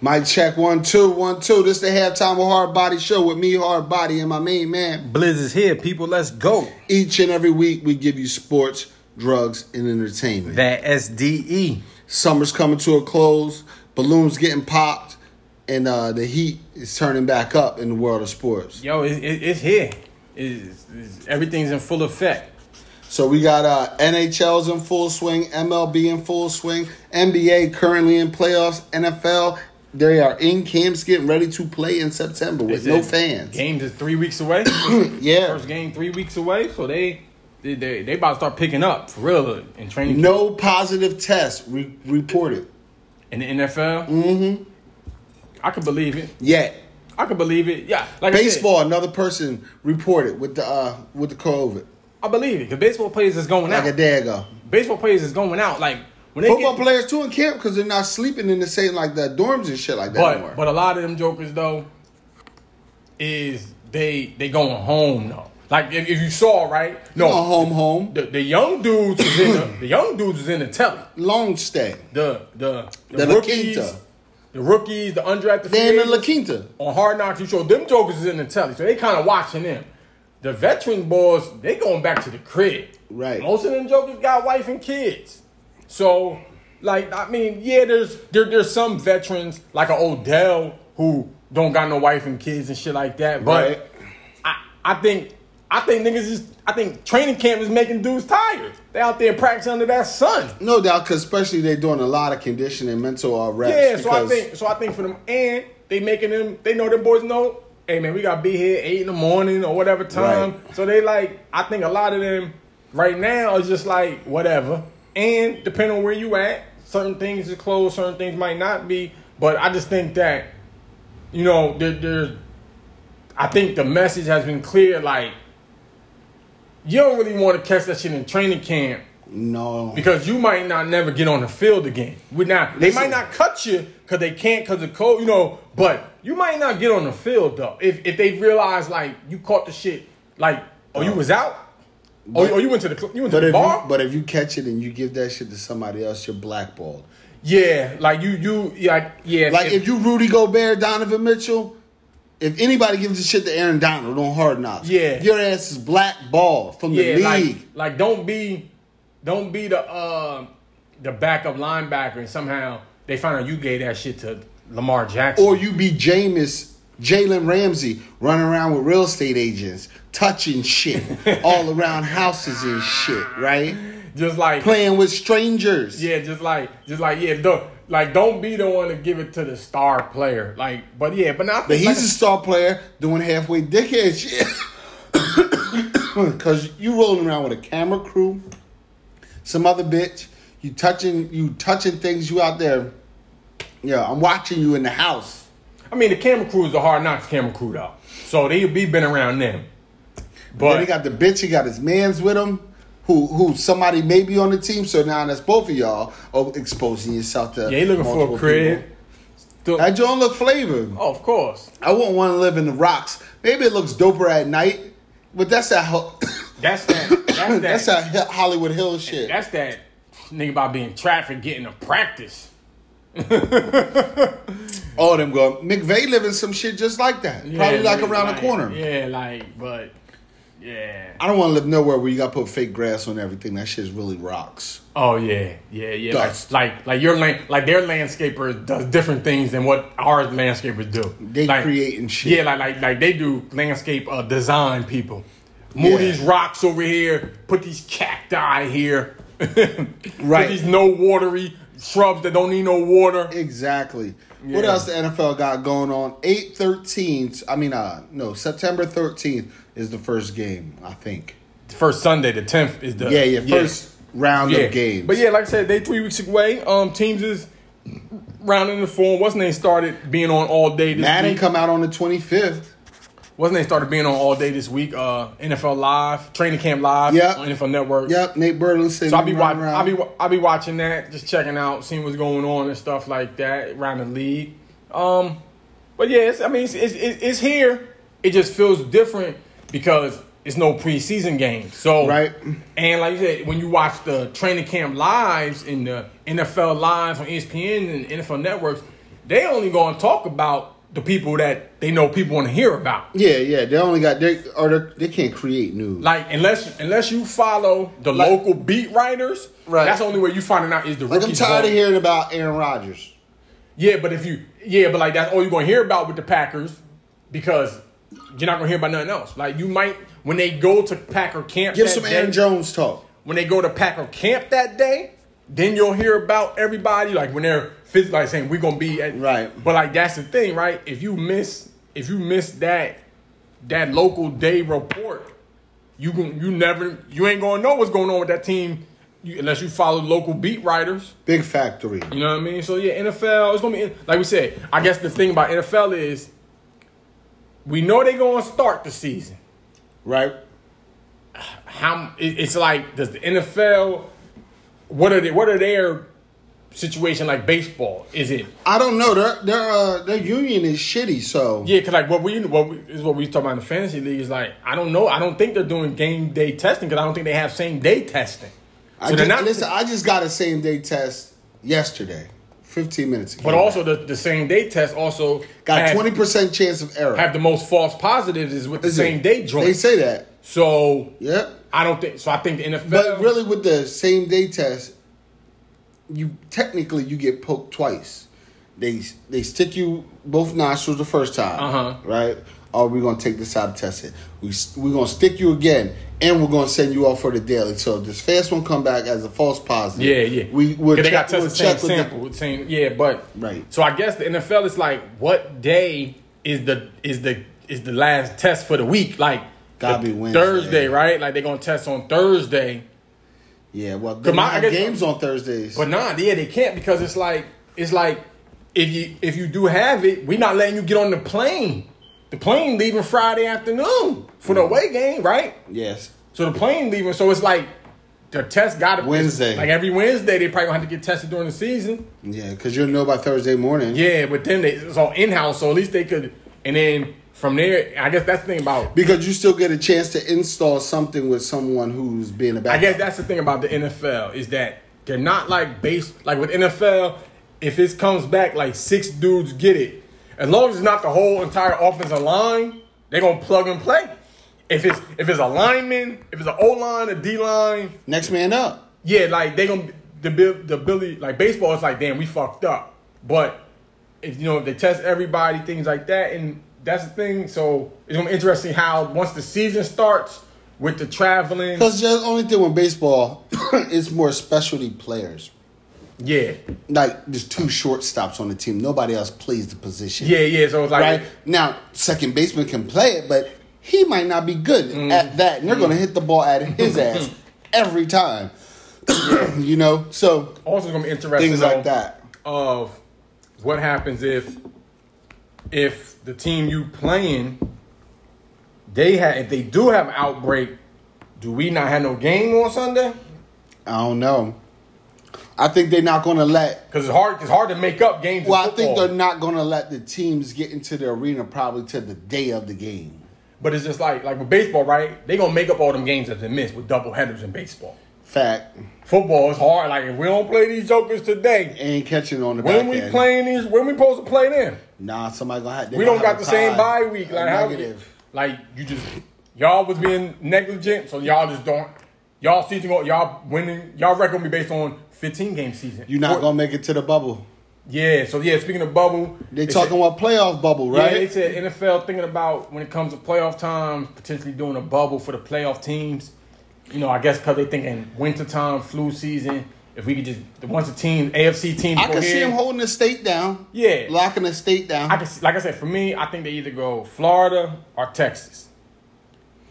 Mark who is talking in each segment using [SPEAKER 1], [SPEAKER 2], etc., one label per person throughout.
[SPEAKER 1] Mic check one two one two. This the halftime of Hard Body Show with me, Hard Body, and my main man.
[SPEAKER 2] Blizz is here, people. Let's go.
[SPEAKER 1] Each and every week, we give you sports, drugs, and entertainment.
[SPEAKER 2] That SDE.
[SPEAKER 1] Summer's coming to a close. Balloons getting popped, and uh, the heat is turning back up in the world of sports.
[SPEAKER 2] Yo, it, it, it's here. It's, it's- everything's in full effect.
[SPEAKER 1] So we got uh, NHL's in full swing, MLB in full swing, NBA currently in playoffs, NFL. They are in camps getting ready to play in September with
[SPEAKER 2] It's-
[SPEAKER 1] no
[SPEAKER 2] it's-
[SPEAKER 1] fans.
[SPEAKER 2] Games is three weeks away.
[SPEAKER 1] Yeah,
[SPEAKER 2] First game three weeks away, so they they they, they about to start picking up for real in training
[SPEAKER 1] no positive tests re- reported
[SPEAKER 2] in the NFL. Mm-hmm. I could believe it.
[SPEAKER 1] yet.
[SPEAKER 2] I could believe it. Yeah, like I said,
[SPEAKER 1] Baseball, another person reported with the uh, with the COVID
[SPEAKER 2] I, believe it because baseball players is going
[SPEAKER 1] like
[SPEAKER 2] out.
[SPEAKER 1] a day ago.
[SPEAKER 2] baseball players is going out. Like when they
[SPEAKER 1] Football
[SPEAKER 2] get,
[SPEAKER 1] players too in camp because they're not sleeping in the same like the dorms and shit like that. anymore.
[SPEAKER 2] But but a lot of them jokers though is they they going home though. Like if, if you saw right,
[SPEAKER 1] no.
[SPEAKER 2] no,
[SPEAKER 1] home, home,
[SPEAKER 2] the, the young dudes was in the, the young dudes was in the telly.
[SPEAKER 1] long stay.
[SPEAKER 2] The the
[SPEAKER 1] The
[SPEAKER 2] the,
[SPEAKER 1] La
[SPEAKER 2] rookies,
[SPEAKER 1] Quinta.
[SPEAKER 2] the rookies, the undrafted free
[SPEAKER 1] Then in La
[SPEAKER 2] agents
[SPEAKER 1] Quinta,
[SPEAKER 2] on Hard Knocks. You show them jokers is in the telly, so they kind of watching them. The veteran boys they going back to the crib.
[SPEAKER 1] Right.
[SPEAKER 2] Most of them jokers got wife and kids. So, like, I mean, yeah, there's there, there's some veterans like a Odell who don't got no wife and kids and shit like that. But
[SPEAKER 1] Right.
[SPEAKER 2] I I think I think niggas is I think training camp is making dudes tired. They out there practicing under that sun.
[SPEAKER 1] no doubt, because especially they're doing a lot of conditioning, mental uh, reps.
[SPEAKER 2] Yeah, so I
[SPEAKER 1] because-
[SPEAKER 2] think so I think for them and they making them they know them boys know, hey man, we gotta be here eight in the morning or whatever time. So they like I think a lot of them right now are just like whatever. And depending on where you at, certain things is closed, certain things might not be. But I just think that, you know, there, there's I think the message has been clear, like you don't really want to catch that shit in training camp
[SPEAKER 1] no,
[SPEAKER 2] because you might not never get on the field again. We not they
[SPEAKER 1] Listen.
[SPEAKER 2] might not cut you because they can't because of cold, you know. But you might not get on the field though if if they realize like you caught the shit like or you was out or, or you went to the cl- you went to
[SPEAKER 1] Uh, but
[SPEAKER 2] the
[SPEAKER 1] if
[SPEAKER 2] bar.
[SPEAKER 1] you, but if you catch it and you give that shit to somebody else, you're blackballed.
[SPEAKER 2] yeah, like you you yeah, like yeah
[SPEAKER 1] Like if, you Rudy Gobert, Donovan Mitchell, if anybody gives a shit to Aaron Donald on Hard Knocks,
[SPEAKER 2] Yeah.
[SPEAKER 1] your ass is blackballed from the
[SPEAKER 2] yeah like
[SPEAKER 1] league.
[SPEAKER 2] like don't be don't be the uh the backup linebacker and somehow they find out you gave that shit to Lamar Jackson.
[SPEAKER 1] or you be Jameis, Jalen Ramsey, running around with real estate agents, touching shit all around houses and shit, right?
[SPEAKER 2] just like
[SPEAKER 1] Playing with strangers.
[SPEAKER 2] Yeah, just like, just like, yeah, don't, like, don't be the one to give it to the star player. Like, but yeah, but not.
[SPEAKER 1] But he's a star player doing halfway dickhead shit. Cause you rolling around with a camera crew, some other bitch, you touching you touching things, you out there. Yeah, I'm watching you in the house.
[SPEAKER 2] I mean, the camera crew is the hard knocks camera crew though, so they be been around them.
[SPEAKER 1] then
[SPEAKER 2] But
[SPEAKER 1] he got the bitch. He got his man's with him. Who who somebody may be on the team. So now that's both of y'all oh, exposing yourself to.
[SPEAKER 2] yeah, you looking for
[SPEAKER 1] multiple
[SPEAKER 2] a crib.
[SPEAKER 1] people.
[SPEAKER 2] Still-
[SPEAKER 1] That don't look flavored.
[SPEAKER 2] oh, of course.
[SPEAKER 1] I wouldn't want to live in the rocks. Maybe it looks doper at night, but that's that. Ho-
[SPEAKER 2] That's that. That's that.
[SPEAKER 1] that's that Hi- Hollywood Hill shit.
[SPEAKER 2] That's that nigga about being trafficked, getting to practice.
[SPEAKER 1] All them going. McVay living some shit just like that. Probably
[SPEAKER 2] Yeah,
[SPEAKER 1] like around the corner.
[SPEAKER 2] Yeah, like, but yeah.
[SPEAKER 1] I don't want to live nowhere where you got to put fake grass on everything. That shit's really rocks.
[SPEAKER 2] Oh yeah, yeah, yeah.
[SPEAKER 1] Dust.
[SPEAKER 2] Like, like, like your land, like their landscaper does different things than what our landscapers do.
[SPEAKER 1] They
[SPEAKER 2] like,
[SPEAKER 1] creating shit.
[SPEAKER 2] Yeah, like, like, like they do landscape uh, design people. Move
[SPEAKER 1] Yeah.
[SPEAKER 2] these rocks over here. Put these cacti here.
[SPEAKER 1] Right.
[SPEAKER 2] Put these no watery shrubs that don't need no water.
[SPEAKER 1] Exactly. What
[SPEAKER 2] Yeah.
[SPEAKER 1] else the NFL got going on? Eight thirteen. I mean, uh, no, September thirteenth is the first game. I think.
[SPEAKER 2] First Sunday, the tenth is the
[SPEAKER 1] Yeah, yeah. First round
[SPEAKER 2] yeah.
[SPEAKER 1] of games.
[SPEAKER 2] But yeah, like I said, they three weeks away. Um, teams is rounding the form. What's name started being on all day this
[SPEAKER 1] Madden
[SPEAKER 2] week.
[SPEAKER 1] come out on the twenty fifth.
[SPEAKER 2] What's name started being on all day this week? Uh, NFL Live, Training Camp Live
[SPEAKER 1] Yep.
[SPEAKER 2] on NFL Network.
[SPEAKER 1] Yep, Nate Burleson.
[SPEAKER 2] So I'll be watching. I'll be wa- I'll be watching that, just checking out, seeing what's going on and stuff like that around the league. Um, but yeah, it's, I mean, it's, it's, it's it's here. It just feels different because it's no preseason game. So
[SPEAKER 1] Right.
[SPEAKER 2] and like you said, when you watch E the training camp lives and the NFL lives on ESPN and NFL networks, they only gonna talk about the people that they know people want to hear about.
[SPEAKER 1] Yeah, yeah. They only got they or they're- they can't create news.
[SPEAKER 2] Like unless unless you follow the
[SPEAKER 1] Like-
[SPEAKER 2] local beat writers,
[SPEAKER 1] Right.
[SPEAKER 2] that's the only way you finding out is the
[SPEAKER 1] Like
[SPEAKER 2] rookies.
[SPEAKER 1] I'm tired
[SPEAKER 2] vote.
[SPEAKER 1] of hearing about Aaron Rodgers.
[SPEAKER 2] Yeah, but if you yeah, but like that's all you're gonna hear about with the Packers because you're not gonna hear about nothing else. Like you might when they go to Packer camp,
[SPEAKER 1] Give
[SPEAKER 2] that
[SPEAKER 1] some
[SPEAKER 2] day-
[SPEAKER 1] Aaron Jones talk.
[SPEAKER 2] when they go to Packer camp that day, then you'll hear about everybody. Like when they're physically like saying we're gonna be at
[SPEAKER 1] Right.
[SPEAKER 2] But like that's the thing, right? If you miss if you miss that that local day report, you gon- you never you ain't gonna know what's going on with that team you, unless you follow local beat writers.
[SPEAKER 1] Big factory.
[SPEAKER 2] You know what I mean? So yeah, NFL. It's gonna be like we said. I guess the thing about NFL is we know they gonna start the season.
[SPEAKER 1] Right?
[SPEAKER 2] How it- it's like does the NFL? What are they? What are their situation like? Baseball is it?
[SPEAKER 1] I don't know. Their their uh, their union is shitty, so
[SPEAKER 2] Yeah, cause like what we what we, is what we talking about in the fantasy league is like I don't know. I don't think they're doing game day testing because I don't think they have same day testing. So
[SPEAKER 1] I
[SPEAKER 2] they're
[SPEAKER 1] just,
[SPEAKER 2] not.
[SPEAKER 1] listen, I just got a same day test yesterday. Fifteen minutes ago.
[SPEAKER 2] but also the, the same day test also
[SPEAKER 1] got
[SPEAKER 2] had-
[SPEAKER 1] twenty percent chance of error.
[SPEAKER 2] have the most false positives is with the
[SPEAKER 1] Is it-
[SPEAKER 2] same day joint.
[SPEAKER 1] They say that.
[SPEAKER 2] so
[SPEAKER 1] Yeah.
[SPEAKER 2] I don't think so. I think the NFL.
[SPEAKER 1] But really, with the same day test, you technically you get poked twice. They they stick you both nostrils the first time,
[SPEAKER 2] Uh-huh.
[SPEAKER 1] right? Or we're gonna take this out and test it. We s- we're gonna stick you again, and we're gonna send you off for the daily. So if this fast one come back as a false positive.
[SPEAKER 2] yeah, yeah.
[SPEAKER 1] We we'll
[SPEAKER 2] 'Cause they
[SPEAKER 1] check,
[SPEAKER 2] got tested
[SPEAKER 1] we'll
[SPEAKER 2] same
[SPEAKER 1] check with the-
[SPEAKER 2] sample, with same. Yeah, but
[SPEAKER 1] Right.
[SPEAKER 2] So I guess the NFL is like, what day is the is the is the last test for the week? Like,
[SPEAKER 1] Gotta
[SPEAKER 2] the-
[SPEAKER 1] be Wednesday.
[SPEAKER 2] Thursday, right? Like they're gonna test on Thursday,
[SPEAKER 1] yeah. Well, they
[SPEAKER 2] my- I
[SPEAKER 1] my
[SPEAKER 2] guess-
[SPEAKER 1] games on Thursdays.
[SPEAKER 2] but nah, yeah, they can't because it's like it's like if you if you do have it, we're not letting you get on the plane. The plane leaving Friday afternoon for the away game, right?
[SPEAKER 1] yes,
[SPEAKER 2] So the plane leaving. So it's like the test got to
[SPEAKER 1] Wednesday.
[SPEAKER 2] Like every Wednesday, they probably gonna have to get tested during the season.
[SPEAKER 1] yeah, because you'll know by Thursday morning.
[SPEAKER 2] Yeah, but then they it's all in house, so at least they could. And then from there, I guess that's the thing about.
[SPEAKER 1] Because you still get a chance to install something with someone who's being a bad.
[SPEAKER 2] I guess that's the thing about the NFL is that they're not like base like with NFL. If it comes back, like six dudes get it. As long as it's not the whole entire offensive line, they're gonna plug and play. If it's if it's a lineman, if it's an O line, a D line,
[SPEAKER 1] next man up.
[SPEAKER 2] Yeah, like they gonna the Bill- the Billy like baseball is like damn we fucked up, but if you know if they test everybody things like that and that's the thing. So it's gonna be interesting how once the season starts with the traveling.
[SPEAKER 1] Because the only thing with baseball is more specialty players.
[SPEAKER 2] Yeah,
[SPEAKER 1] Like there's two shortstops on the team. Nobody else plays the position.
[SPEAKER 2] yeah, yeah. So it's like
[SPEAKER 1] Right now, second baseman can play it, but he might not be good
[SPEAKER 2] Mm.
[SPEAKER 1] at that. And they're going to hit the ball at his ass every time. you know, so
[SPEAKER 2] also it's gonna be interesting
[SPEAKER 1] things like
[SPEAKER 2] though,
[SPEAKER 1] that.
[SPEAKER 2] of what happens if if the team you playing they have if they do have outbreak, do we not have no game on Sunday?
[SPEAKER 1] I don't know. I think they're not going to let.
[SPEAKER 2] Because it's hard. It's hard to make up games. in
[SPEAKER 1] Well, I think
[SPEAKER 2] football.
[SPEAKER 1] they're not going to let the teams get into the arena probably till the day of the game.
[SPEAKER 2] But it's just like like with baseball, right? They gonna make up all them games that they missed with double headers in baseball.
[SPEAKER 1] Fact,
[SPEAKER 2] Football is hard. Like if we don't play these jokers today,
[SPEAKER 1] ain't catching on the
[SPEAKER 2] when
[SPEAKER 1] back
[SPEAKER 2] we
[SPEAKER 1] end.
[SPEAKER 2] playing these, when we supposed to play them?
[SPEAKER 1] Nah, somebody gonna have. they
[SPEAKER 2] We
[SPEAKER 1] gonna
[SPEAKER 2] don't
[SPEAKER 1] have
[SPEAKER 2] got
[SPEAKER 1] a
[SPEAKER 2] the same
[SPEAKER 1] tie.
[SPEAKER 2] bye week.
[SPEAKER 1] A
[SPEAKER 2] Like how
[SPEAKER 1] negative.
[SPEAKER 2] like you just y'all was being negligent, so y'all just don't. Y'all season go- y'all winning y'all record gonna be based on fifteen game season.
[SPEAKER 1] You're not
[SPEAKER 2] Or-
[SPEAKER 1] gonna make it to the bubble.
[SPEAKER 2] yeah. So yeah, speaking of bubble,
[SPEAKER 1] They
[SPEAKER 2] it's-
[SPEAKER 1] talking about playoff bubble,
[SPEAKER 2] Yeah, they
[SPEAKER 1] right?
[SPEAKER 2] said NFL thinking about when it comes to playoff time, potentially doing a bubble for the playoff teams. You know, I guess because they thinking winter time, flu season. If we could just once a team, AFC team,
[SPEAKER 1] I
[SPEAKER 2] go
[SPEAKER 1] can see
[SPEAKER 2] ahead,
[SPEAKER 1] him holding the state down.
[SPEAKER 2] Yeah.
[SPEAKER 1] locking the state down.
[SPEAKER 2] I can, see- like I said, for me, I think they either go Florida or Texas.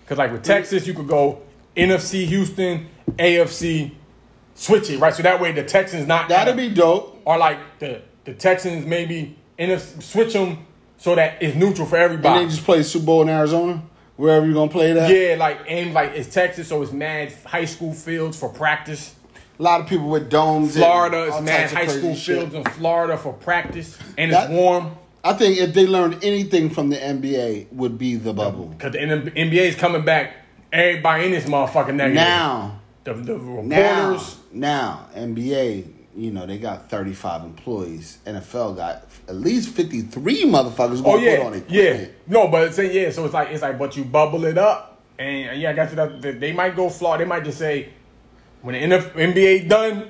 [SPEAKER 2] Because like with Texas, you could go NFC Houston, AFC, switch it right. So that way the Texans not
[SPEAKER 1] That'd be dope.
[SPEAKER 2] or like the the Texans maybe NFC, switch them so that it's neutral for everybody.
[SPEAKER 1] And then just play Super Bowl in Arizona, wherever you gonna play that.
[SPEAKER 2] Yeah, like and like it's Texas, so it's mad high school fields for practice.
[SPEAKER 1] A lot of people with domes. and
[SPEAKER 2] Florida
[SPEAKER 1] all
[SPEAKER 2] is mad
[SPEAKER 1] types of
[SPEAKER 2] high
[SPEAKER 1] crazy
[SPEAKER 2] school
[SPEAKER 1] shit.
[SPEAKER 2] fields in Florida for practice, and
[SPEAKER 1] That-
[SPEAKER 2] it's warm
[SPEAKER 1] I think if they learned anything from the NBA, would be the bubble.
[SPEAKER 2] because the NBA is coming back. Everybody in this motherfucking negative.
[SPEAKER 1] Now,
[SPEAKER 2] the, the reporters,
[SPEAKER 1] now, now, NBA you know, they got 35 employees. NFL got at least 53 motherfuckers going
[SPEAKER 2] Oh
[SPEAKER 1] put on
[SPEAKER 2] yeah,
[SPEAKER 1] it.
[SPEAKER 2] yeah. No, but it's yeah. So it's like it's like, but you bubble it up, and yeah, I guess that that they might go flaw. They might just say, when the NF NBA done,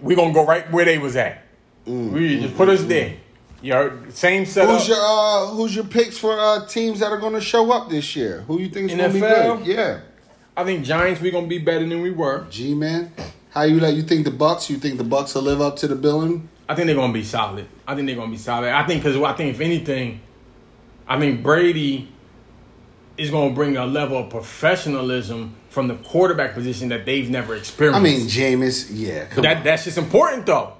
[SPEAKER 2] we gonna go right where they was at.
[SPEAKER 1] Mm.
[SPEAKER 2] we just put us there. You heard? Same setup.
[SPEAKER 1] Who's your uh, who's your picks for uh, teams that are going to show up this year? Who you think is going to be
[SPEAKER 2] NFL?
[SPEAKER 1] good? Yeah,
[SPEAKER 2] I think Giants. We gonna be better than we were.
[SPEAKER 1] G man, how you like? You think the Bucks? You think the Bucks will live up to the billing?
[SPEAKER 2] I think they're gonna be solid. I think they're gonna be solid. I think because I think if anything, I think Brady is gonna bring a level of professionalism from the quarterback position that they've never experienced.
[SPEAKER 1] I mean, Jameis, yeah, come
[SPEAKER 2] that that's just important though.
[SPEAKER 1] on.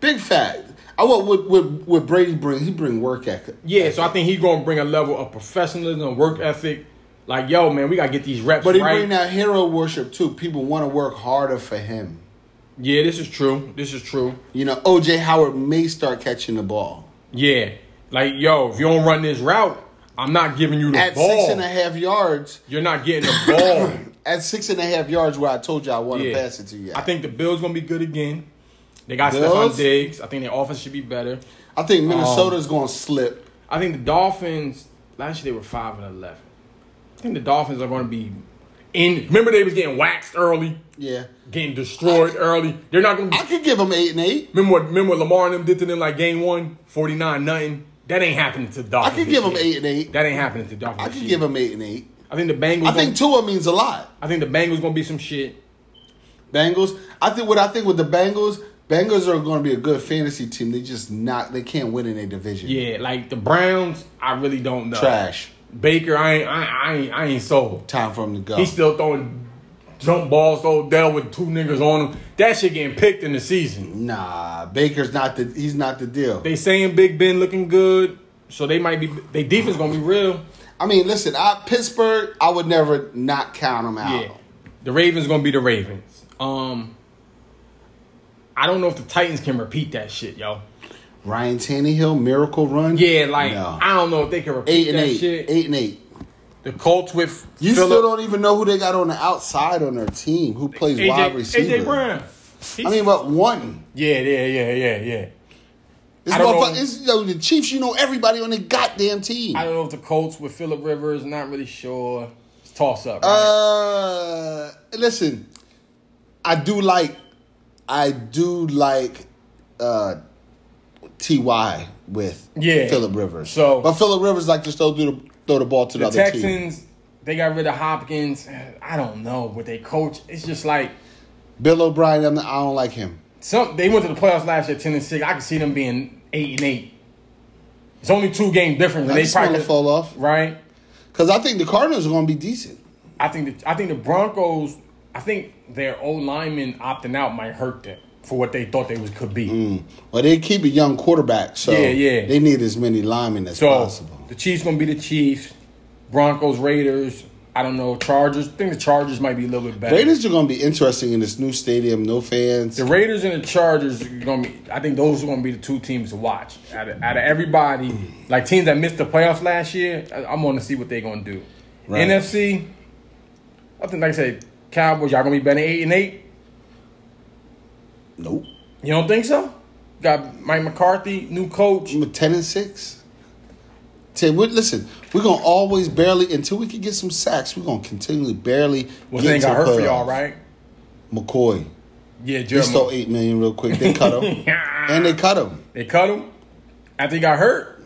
[SPEAKER 1] big fact. I what would would would Brady bring? He bring work ethic.
[SPEAKER 2] Yeah, so I think he's gonna bring a level of professionalism, work ethic. Like, yo, man, we gotta get these reps
[SPEAKER 1] But he
[SPEAKER 2] right.
[SPEAKER 1] bring that hero worship too. People want to work harder for him.
[SPEAKER 2] yeah, this is true. This is true.
[SPEAKER 1] You know, OJ Howard may start catching the ball
[SPEAKER 2] Yeah, like, yo, if you don't run this route, I'm not giving you the
[SPEAKER 1] at
[SPEAKER 2] ball.
[SPEAKER 1] six and a half yards.
[SPEAKER 2] You're not getting the ball.
[SPEAKER 1] At six and a half yards, where I told you I want to
[SPEAKER 2] Yeah.
[SPEAKER 1] pass it to you.
[SPEAKER 2] I
[SPEAKER 1] I,
[SPEAKER 2] think the Bills gonna be good again. They got
[SPEAKER 1] Bills?
[SPEAKER 2] Stephon Diggs. I think their offense should be better.
[SPEAKER 1] think Minnesota's
[SPEAKER 2] Um,
[SPEAKER 1] going to slip.
[SPEAKER 2] I think the Dolphins last year they were five and eleven. I think the Dolphins are gonna be in. Remember they was getting waxed early,
[SPEAKER 1] Yeah,
[SPEAKER 2] getting destroyed early. They're not gonna. Be,
[SPEAKER 1] I could give them eight and eight.
[SPEAKER 2] remember what? Remember what Lamar and them did to them like game one, 49 nothing. That ain't happening to the
[SPEAKER 1] I
[SPEAKER 2] Dolphins.
[SPEAKER 1] could
[SPEAKER 2] this
[SPEAKER 1] give them
[SPEAKER 2] year.
[SPEAKER 1] eight and eight.
[SPEAKER 2] That ain't happening to the Dolphins.
[SPEAKER 1] I
[SPEAKER 2] this
[SPEAKER 1] could
[SPEAKER 2] year.
[SPEAKER 1] give them eight and eight.
[SPEAKER 2] I think the Bengals.
[SPEAKER 1] I think
[SPEAKER 2] gonna-
[SPEAKER 1] Tua means a lot.
[SPEAKER 2] I think the Bengals gonna be some shit.
[SPEAKER 1] Bengals. I think what I think with the Bengals, Bengals are going to be a good fantasy team. They just not. They can't win in their division.
[SPEAKER 2] Yeah, like the Browns. I really don't know.
[SPEAKER 1] Trash.
[SPEAKER 2] Baker. I ain't. I, I ain't. I ain't sold.
[SPEAKER 1] Time for them to go.
[SPEAKER 2] He's still throwing jump balls to Odell with two niggas on him. That shit getting picked in the season.
[SPEAKER 1] nah, Baker's not the. He's not the deal.
[SPEAKER 2] They saying Big Ben looking good, so they might be. They defense gonna be real.
[SPEAKER 1] I mean, listen. I Pittsburgh. I would never not count them out.
[SPEAKER 2] Yeah, the Ravens gonna be the Ravens. Um, I don't know if the Titans can repeat that shit, yo.
[SPEAKER 1] Ryan Tannehill miracle run.
[SPEAKER 2] Yeah, like
[SPEAKER 1] No.
[SPEAKER 2] I don't know if they can repeat
[SPEAKER 1] eight and
[SPEAKER 2] that
[SPEAKER 1] eight.
[SPEAKER 2] shit.
[SPEAKER 1] Eight and eight.
[SPEAKER 2] The Colts with
[SPEAKER 1] You
[SPEAKER 2] Phillip-
[SPEAKER 1] still don't even know who they got on the outside on their team. Who plays wide
[SPEAKER 2] AJ,
[SPEAKER 1] receiver?
[SPEAKER 2] AJ Brown.
[SPEAKER 1] I mean, but one.
[SPEAKER 2] yeah, yeah, yeah, yeah, yeah.
[SPEAKER 1] This
[SPEAKER 2] I don't know.
[SPEAKER 1] motherfucker, this, yo, the Chiefs, you know everybody on the goddamn team.
[SPEAKER 2] I don't know if the Colts with Philip Rivers. Not really sure. It's toss up. Right?
[SPEAKER 1] Uh, listen, I do like, I do like, uh, Ty with
[SPEAKER 2] Yeah.
[SPEAKER 1] Philip Rivers.
[SPEAKER 2] So-
[SPEAKER 1] but Philip Rivers like to still do the, throw the ball to the,
[SPEAKER 2] the
[SPEAKER 1] other team.
[SPEAKER 2] Texans, they got rid of Hopkins. I don't know what they coach. It's just like
[SPEAKER 1] Bill O'Brien, I'm, I don't like him.
[SPEAKER 2] some. They went to the playoffs last year, ten and six. I can see them being eight and eight. It's only two game difference, and
[SPEAKER 1] I
[SPEAKER 2] they
[SPEAKER 1] just want
[SPEAKER 2] probably
[SPEAKER 1] to fall off
[SPEAKER 2] right.
[SPEAKER 1] because I think the Cardinals are going to be decent.
[SPEAKER 2] I think the I think the Broncos. I think their old linemen opting out might hurt them for what they thought they was could be.
[SPEAKER 1] Well, they keep a young quarterback, so
[SPEAKER 2] Yeah, yeah.
[SPEAKER 1] they need as many linemen as
[SPEAKER 2] So
[SPEAKER 1] possible.
[SPEAKER 2] the Chiefs gonna be the Chiefs, Broncos, Raiders. I don't know Chargers. I think the Chargers might be a little bit better.
[SPEAKER 1] Raiders are going to be interesting in this new stadium. No fans.
[SPEAKER 2] The Raiders and the Chargers are gonna be. I think those are gonna be the two teams to watch out of, out of everybody. Like teams that missed the playoffs last year, I, I'm gonna see what they're gonna do.
[SPEAKER 1] Right.
[SPEAKER 2] NFC, I think like I said, Cowboys. Y'all gonna be better than eight and eight.
[SPEAKER 1] Nope.
[SPEAKER 2] You don't think so? Got Mike McCarthy, new coach.
[SPEAKER 1] I'm a ten and six. Ten. We, listen, we're gonna always barely until we can get some sacks. We're gonna continually barely.
[SPEAKER 2] Well,
[SPEAKER 1] get
[SPEAKER 2] thing got
[SPEAKER 1] into
[SPEAKER 2] hurt
[SPEAKER 1] the
[SPEAKER 2] for y'all,
[SPEAKER 1] playoffs.
[SPEAKER 2] right?
[SPEAKER 1] McCoy.
[SPEAKER 2] Yeah,
[SPEAKER 1] He
[SPEAKER 2] Jeremy.
[SPEAKER 1] stole eight million real quick. They cut him, and they cut him.
[SPEAKER 2] they cut him after he got hurt.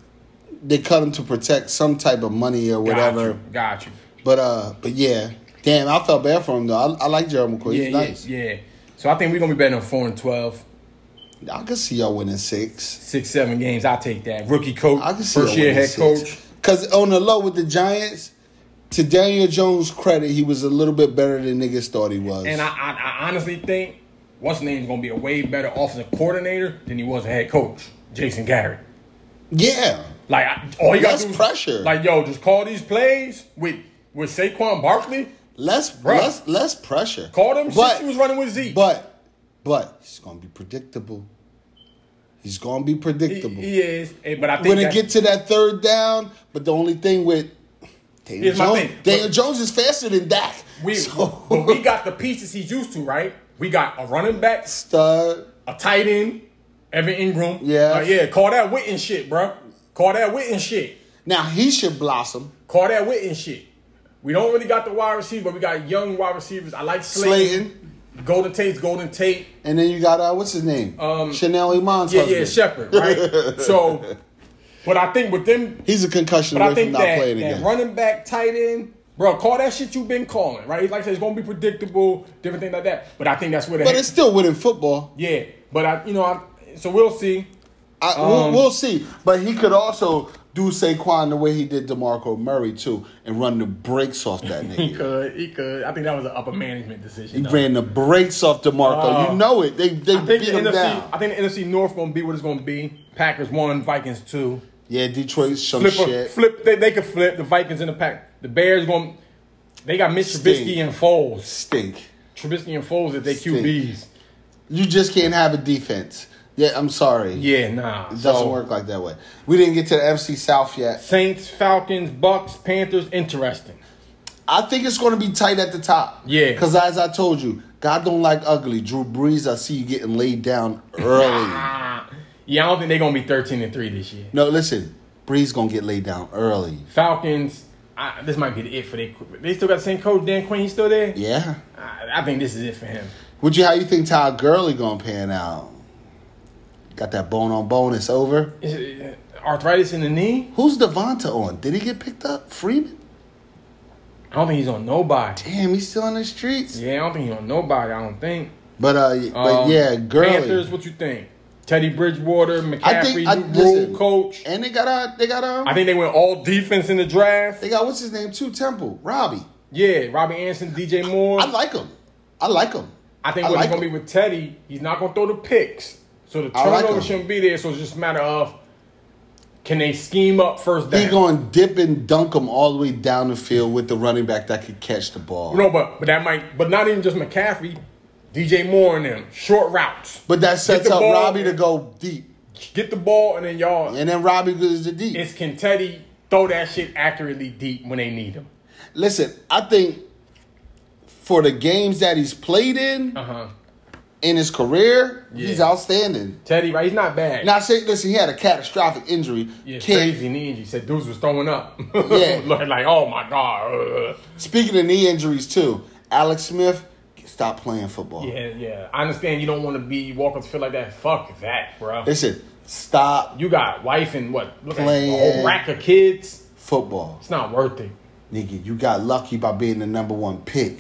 [SPEAKER 1] They cut him to protect some type of money or
[SPEAKER 2] Got
[SPEAKER 1] whatever.
[SPEAKER 2] you. Got you.
[SPEAKER 1] But uh, but yeah, damn, I felt bad for him though. I, I like Gerald McCoy.
[SPEAKER 2] Yeah,
[SPEAKER 1] He's
[SPEAKER 2] yeah,
[SPEAKER 1] nice.
[SPEAKER 2] yeah. So I think we're gonna be better than four and 12.
[SPEAKER 1] I could see y'all winning six.
[SPEAKER 2] six, seven games. I'll take that. Rookie coach,
[SPEAKER 1] I could see
[SPEAKER 2] first
[SPEAKER 1] y'all
[SPEAKER 2] year
[SPEAKER 1] winning
[SPEAKER 2] head coach.
[SPEAKER 1] Because on the low with the Giants, to Daniel Jones' credit, he was a little bit better than niggas thought he was.
[SPEAKER 2] And I, I, I honestly think what's his name's gonna be a way better offensive coordinator than he was a head coach, Jason Garrett.
[SPEAKER 1] yeah.
[SPEAKER 2] Like I, all you got
[SPEAKER 1] Less
[SPEAKER 2] to do is-
[SPEAKER 1] pressure.
[SPEAKER 2] Like yo, just call these plays with with Saquon Barkley.
[SPEAKER 1] Less,
[SPEAKER 2] Bruh.
[SPEAKER 1] less, less pressure.
[SPEAKER 2] Call them
[SPEAKER 1] but,
[SPEAKER 2] since he was running with Zeke.
[SPEAKER 1] But, but he's gonna be predictable. He's gonna be
[SPEAKER 2] he,
[SPEAKER 1] predictable.
[SPEAKER 2] he is. Eh, But I think
[SPEAKER 1] when it
[SPEAKER 2] that-
[SPEAKER 1] get to that third down, but the only thing with Daniel
[SPEAKER 2] Here's my
[SPEAKER 1] Jones,
[SPEAKER 2] thing.
[SPEAKER 1] Daniel Jones is faster than Dak.
[SPEAKER 2] we
[SPEAKER 1] so,
[SPEAKER 2] but we got the pieces he's used to, right? We got a running back,
[SPEAKER 1] stud
[SPEAKER 2] a tight end, Evan Ingram.
[SPEAKER 1] Yeah.
[SPEAKER 2] Like, yeah, call that wit and shit, bro. Call that wit and shit.
[SPEAKER 1] Now he should blossom.
[SPEAKER 2] Call that wit and shit. We don't really got the wide receiver, but we got young wide receivers. I like Slayton.
[SPEAKER 1] Slayton.
[SPEAKER 2] Golden Tate's Golden Tate.
[SPEAKER 1] And then you got uh, what's his name? Um, Chanel Iman's
[SPEAKER 2] Yeah,
[SPEAKER 1] husband.
[SPEAKER 2] yeah, Shepard, right? so, but I think with them,
[SPEAKER 1] He's a concussion
[SPEAKER 2] but I
[SPEAKER 1] away from
[SPEAKER 2] think
[SPEAKER 1] not
[SPEAKER 2] that,
[SPEAKER 1] playing
[SPEAKER 2] that
[SPEAKER 1] again.
[SPEAKER 2] running back, tight end, bro, call that shit you've been calling, right? Like I said, it's going to be predictable, different thing like that. But I think that's where the
[SPEAKER 1] but it's still winning football.
[SPEAKER 2] Yeah, but I, you know, I, so we'll see.
[SPEAKER 1] I,
[SPEAKER 2] Um,
[SPEAKER 1] we'll, we'll see. But he could also do Saquon the way he did DeMarco Murray too, and run the brakes off that
[SPEAKER 2] He
[SPEAKER 1] nigga.
[SPEAKER 2] could, he could. I think that was an upper management decision.
[SPEAKER 1] he
[SPEAKER 2] though.
[SPEAKER 1] ran the brakes off DeMarco.
[SPEAKER 2] Oh.
[SPEAKER 1] you know it. They they
[SPEAKER 2] I think
[SPEAKER 1] beat
[SPEAKER 2] the
[SPEAKER 1] him
[SPEAKER 2] NFC,
[SPEAKER 1] down.
[SPEAKER 2] I think the NFC North going to be what it's going to be. Packers one, Vikings two.
[SPEAKER 1] Yeah, Detroit's some
[SPEAKER 2] Flip, a,
[SPEAKER 1] shit.
[SPEAKER 2] flip. They, they could flip the Vikings in the pack. The Bears going. They got Mitch Trubisky
[SPEAKER 1] Stink.
[SPEAKER 2] and Foles.
[SPEAKER 1] Stink.
[SPEAKER 2] Trubisky and Foles at their
[SPEAKER 1] Stink.
[SPEAKER 2] QBs.
[SPEAKER 1] You just can't have a defense. Yeah, I'm sorry.
[SPEAKER 2] Yeah, nah.
[SPEAKER 1] It doesn't
[SPEAKER 2] So,
[SPEAKER 1] work like that way. We didn't get to the FC South yet.
[SPEAKER 2] Saints, Falcons, Bucks, Panthers. Interesting.
[SPEAKER 1] I think it's going to be tight at the top.
[SPEAKER 2] Yeah.
[SPEAKER 1] Because as I told you, God don't like ugly. Drew Brees, I see you getting laid down early.
[SPEAKER 2] Ah, yeah, I don't think they're going to be thirteen and three this year.
[SPEAKER 1] no, listen, Brees going to get laid down early.
[SPEAKER 2] Falcons. I, this might be the it for they. They still got the same coach, Dan Quinn. He's still there.
[SPEAKER 1] Yeah.
[SPEAKER 2] I, I think this is it for him.
[SPEAKER 1] Would you, how you think Todd Gurley going to pan out? Got that bone on bone. It's over.
[SPEAKER 2] Is it uh, arthritis in the knee?
[SPEAKER 1] Who's Devonta on? Did he get picked up? Freeman?
[SPEAKER 2] I don't think he's on nobody.
[SPEAKER 1] Damn, he's still on the streets.
[SPEAKER 2] Yeah, I don't think he's on nobody. I don't think.
[SPEAKER 1] But uh, but
[SPEAKER 2] Um,
[SPEAKER 1] yeah, Gurley.
[SPEAKER 2] Panthers. What you think? Teddy Bridgewater, McCaffrey,
[SPEAKER 1] I think I,
[SPEAKER 2] new
[SPEAKER 1] listen,
[SPEAKER 2] rule coach.
[SPEAKER 1] and they got uh, they got um,
[SPEAKER 2] I think they went all defense in the draft.
[SPEAKER 1] they got what's his name too? Temple Robbie.
[SPEAKER 2] Yeah, Robbie Anderson, DJ Moore.
[SPEAKER 1] I
[SPEAKER 2] I,
[SPEAKER 1] like him. I like him.
[SPEAKER 2] think
[SPEAKER 1] I
[SPEAKER 2] what's
[SPEAKER 1] like
[SPEAKER 2] gonna
[SPEAKER 1] him.
[SPEAKER 2] be with Teddy, he's not gonna throw the picks, so the
[SPEAKER 1] I like
[SPEAKER 2] turnover
[SPEAKER 1] him.
[SPEAKER 2] shouldn't be there. So it's just a matter of can they scheme up first down.
[SPEAKER 1] He going to dip and dunk him all the way down the field with the running back that could catch the ball.
[SPEAKER 2] No, but but that might, but not even just McCaffrey, DJ Moore and them short routes.
[SPEAKER 1] but that sets
[SPEAKER 2] the
[SPEAKER 1] up
[SPEAKER 2] ball.
[SPEAKER 1] Robbie to go deep,
[SPEAKER 2] Get the ball and then y'all.
[SPEAKER 1] and then Robbie goes to deep.
[SPEAKER 2] It's can Teddy throw that shit accurately deep when they need him?
[SPEAKER 1] Listen, I think for the games that he's played in
[SPEAKER 2] Uh huh.
[SPEAKER 1] in his career, he's
[SPEAKER 2] Yeah.
[SPEAKER 1] outstanding.
[SPEAKER 2] Teddy, right? He's not bad.
[SPEAKER 1] Now, say, listen, he had a catastrophic injury.
[SPEAKER 2] yeah,
[SPEAKER 1] Can't-
[SPEAKER 2] crazy knee injury. Said dudes was throwing up.
[SPEAKER 1] Yeah.
[SPEAKER 2] like, like, oh my god.
[SPEAKER 1] Speaking of knee injuries too, Alex Smith stop playing football.
[SPEAKER 2] Yeah, yeah. I understand you don't want to be walking to feel like that. Fuck that, bro.
[SPEAKER 1] Listen, stop
[SPEAKER 2] You got wife and what? Look at a
[SPEAKER 1] Playing.
[SPEAKER 2] whole rack of kids.
[SPEAKER 1] football.
[SPEAKER 2] It's not worth it.
[SPEAKER 1] Nigga, you got lucky by being the number one pick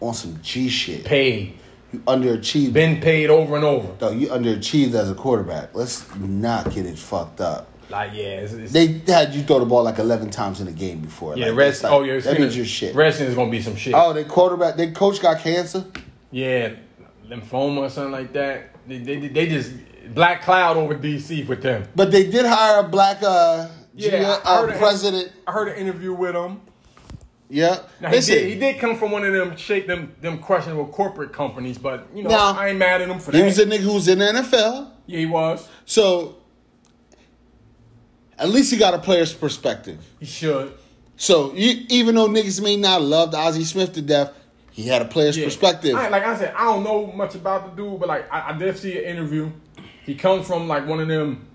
[SPEAKER 1] on some G shit.
[SPEAKER 2] Paid,
[SPEAKER 1] You underachieved.
[SPEAKER 2] been paid over and over.
[SPEAKER 1] though, you underachieved as a quarterback. Let's not get it fucked up.
[SPEAKER 2] Like, yeah, it's, it's,
[SPEAKER 1] They had you throw the ball like eleven times in a game before.
[SPEAKER 2] Yeah,
[SPEAKER 1] Like,
[SPEAKER 2] rest.
[SPEAKER 1] that's like-
[SPEAKER 2] oh, yeah, it's
[SPEAKER 1] that
[SPEAKER 2] gonna-
[SPEAKER 1] means your shit.
[SPEAKER 2] Resting is gonna be some shit.
[SPEAKER 1] Oh, their quarterback, their coach got cancer.
[SPEAKER 2] Yeah, lymphoma or something like that. They, they, they just black cloud over DC with them.
[SPEAKER 1] But they did hire a black uh, GM,
[SPEAKER 2] Yeah, I heard
[SPEAKER 1] uh
[SPEAKER 2] it-
[SPEAKER 1] president.
[SPEAKER 2] I heard an interview with him.
[SPEAKER 1] Yeah,
[SPEAKER 2] Now, he, did, he did come from one of them shake them them questionable corporate companies, but you know
[SPEAKER 1] Now,
[SPEAKER 2] I ain't mad at him for
[SPEAKER 1] he
[SPEAKER 2] that.
[SPEAKER 1] was a nigga who was in the NFL.
[SPEAKER 2] yeah, he was.
[SPEAKER 1] So at least you got a player's perspective.
[SPEAKER 2] He should.
[SPEAKER 1] So you, even though niggas may not love Ozzie Smith to death, he had a player's
[SPEAKER 2] Yeah.
[SPEAKER 1] perspective.
[SPEAKER 2] I, like I said, I don't know much about the dude, but like I, I did see an interview. He comes from like one of them,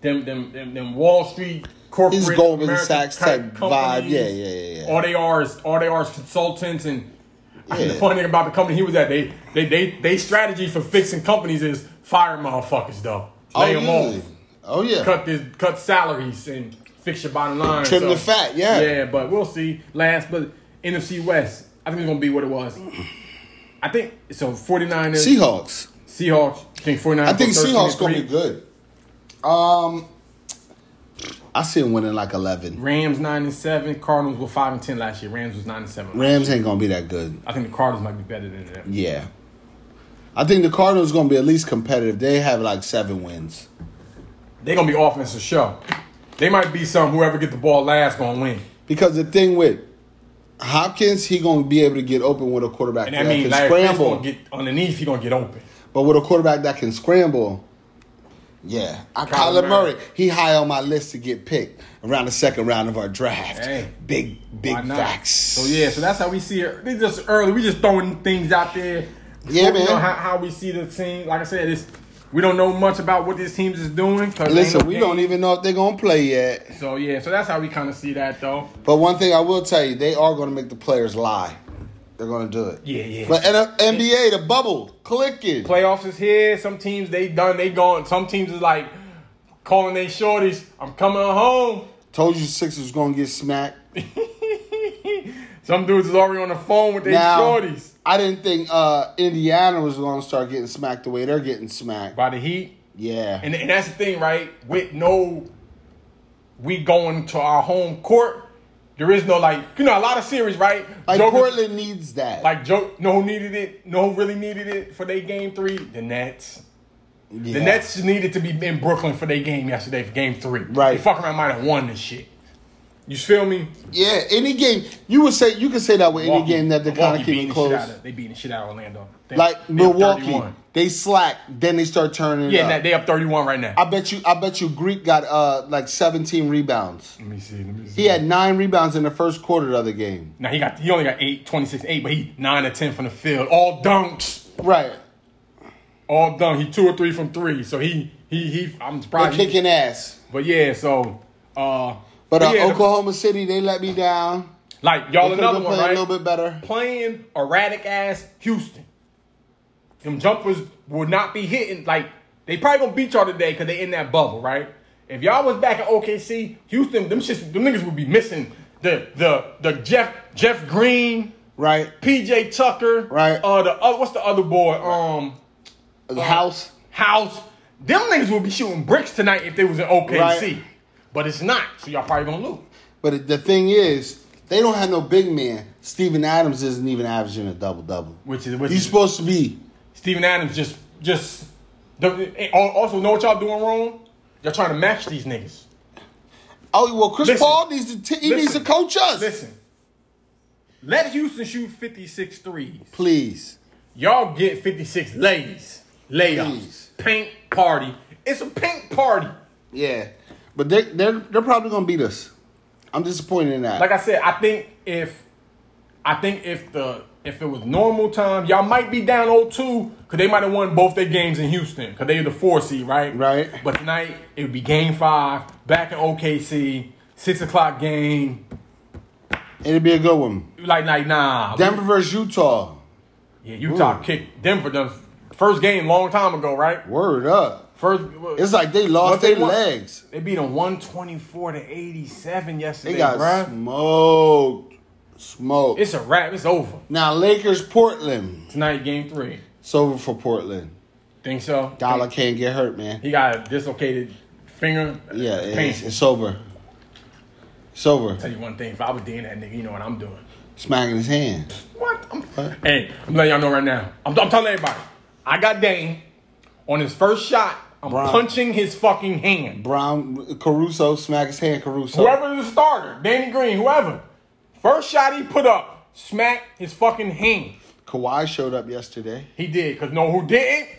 [SPEAKER 2] them, them, them, them Wall Street corporate,
[SPEAKER 1] He's Goldman
[SPEAKER 2] American
[SPEAKER 1] Sachs
[SPEAKER 2] type
[SPEAKER 1] type vibe.
[SPEAKER 2] companies.
[SPEAKER 1] Yeah, yeah, yeah, yeah.
[SPEAKER 2] All they are is all they are is consultants and. I think the
[SPEAKER 1] Yeah.
[SPEAKER 2] funny thing about the company he was at, they they they they strategy for fixing companies is fire motherfuckers though, lay them
[SPEAKER 1] Oh, yeah.
[SPEAKER 2] off,
[SPEAKER 1] Oh yeah.
[SPEAKER 2] cut this cut salaries and fix your bottom line.
[SPEAKER 1] Trim
[SPEAKER 2] So,
[SPEAKER 1] the fat, yeah.
[SPEAKER 2] Yeah, but we'll see. Last but NFC West, I think it's gonna be what it was. I think so 49ers
[SPEAKER 1] Seahawks.
[SPEAKER 2] Seahawks. I think 49ers.
[SPEAKER 1] I think Seahawks gonna be good. Um, I see him winning like eleven.
[SPEAKER 2] Rams nine and seven. Cardinals were five and ten last year. Rams was nine and seven.
[SPEAKER 1] Rams ain't gonna be that good.
[SPEAKER 2] I think the Cardinals might be better than them.
[SPEAKER 1] Yeah. I think the Cardinals gonna be at least competitive. They have like seven wins.
[SPEAKER 2] They're gonna be offensive show. They might be some whoever get the ball last gonna win.
[SPEAKER 1] Because the thing with Hopkins, he gonna be able to get open with a quarterback
[SPEAKER 2] And
[SPEAKER 1] that
[SPEAKER 2] that means
[SPEAKER 1] can
[SPEAKER 2] Larry Fitz
[SPEAKER 1] scramble.
[SPEAKER 2] gonna get underneath. He gonna get open.
[SPEAKER 1] But with a quarterback that can scramble, yeah. I,
[SPEAKER 2] Kyler
[SPEAKER 1] Kyler,
[SPEAKER 2] Murray.
[SPEAKER 1] Murray, he high on my list to get picked around the second round of our draft.
[SPEAKER 2] Hey.
[SPEAKER 1] big, big
[SPEAKER 2] Why not?
[SPEAKER 1] facts.
[SPEAKER 2] So yeah, so that's how we see it. They just early. We just throwing things out there.
[SPEAKER 1] Yeah,
[SPEAKER 2] You know
[SPEAKER 1] man.
[SPEAKER 2] how, how we see the team. Like I said, it's We don't know much about what these teams is doing. 'cause ain't
[SPEAKER 1] Listen,
[SPEAKER 2] no
[SPEAKER 1] we
[SPEAKER 2] game.
[SPEAKER 1] don't even know if they're gonna play yet.
[SPEAKER 2] So yeah, so that's how we kind of see that though.
[SPEAKER 1] But one thing I will tell you, they are gonna make the players lie. They're gonna do it.
[SPEAKER 2] Yeah, yeah.
[SPEAKER 1] But N- NBA, the bubble clicking.
[SPEAKER 2] Playoffs is here. Some teams they done, they gone. Some teams is like calling they shorties. I'm coming home.
[SPEAKER 1] Told you Sixers was gonna get smacked.
[SPEAKER 2] Some dudes is already on the phone with their
[SPEAKER 1] Now,
[SPEAKER 2] shorties.
[SPEAKER 1] I didn't think uh, Indiana was gonna start getting smacked the way they're getting smacked.
[SPEAKER 2] By the Heat,
[SPEAKER 1] Yeah.
[SPEAKER 2] and and that's the thing, right? With no, we going to our home court. There is no like, you know, a lot of series, right?
[SPEAKER 1] like
[SPEAKER 2] Joker-
[SPEAKER 1] Portland needs that.
[SPEAKER 2] like Joe, no who needed it, no who really needed it for their game three. The Nets.
[SPEAKER 1] yeah.
[SPEAKER 2] The Nets needed to be in Brooklyn for their game yesterday for game three.
[SPEAKER 1] Right.
[SPEAKER 2] They fuck around might have won this shit. You feel me?
[SPEAKER 1] Yeah, any game you would say you could say that with any game that they're kind
[SPEAKER 2] Milwaukee
[SPEAKER 1] of keeping
[SPEAKER 2] beating the
[SPEAKER 1] close.
[SPEAKER 2] shit out of- They beating the shit out of Orlando. They- they
[SPEAKER 1] Like
[SPEAKER 2] up
[SPEAKER 1] Milwaukee,
[SPEAKER 2] 31.
[SPEAKER 1] they slack, then they start turning.
[SPEAKER 2] Yeah,
[SPEAKER 1] it
[SPEAKER 2] now
[SPEAKER 1] up.
[SPEAKER 2] they up 31 right now.
[SPEAKER 1] I bet you. I bet you. Greek got uh like 17 rebounds.
[SPEAKER 2] let me see. Let me see.
[SPEAKER 1] He had nine rebounds in the first quarter of the other game.
[SPEAKER 2] Now he got he only got 8, 26, 8, but he 9 or 10 from the field. All dunks.
[SPEAKER 1] Right,
[SPEAKER 2] All dunk. He 2 or 3 from 3. So he he he I'm
[SPEAKER 1] they're
[SPEAKER 2] surprised. he-
[SPEAKER 1] kicking ass.
[SPEAKER 2] but yeah, so uh
[SPEAKER 1] But uh,
[SPEAKER 2] yeah, the-
[SPEAKER 1] Oklahoma City, they let me down.
[SPEAKER 2] like y'all
[SPEAKER 1] They could have
[SPEAKER 2] another
[SPEAKER 1] been
[SPEAKER 2] one,
[SPEAKER 1] playing
[SPEAKER 2] right?
[SPEAKER 1] a little bit better.
[SPEAKER 2] playing erratic ass Houston. Them jumpers would not be hitting like they probably gonna beat y'all today because they in that bubble, right? If y'all was back at OKC, Houston, them shits, them niggas would be missing the the the Jeff Jeff Green,
[SPEAKER 1] Right,
[SPEAKER 2] PJ Tucker,
[SPEAKER 1] Right.
[SPEAKER 2] Uh, the other what's the other boy? Um, uh,
[SPEAKER 1] the house.
[SPEAKER 2] House. Them niggas would be shooting bricks tonight if they was in OKC,
[SPEAKER 1] Right.
[SPEAKER 2] but it's not, so y'all probably gonna lose.
[SPEAKER 1] But the thing is, they don't have no big man. Steven Adams isn't even averaging a double double.
[SPEAKER 2] Which is which
[SPEAKER 1] He's
[SPEAKER 2] is-
[SPEAKER 1] supposed to be
[SPEAKER 2] Steven Adams just just the, and al- also know what y'all doing wrong? Y'all trying to match these niggas.
[SPEAKER 1] Oh well, Chris
[SPEAKER 2] Listen.
[SPEAKER 1] Paul needs to t- he needs to
[SPEAKER 2] Listen.
[SPEAKER 1] coach us.
[SPEAKER 2] Listen. Let Houston shoot 56 threes.
[SPEAKER 1] Please,
[SPEAKER 2] Y'all get 56 lays. Layups.
[SPEAKER 1] Please.
[SPEAKER 2] Pink party. It's a pink party.
[SPEAKER 1] yeah, but they they're they're probably gonna beat us. I'm disappointed in that.
[SPEAKER 2] Like I said, I think if I think if the if it was normal time, y'all might be down 0-2 because they might have won both their games in Houston because they were the four seed, right?
[SPEAKER 1] Right.
[SPEAKER 2] But tonight it would be Game Five back in OKC, six o'clock game.
[SPEAKER 1] It'd be a good one.
[SPEAKER 2] Like, like, nah. we-
[SPEAKER 1] Denver versus Utah.
[SPEAKER 2] yeah, Utah
[SPEAKER 1] Ooh.
[SPEAKER 2] kicked Denver the first game long time ago, right?
[SPEAKER 1] Word up.
[SPEAKER 2] First,
[SPEAKER 1] It's like they
[SPEAKER 2] What
[SPEAKER 1] lost
[SPEAKER 2] they
[SPEAKER 1] their
[SPEAKER 2] want?
[SPEAKER 1] legs.
[SPEAKER 2] they beat them one twenty four to eighty seven yesterday,
[SPEAKER 1] They got
[SPEAKER 2] bruh.
[SPEAKER 1] smoked, smoked.
[SPEAKER 2] It's a wrap. It's over
[SPEAKER 1] now Lakers Portland.
[SPEAKER 2] tonight. Game three.
[SPEAKER 1] It's over for Portland.
[SPEAKER 2] Think so?
[SPEAKER 1] Dollar can't get hurt, man.
[SPEAKER 2] He got a dislocated finger.
[SPEAKER 1] Yeah,
[SPEAKER 2] It's
[SPEAKER 1] it's,
[SPEAKER 2] painful.
[SPEAKER 1] it's over. It's over.
[SPEAKER 2] tell you one thing. If I was dating that nigga, you know what I'm doing.
[SPEAKER 1] Smacking his hand.
[SPEAKER 2] What? I'm, Hey, I'm letting y'all know right now. I'm, I'm telling everybody. I got Dane on his first shot. I'm
[SPEAKER 1] Brian.
[SPEAKER 2] punching his fucking hand.
[SPEAKER 1] Brown Caruso smack his hand. Caruso.
[SPEAKER 2] Whoever the starter, Danny Green, whoever. First shot he put up, smack his fucking hand.
[SPEAKER 1] Kawhi showed up yesterday.
[SPEAKER 2] He did, cause no who didn't?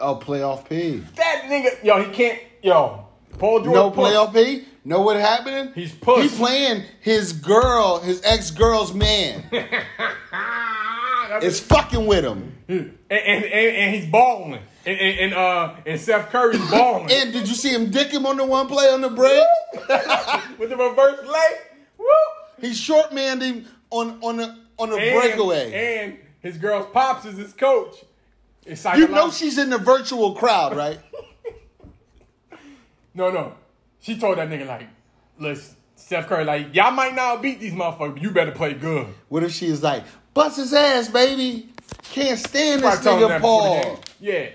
[SPEAKER 1] Oh, playoff P.
[SPEAKER 2] That nigga, yo, he can't, yo. Paul George,
[SPEAKER 1] No
[SPEAKER 2] pussy.
[SPEAKER 1] playoff P. Know what happening?
[SPEAKER 2] He's puss.
[SPEAKER 1] He playing his girl, his ex girl's man.
[SPEAKER 2] Ah, that's-
[SPEAKER 1] it's fucking with him.
[SPEAKER 2] and, and, and, and he's balling, and, and, and uh, and Seth Curry's balling
[SPEAKER 1] And did you see him dick him on the one play on the break?
[SPEAKER 2] with the reverse leg. Woo!
[SPEAKER 1] he short manned him on on the on the
[SPEAKER 2] And-
[SPEAKER 1] breakaway.
[SPEAKER 2] And his girl's pops is his coach. It's
[SPEAKER 1] you know
[SPEAKER 2] psychological.
[SPEAKER 1] she's in the virtual crowd, right?
[SPEAKER 2] No, no. She told that nigga like, listen, Steph Curry, like, y'all might not beat these motherfuckers, but you better play good.
[SPEAKER 1] what if she is like, bust his ass, baby? Can't stand this
[SPEAKER 2] Probably told
[SPEAKER 1] nigga
[SPEAKER 2] him that before the
[SPEAKER 1] Paul.
[SPEAKER 2] game. Yeah.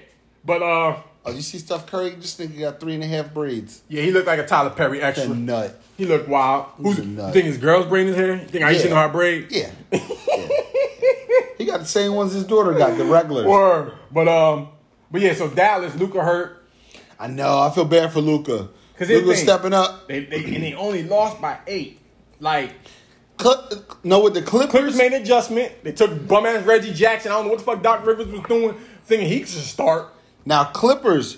[SPEAKER 2] But uh
[SPEAKER 1] Oh, you see Steph Curry? This nigga got three and a half braids.
[SPEAKER 2] yeah, he looked like a Tyler Perry
[SPEAKER 1] A
[SPEAKER 2] extra.
[SPEAKER 1] nut.
[SPEAKER 2] He looked wild. Who's
[SPEAKER 1] a nut.
[SPEAKER 2] you think his girl's braiding his hair? You think I used to
[SPEAKER 1] Yeah.
[SPEAKER 2] know how to braid?
[SPEAKER 1] Yeah. Yeah. he got the same ones his daughter got, the regulars.
[SPEAKER 2] Word. But um but yeah, so Dallas, Luca hurt.
[SPEAKER 1] I know. I feel bad for Luca.
[SPEAKER 2] 'Cause here's the
[SPEAKER 1] Luca
[SPEAKER 2] thing.
[SPEAKER 1] stepping up.
[SPEAKER 2] They, they and they only lost by eight. Like
[SPEAKER 1] Cl- no, with the Clippers.
[SPEAKER 2] Clippers made an adjustment. They took bum ass Reggie Jackson. I don't know what the fuck Doc Rivers was doing, thinking he could just start.
[SPEAKER 1] Now Clippers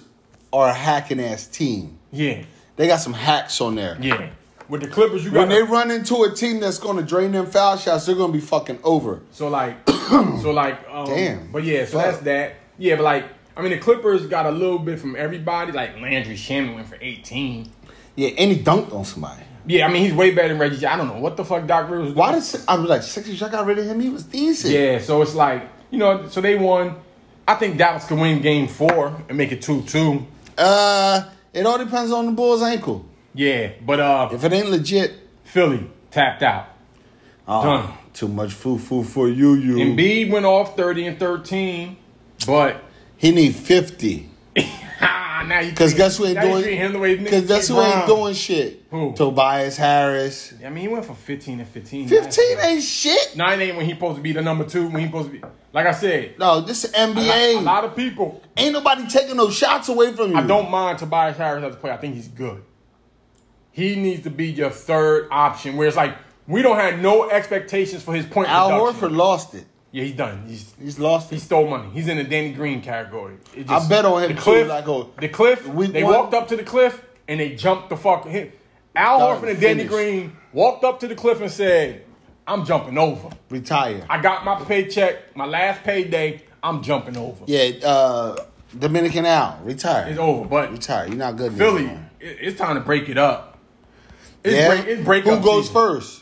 [SPEAKER 1] are a hacking ass team.
[SPEAKER 2] Yeah.
[SPEAKER 1] They got some hacks on there.
[SPEAKER 2] Yeah. With the Clippers, you got
[SPEAKER 1] When they run into a team that's going to drain them foul shots, they're going to be fucking over.
[SPEAKER 2] So like, so like, um,
[SPEAKER 1] Damn.
[SPEAKER 2] But yeah, so
[SPEAKER 1] Fuck.
[SPEAKER 2] that's that. Yeah, but like, I mean, the Clippers got a little bit from everybody. Like Landry Shaman went for 18.
[SPEAKER 1] Yeah, and he dunked on somebody.
[SPEAKER 2] Yeah, I mean, he's way better than Reggie. Jackson. I don't know what the fuck Doc Rivers. was
[SPEAKER 1] Why
[SPEAKER 2] doing.
[SPEAKER 1] did Si- I was like Sixers? I got rid of him. He was decent.
[SPEAKER 2] Yeah, so it's like you know. So they won. I think Dallas could win Game Four and make it two-two.
[SPEAKER 1] Uh, it all depends on the bull's ankle.
[SPEAKER 2] Yeah, but uh,
[SPEAKER 1] If it ain't legit,
[SPEAKER 2] Philly tapped out.
[SPEAKER 1] oh,
[SPEAKER 2] Done.
[SPEAKER 1] too much foo foo for you. You
[SPEAKER 2] Embiid went off thirty and thirteen, but
[SPEAKER 1] he need fifty.
[SPEAKER 2] ah, now you
[SPEAKER 1] Cause
[SPEAKER 2] treat-
[SPEAKER 1] guess who ain't
[SPEAKER 2] now you
[SPEAKER 1] doing.
[SPEAKER 2] treat him the way niggas
[SPEAKER 1] Cause guess
[SPEAKER 2] treat
[SPEAKER 1] who ain't
[SPEAKER 2] Brown.
[SPEAKER 1] doing shit.
[SPEAKER 2] Who?
[SPEAKER 1] Tobias Harris.
[SPEAKER 2] I mean, he went for fifteen and fifteen.
[SPEAKER 1] Fifteen
[SPEAKER 2] ain't.
[SPEAKER 1] ain't shit.
[SPEAKER 2] Nine ain't when he supposed to be the number two. When he supposed to be, like I said,
[SPEAKER 1] No, this is NBA.
[SPEAKER 2] a lot of people.
[SPEAKER 1] ain't nobody taking no shots away from you.
[SPEAKER 2] I don't mind Tobias Harris as a player. I think he's good. He needs to be your third option. Where it's like we don't have no expectations for his point.
[SPEAKER 1] Al
[SPEAKER 2] production.
[SPEAKER 1] Horford lost it.
[SPEAKER 2] Yeah, he's done. He's,
[SPEAKER 1] He's lost
[SPEAKER 2] he
[SPEAKER 1] it.
[SPEAKER 2] stole money. He's in the Danny Green category. It
[SPEAKER 1] I bet on him, too, like, oh,
[SPEAKER 2] the cliff.
[SPEAKER 1] week
[SPEAKER 2] They
[SPEAKER 1] one-
[SPEAKER 2] walked up to the cliff and they jumped the fuck him. Al
[SPEAKER 1] Done.
[SPEAKER 2] Horford and Danny
[SPEAKER 1] Finished.
[SPEAKER 2] Green walked up to the cliff and said, "I'm jumping over.
[SPEAKER 1] Retire.
[SPEAKER 2] I got my paycheck, my last payday. I'm jumping over.
[SPEAKER 1] Yeah, uh, Dominican Al, retire.
[SPEAKER 2] It's over." But
[SPEAKER 1] Retire. You're not good.
[SPEAKER 2] Philly,
[SPEAKER 1] anymore.
[SPEAKER 2] it, it's time to break it up. It's
[SPEAKER 1] Yeah.
[SPEAKER 2] break, it's break
[SPEAKER 1] Who
[SPEAKER 2] up
[SPEAKER 1] goes
[SPEAKER 2] season.
[SPEAKER 1] first?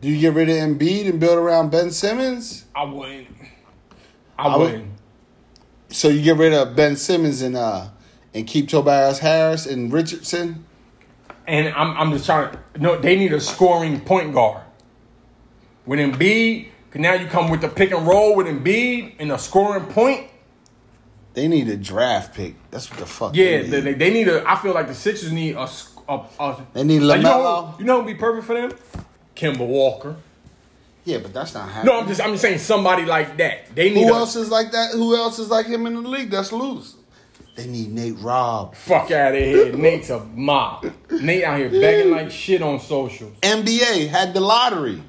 [SPEAKER 1] Do you get rid of Embiid and build around Ben Simmons?
[SPEAKER 2] I wouldn't. I,
[SPEAKER 1] would-
[SPEAKER 2] wouldn't.
[SPEAKER 1] So you get rid of Ben Simmons and uh and keep Tobias Harris and Richardson?
[SPEAKER 2] And I'm, I'm just trying to. No, they need a scoring point guard. With Embiid, 'cause now you come with the pick and roll with Embiid and a scoring point.
[SPEAKER 1] They need a draft pick. That's what the fuck.
[SPEAKER 2] Yeah,
[SPEAKER 1] they
[SPEAKER 2] they,
[SPEAKER 1] need.
[SPEAKER 2] they, they need a. I feel like the Sixers need a. sc- a, a
[SPEAKER 1] They need
[SPEAKER 2] like, you know,
[SPEAKER 1] LaMelo.
[SPEAKER 2] who- you know who'd be perfect for them? Kimber Walker.
[SPEAKER 1] yeah, but that's not happening.
[SPEAKER 2] No, I'm just I'm just saying somebody like that. They need
[SPEAKER 1] Who
[SPEAKER 2] a,
[SPEAKER 1] else is like that? Who else is like him in the league? That's loose. They need Nate Robb.
[SPEAKER 2] Fuck out of here. Nate's a mob. Nate out here begging like shit on socials.
[SPEAKER 1] NBA had the lottery.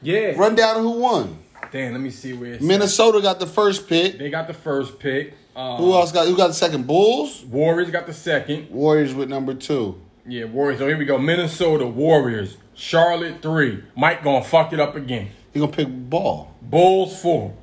[SPEAKER 2] Yeah.
[SPEAKER 1] Run down who won.
[SPEAKER 2] Damn, let me see where it's at.
[SPEAKER 1] Minnesota got the first pick.
[SPEAKER 2] They got the first pick. Uh,
[SPEAKER 1] Who else got? Who got the second? Bulls.
[SPEAKER 2] Warriors got the second.
[SPEAKER 1] Warriors with number two.
[SPEAKER 2] Yeah, Warriors. So here we go. Minnesota, Warriors. Charlotte, three. Mike gonna fuck it up again.
[SPEAKER 1] You gonna pick Ball?
[SPEAKER 2] Bulls, four.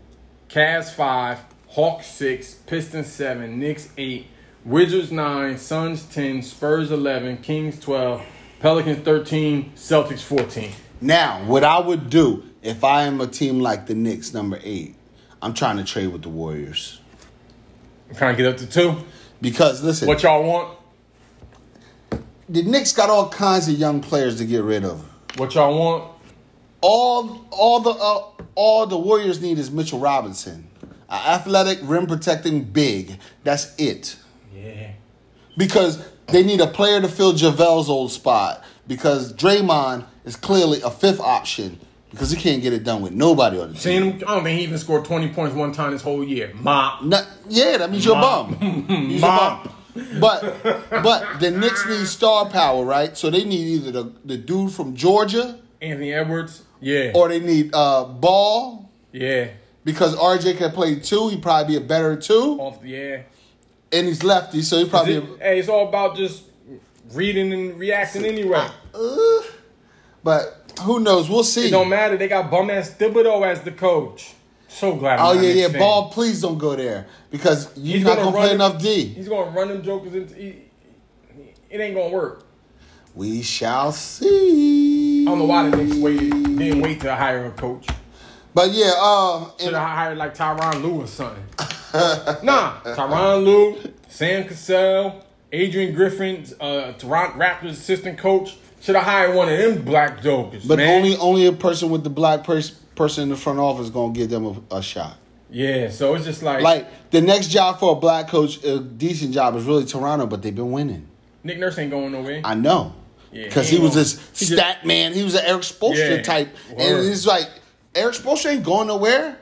[SPEAKER 2] Cavs, five. Hawks, six. Pistons, seven. Knicks, eight. Wizards, nine. Suns, 10. Spurs, 11. Kings, 12. Pelicans, 13. Celtics, 14.
[SPEAKER 1] Now, what I would do if I am a team like the Knicks, number eight, I'm trying to trade with the Warriors
[SPEAKER 2] I'm trying to get up to two.
[SPEAKER 1] because listen,
[SPEAKER 2] What y'all want?
[SPEAKER 1] the Knicks got all kinds of young players to get rid of.
[SPEAKER 2] What y'all want?
[SPEAKER 1] All, all the, uh, all the Warriors need is Mitchell Robinson, an athletic, rim protecting big. That's it.
[SPEAKER 2] Yeah.
[SPEAKER 1] because they need a player to fill Javel's old spot because Draymond is clearly a fifth option because he can't get it done with nobody on the team.
[SPEAKER 2] Seen him. I don't think he even scored 20 points one time this whole year. Mop.
[SPEAKER 1] Not- yeah, that means you're a bum. He's a bum. But but the Knicks need star power, right? So they need either the, the dude from Georgia
[SPEAKER 2] Anthony Edwards. Yeah.
[SPEAKER 1] or they need uh, Ball
[SPEAKER 2] yeah.
[SPEAKER 1] because RJ can play two. He'd probably be a better two,
[SPEAKER 2] Off the air.
[SPEAKER 1] and he's lefty, so he probably. a-
[SPEAKER 2] Hey, it's all about just reading and reacting anyway.
[SPEAKER 1] Uh, but who knows? We'll see.
[SPEAKER 2] It don't matter. They got bum ass Thibodeau as the coach. So glad. I'm
[SPEAKER 1] Oh
[SPEAKER 2] not
[SPEAKER 1] yeah,
[SPEAKER 2] a
[SPEAKER 1] yeah.
[SPEAKER 2] fan.
[SPEAKER 1] Ball, please don't go there because you're not gonna, play
[SPEAKER 2] run
[SPEAKER 1] enough D.
[SPEAKER 2] He's gonna run them jokers into. He, it ain't gonna work.
[SPEAKER 1] We shall see.
[SPEAKER 2] I don't know why the Knicks waited. Didn't wait to hire a coach.
[SPEAKER 1] But yeah, uh,
[SPEAKER 2] Should
[SPEAKER 1] and
[SPEAKER 2] have hired like Tyron Lue or something. nah, Tyron Lue, Sam Cassell, Adrian Griffin, uh, Toronto Raptors assistant coach. Should have hired one of them black jokers.
[SPEAKER 1] but
[SPEAKER 2] man.
[SPEAKER 1] only only a person with the black pers- person in the front office gonna give them a, a shot.
[SPEAKER 2] yeah. So it's just like,
[SPEAKER 1] Like the next job for a black coach, a decent job is really Toronto, but they've been winning.
[SPEAKER 2] Nick Nurse ain't going nowhere.
[SPEAKER 1] I know
[SPEAKER 2] Yeah,
[SPEAKER 1] because
[SPEAKER 2] he
[SPEAKER 1] he was
[SPEAKER 2] ain't
[SPEAKER 1] this
[SPEAKER 2] gonna- he just-
[SPEAKER 1] stat man. He was an Eric Spoelstra
[SPEAKER 2] Yeah,
[SPEAKER 1] type,
[SPEAKER 2] word.
[SPEAKER 1] and it's like Eric Spoelstra ain't going nowhere.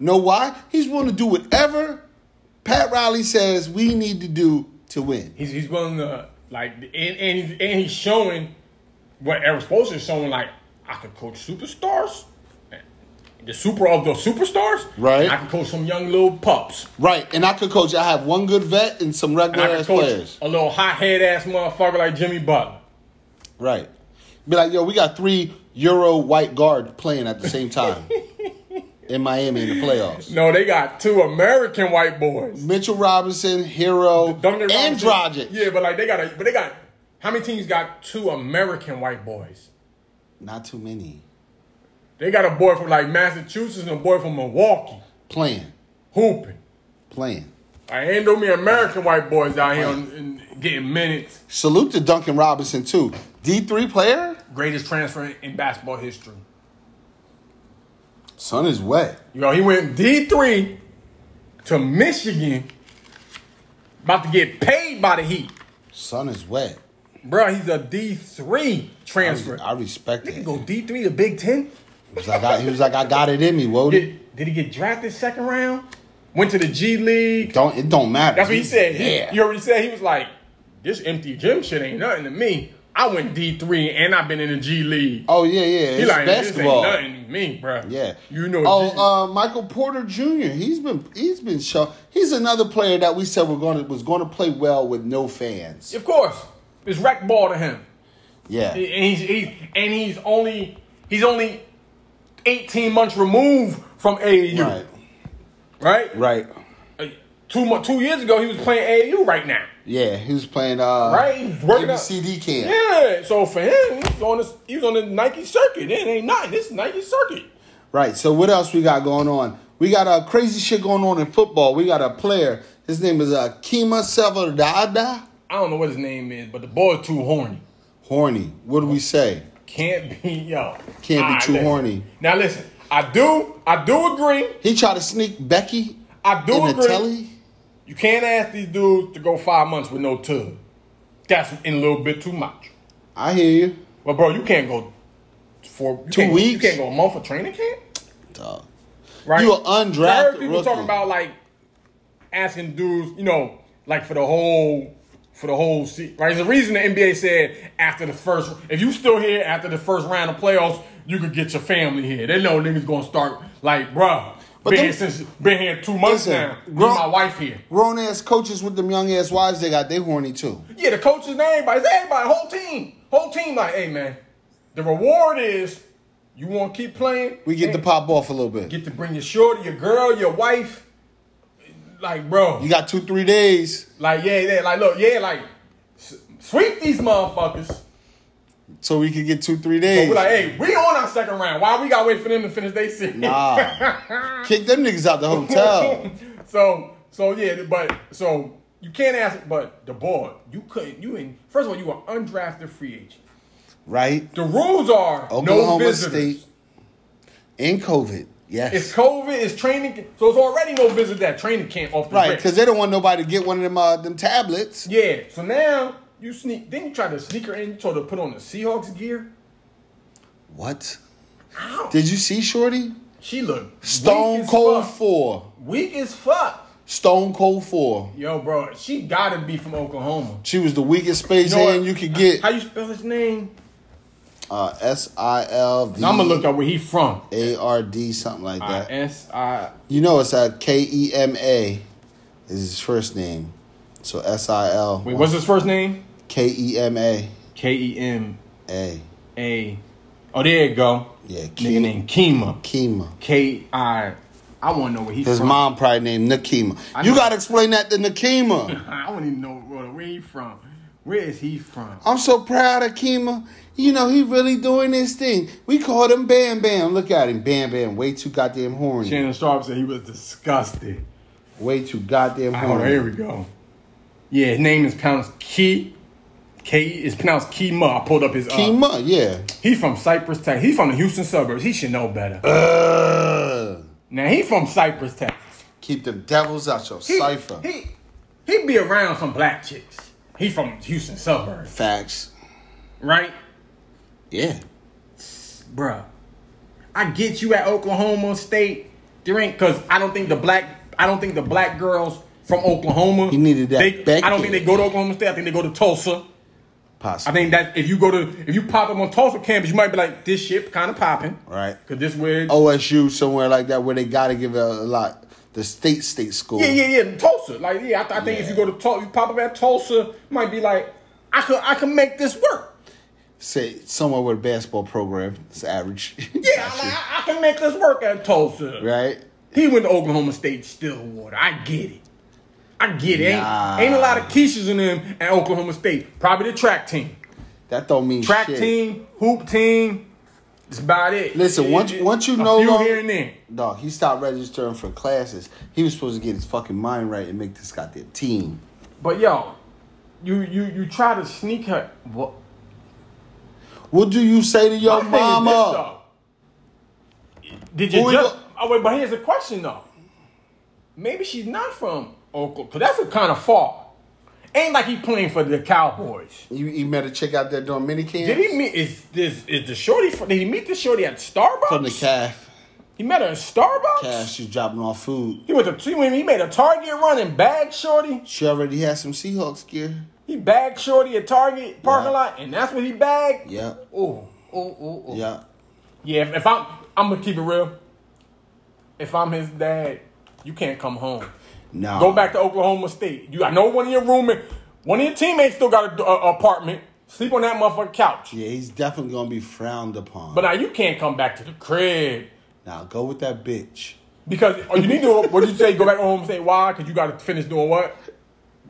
[SPEAKER 1] Know why? He's willing to do whatever Pat Riley says we need to do to win.
[SPEAKER 2] he's he's willing to like, and and he's, and he's showing what Eric Spoelstra is showing. Like, I could coach superstars, the super of the superstars.
[SPEAKER 1] Right.
[SPEAKER 2] I could coach some young little pups.
[SPEAKER 1] Right, and I could coach. I have one good vet and some
[SPEAKER 2] And
[SPEAKER 1] regular
[SPEAKER 2] I
[SPEAKER 1] ass
[SPEAKER 2] could coach
[SPEAKER 1] players.
[SPEAKER 2] a little hot head ass motherfucker like Jimmy Butler.
[SPEAKER 1] Right, be like, yo, we got three Euro white guard playing at the same time. in Miami in the playoffs.
[SPEAKER 2] No, they got two American white boys.
[SPEAKER 1] Mitchell Robinson, Hero,
[SPEAKER 2] Dominic
[SPEAKER 1] and
[SPEAKER 2] Robinson-
[SPEAKER 1] Dragic.
[SPEAKER 2] Yeah, but like they got a, but they got how many teams got two American white boys?
[SPEAKER 1] Not too many
[SPEAKER 2] They got a boy from like Massachusetts and a boy from Milwaukee
[SPEAKER 1] playing,
[SPEAKER 2] hooping.
[SPEAKER 1] playing.
[SPEAKER 2] I ain't no me American white boys out here on, and getting minutes.
[SPEAKER 1] Salute to Duncan Robinson too. D three player,
[SPEAKER 2] Greatest transfer in, in basketball history.
[SPEAKER 1] son is wet.
[SPEAKER 2] You know, he went D three to Michigan, about to get paid by the Heat,
[SPEAKER 1] Son is wet.
[SPEAKER 2] bro. He's a D three transfer.
[SPEAKER 1] I respect
[SPEAKER 2] He
[SPEAKER 1] it.
[SPEAKER 2] go D three to Big Ten.
[SPEAKER 1] He was like, I, he was like, I got it in me, Wody.
[SPEAKER 2] Did, did he get drafted second round? Went to the G League.
[SPEAKER 1] Don't it don't matter.
[SPEAKER 2] That's what he said. He-
[SPEAKER 1] Yeah.
[SPEAKER 2] you already said he was like, this empty gym shit ain't nothing to me. I went D three and I've been in the G League.
[SPEAKER 1] oh yeah, yeah.
[SPEAKER 2] he
[SPEAKER 1] It's
[SPEAKER 2] like
[SPEAKER 1] basketball.
[SPEAKER 2] this ain't nothing to me, bro.
[SPEAKER 1] Yeah.
[SPEAKER 2] you know. G-
[SPEAKER 1] Oh, uh, Michael Porter Jr. He's been he's been show. He's another player that we said we're going to was going to play well with no fans.
[SPEAKER 2] of course, it's wreck ball to him.
[SPEAKER 1] Yeah.
[SPEAKER 2] and he's, he's and he's only he's only 18 months removed from AAU,
[SPEAKER 1] Right.
[SPEAKER 2] right? right?
[SPEAKER 1] Right.
[SPEAKER 2] Uh, Two mo- two years ago, he was playing AAU. Right now,
[SPEAKER 1] Yeah. He was playing uh
[SPEAKER 2] Right, he's working out.
[SPEAKER 1] CD camp.
[SPEAKER 2] yeah. So for him, he's on this he was on the Nike circuit. It ain't nothing. This is Nike circuit.
[SPEAKER 1] Right. So what else we got going on? We got uh, crazy shit going on in football. We got a player. His name is uh, Kima Salvadada.
[SPEAKER 2] I don't know what his name is, but the boy's too horny.
[SPEAKER 1] Horny. What do we say?
[SPEAKER 2] Can't be yo.
[SPEAKER 1] Can't be
[SPEAKER 2] Alright,
[SPEAKER 1] too
[SPEAKER 2] listen.
[SPEAKER 1] horny.
[SPEAKER 2] Now listen, I do I do agree.
[SPEAKER 1] He tried to sneak Becky
[SPEAKER 2] I do
[SPEAKER 1] in the
[SPEAKER 2] agree.
[SPEAKER 1] telly.
[SPEAKER 2] You can't ask these dudes to go five months with no tub. That's in a little bit too much.
[SPEAKER 1] I hear you.
[SPEAKER 2] But bro, you can't go for
[SPEAKER 1] 2
[SPEAKER 2] you can't, You
[SPEAKER 1] weeks?
[SPEAKER 2] can't go a month for training camp,
[SPEAKER 1] Dog.
[SPEAKER 2] right?
[SPEAKER 1] You a undrafted
[SPEAKER 2] I heard people
[SPEAKER 1] rookie.
[SPEAKER 2] talking about like asking dudes, you know, like for the whole for the whole season. Right? There's a reason the NBA said after the first, if you still here after the first round of playoffs, you could get your family here. They know niggas gonna start like, bro,
[SPEAKER 1] But
[SPEAKER 2] been
[SPEAKER 1] them-
[SPEAKER 2] here since been here two months
[SPEAKER 1] Listen,
[SPEAKER 2] now. Me
[SPEAKER 1] grown-
[SPEAKER 2] and my wife here.
[SPEAKER 1] Grown ass coaches with them young ass wives they got, they horny too.
[SPEAKER 2] Yeah, the coaches and everybody, it's everybody, whole team, whole team. Like, hey man, the reward is you want to keep playing.
[SPEAKER 1] We get to pop off a little bit.
[SPEAKER 2] get to bring your shorty, your girl, your wife. Like, bro.
[SPEAKER 1] You got two, three days.
[SPEAKER 2] Like, yeah, yeah. Like, look, yeah, like, s- sweep these motherfuckers.
[SPEAKER 1] So we can get two, three days.
[SPEAKER 2] We're like, hey, we on our second round. Why we gotta wait for them to finish their series?
[SPEAKER 1] Nah. Ah. Kick them niggas out the hotel.
[SPEAKER 2] so, so yeah, but so you can't ask, but the board, you couldn't. You in first of all, you were undrafted free agent.
[SPEAKER 1] Right?
[SPEAKER 2] The rules are no
[SPEAKER 1] Oklahoma
[SPEAKER 2] visitors.
[SPEAKER 1] State. In COVID. Yes.
[SPEAKER 2] It's COVID. It's training. So it's already no visit that training camp off the
[SPEAKER 1] Right,
[SPEAKER 2] rip.
[SPEAKER 1] because they don't want nobody to get one of them uh, them tablets.
[SPEAKER 2] Yeah. So now you sneak. Then you try to sneak her in. You told her to put on the Seahawks gear.
[SPEAKER 1] What?
[SPEAKER 2] Ow.
[SPEAKER 1] Did you see Shorty?
[SPEAKER 2] She looked weak
[SPEAKER 1] Stone
[SPEAKER 2] as
[SPEAKER 1] Cold
[SPEAKER 2] fuck.
[SPEAKER 1] Four.
[SPEAKER 2] Weak as fuck.
[SPEAKER 1] Stone Cold Four.
[SPEAKER 2] Yo, bro, she gotta be from Oklahoma.
[SPEAKER 1] She was the weakest space
[SPEAKER 2] You know
[SPEAKER 1] hand
[SPEAKER 2] what?
[SPEAKER 1] you could get.
[SPEAKER 2] How you spell his name?
[SPEAKER 1] Uh, S I L V
[SPEAKER 2] I'm gonna look up where he from.
[SPEAKER 1] A R D something like Mm. that.
[SPEAKER 2] S I.
[SPEAKER 1] You know it's a K E M A is his first name. So S I L
[SPEAKER 2] Wait, what's his first name?
[SPEAKER 1] K E M A
[SPEAKER 2] K E M
[SPEAKER 1] A.
[SPEAKER 2] A. Oh, there you go.
[SPEAKER 1] Yeah,
[SPEAKER 2] Nigga
[SPEAKER 1] Ke-
[SPEAKER 2] named Kima.
[SPEAKER 1] Kima.
[SPEAKER 2] K I. I want to know where he's
[SPEAKER 1] His
[SPEAKER 2] from.
[SPEAKER 1] mom probably named Nakima.
[SPEAKER 2] I
[SPEAKER 1] You
[SPEAKER 2] know.
[SPEAKER 1] gotta explain that to Nakima.
[SPEAKER 2] I don't even know bro, where he from. Where is he from?
[SPEAKER 1] I'm so proud of Kima. You know, he really doing this thing. We called him Bam Bam. Look at him. Bam Bam. Way too goddamn horny.
[SPEAKER 2] Shannon Sharp said he was disgusted.
[SPEAKER 1] Way too goddamn
[SPEAKER 2] Hold on, here
[SPEAKER 1] horny.
[SPEAKER 2] we go. Yeah, his name is pronounced Key. K is pronounced Kima. I pulled up his. Uh,
[SPEAKER 1] Kima, yeah.
[SPEAKER 2] he's from Cypress, Texas. He's from the Houston suburbs. He should know better.
[SPEAKER 1] Ugh.
[SPEAKER 2] now he from Cypress, Texas.
[SPEAKER 1] Keep them devils out your
[SPEAKER 2] He,
[SPEAKER 1] cipher.
[SPEAKER 2] He he be around some black chicks. He from Houston suburbs,
[SPEAKER 1] Facts.
[SPEAKER 2] right,
[SPEAKER 1] Yeah.
[SPEAKER 2] bruh? I get you at Oklahoma State. There ain't because I don't think the black. I don't think the black girls from Oklahoma.
[SPEAKER 1] He needed that
[SPEAKER 2] They,
[SPEAKER 1] back
[SPEAKER 2] I don't think
[SPEAKER 1] end.
[SPEAKER 2] they go to Oklahoma State. I think they go to Tulsa.
[SPEAKER 1] Possible.
[SPEAKER 2] I think that if you go to if you pop up on Tulsa campus, you might be like, this shit kind of popping,
[SPEAKER 1] Right.
[SPEAKER 2] Because this weird. Oh.
[SPEAKER 1] OSU, somewhere like that, where they gotta give a, a lot. The state, state school.
[SPEAKER 2] Yeah, yeah, yeah. Tulsa, like yeah, I, th- I think if
[SPEAKER 1] Yeah.
[SPEAKER 2] you go to Tulsa, you pop up at Tulsa, you might be like, I could I could make this work.
[SPEAKER 1] say someone with a basketball program it's average.
[SPEAKER 2] Yeah, I'm like, I, I can make this work at Tulsa.
[SPEAKER 1] right?
[SPEAKER 2] He went to Oklahoma State Stillwater. I get it. I get it.
[SPEAKER 1] Nah.
[SPEAKER 2] Ain't, ain't a lot of Keishas in them at Oklahoma State. Probably the track team.
[SPEAKER 1] That don't mean
[SPEAKER 2] Track
[SPEAKER 1] shit.
[SPEAKER 2] team, hoop team. That's about it.
[SPEAKER 1] Listen,
[SPEAKER 2] It-
[SPEAKER 1] once-
[SPEAKER 2] it-
[SPEAKER 1] once you
[SPEAKER 2] a
[SPEAKER 1] no
[SPEAKER 2] few
[SPEAKER 1] longer-
[SPEAKER 2] here and there.
[SPEAKER 1] No, he stopped registering for classes. He was supposed to get his fucking mind right and make this goddamn team.
[SPEAKER 2] But yo, you you you try to sneak her. What?
[SPEAKER 1] What do you say to your mama?
[SPEAKER 2] Did you
[SPEAKER 1] Who
[SPEAKER 2] just?
[SPEAKER 1] you-
[SPEAKER 2] Oh wait, but here's the question though. Maybe she's not from Oklahoma. Cause that's a kind of far. Ain't like he playing for the Cowboys.
[SPEAKER 1] You, you met a chick out there doing mini camps?
[SPEAKER 2] Did he meet? Is this is the shorty? From, did he meet the shorty at Starbucks?
[SPEAKER 1] From the calf.
[SPEAKER 2] He met her at Starbucks.
[SPEAKER 1] Calf, she's dropping off food.
[SPEAKER 2] He went to he went- he made a Target run and bagged shorty.
[SPEAKER 1] She already had some Seahawks gear.
[SPEAKER 2] He bagged shorty at Target parking
[SPEAKER 1] Yeah.
[SPEAKER 2] lot, and that's what he bagged.
[SPEAKER 1] Yeah.
[SPEAKER 2] Oh, oh, oh, oh.
[SPEAKER 1] Yeah.
[SPEAKER 2] Yeah, if, if I'm, I'm gonna keep it real. If I'm his dad, you can't come home.
[SPEAKER 1] No.
[SPEAKER 2] Go back to Oklahoma State. You, I know one of your roommates, one of your teammates still got an apartment. Sleep on that motherfucking couch.
[SPEAKER 1] Yeah, he's definitely gonna be frowned upon.
[SPEAKER 2] But now you can't come back to the crib
[SPEAKER 1] now go with that bitch.
[SPEAKER 2] because or you need to. what did you say? Go back to Oklahoma State. Why? Because you got to finish doing what?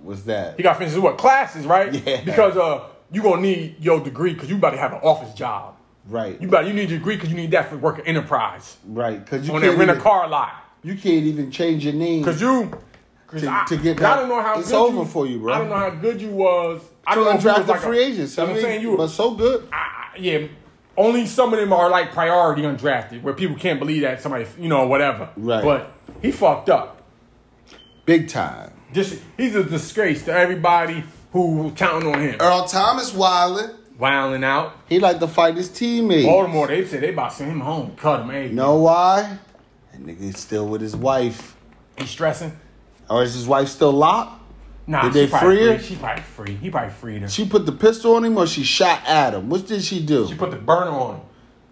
[SPEAKER 1] What's that?
[SPEAKER 2] You got to finish doing what classes, right?
[SPEAKER 1] Yeah.
[SPEAKER 2] Because uh, you gonna need your degree because you about to have an office job.
[SPEAKER 1] right.
[SPEAKER 2] You about you need your degree because you need that for work at enterprise
[SPEAKER 1] right. Cause you
[SPEAKER 2] on
[SPEAKER 1] can't
[SPEAKER 2] that rent a
[SPEAKER 1] even-
[SPEAKER 2] car lot.
[SPEAKER 1] You can't even change your name.
[SPEAKER 2] Cause you, cause
[SPEAKER 1] To-
[SPEAKER 2] I,
[SPEAKER 1] to get
[SPEAKER 2] 'cause I
[SPEAKER 1] back.
[SPEAKER 2] don't know how
[SPEAKER 1] It's
[SPEAKER 2] good
[SPEAKER 1] over
[SPEAKER 2] you,
[SPEAKER 1] for you, bro.
[SPEAKER 2] I don't know how good you was. I
[SPEAKER 1] You're
[SPEAKER 2] don't know if you was
[SPEAKER 1] undrafted
[SPEAKER 2] like a-
[SPEAKER 1] free agents.
[SPEAKER 2] that's what I'm saying you,
[SPEAKER 1] but
[SPEAKER 2] were,
[SPEAKER 1] so good.
[SPEAKER 2] I, I- yeah. Only some of them are like priority undrafted, where people can't believe that somebody, you know, whatever.
[SPEAKER 1] Right.
[SPEAKER 2] But he fucked up.
[SPEAKER 1] Big time.
[SPEAKER 2] Just he's a disgrace to everybody who counting on him.
[SPEAKER 1] Earl Thomas Wilder.
[SPEAKER 2] Wilding out.
[SPEAKER 1] He like to fight his teammates.
[SPEAKER 2] Baltimore, they said they about to send him home. Cut him, hey.
[SPEAKER 1] Know why? That nigga's still with his wife.
[SPEAKER 2] He's stressing.
[SPEAKER 1] Or is his wife still locked?
[SPEAKER 2] Nah,
[SPEAKER 1] Did
[SPEAKER 2] she
[SPEAKER 1] they
[SPEAKER 2] probably
[SPEAKER 1] free her?
[SPEAKER 2] She probably free. He probably freed her. She
[SPEAKER 1] She put the pistol on him or she shot at him? What did she do?
[SPEAKER 2] put the burner on him.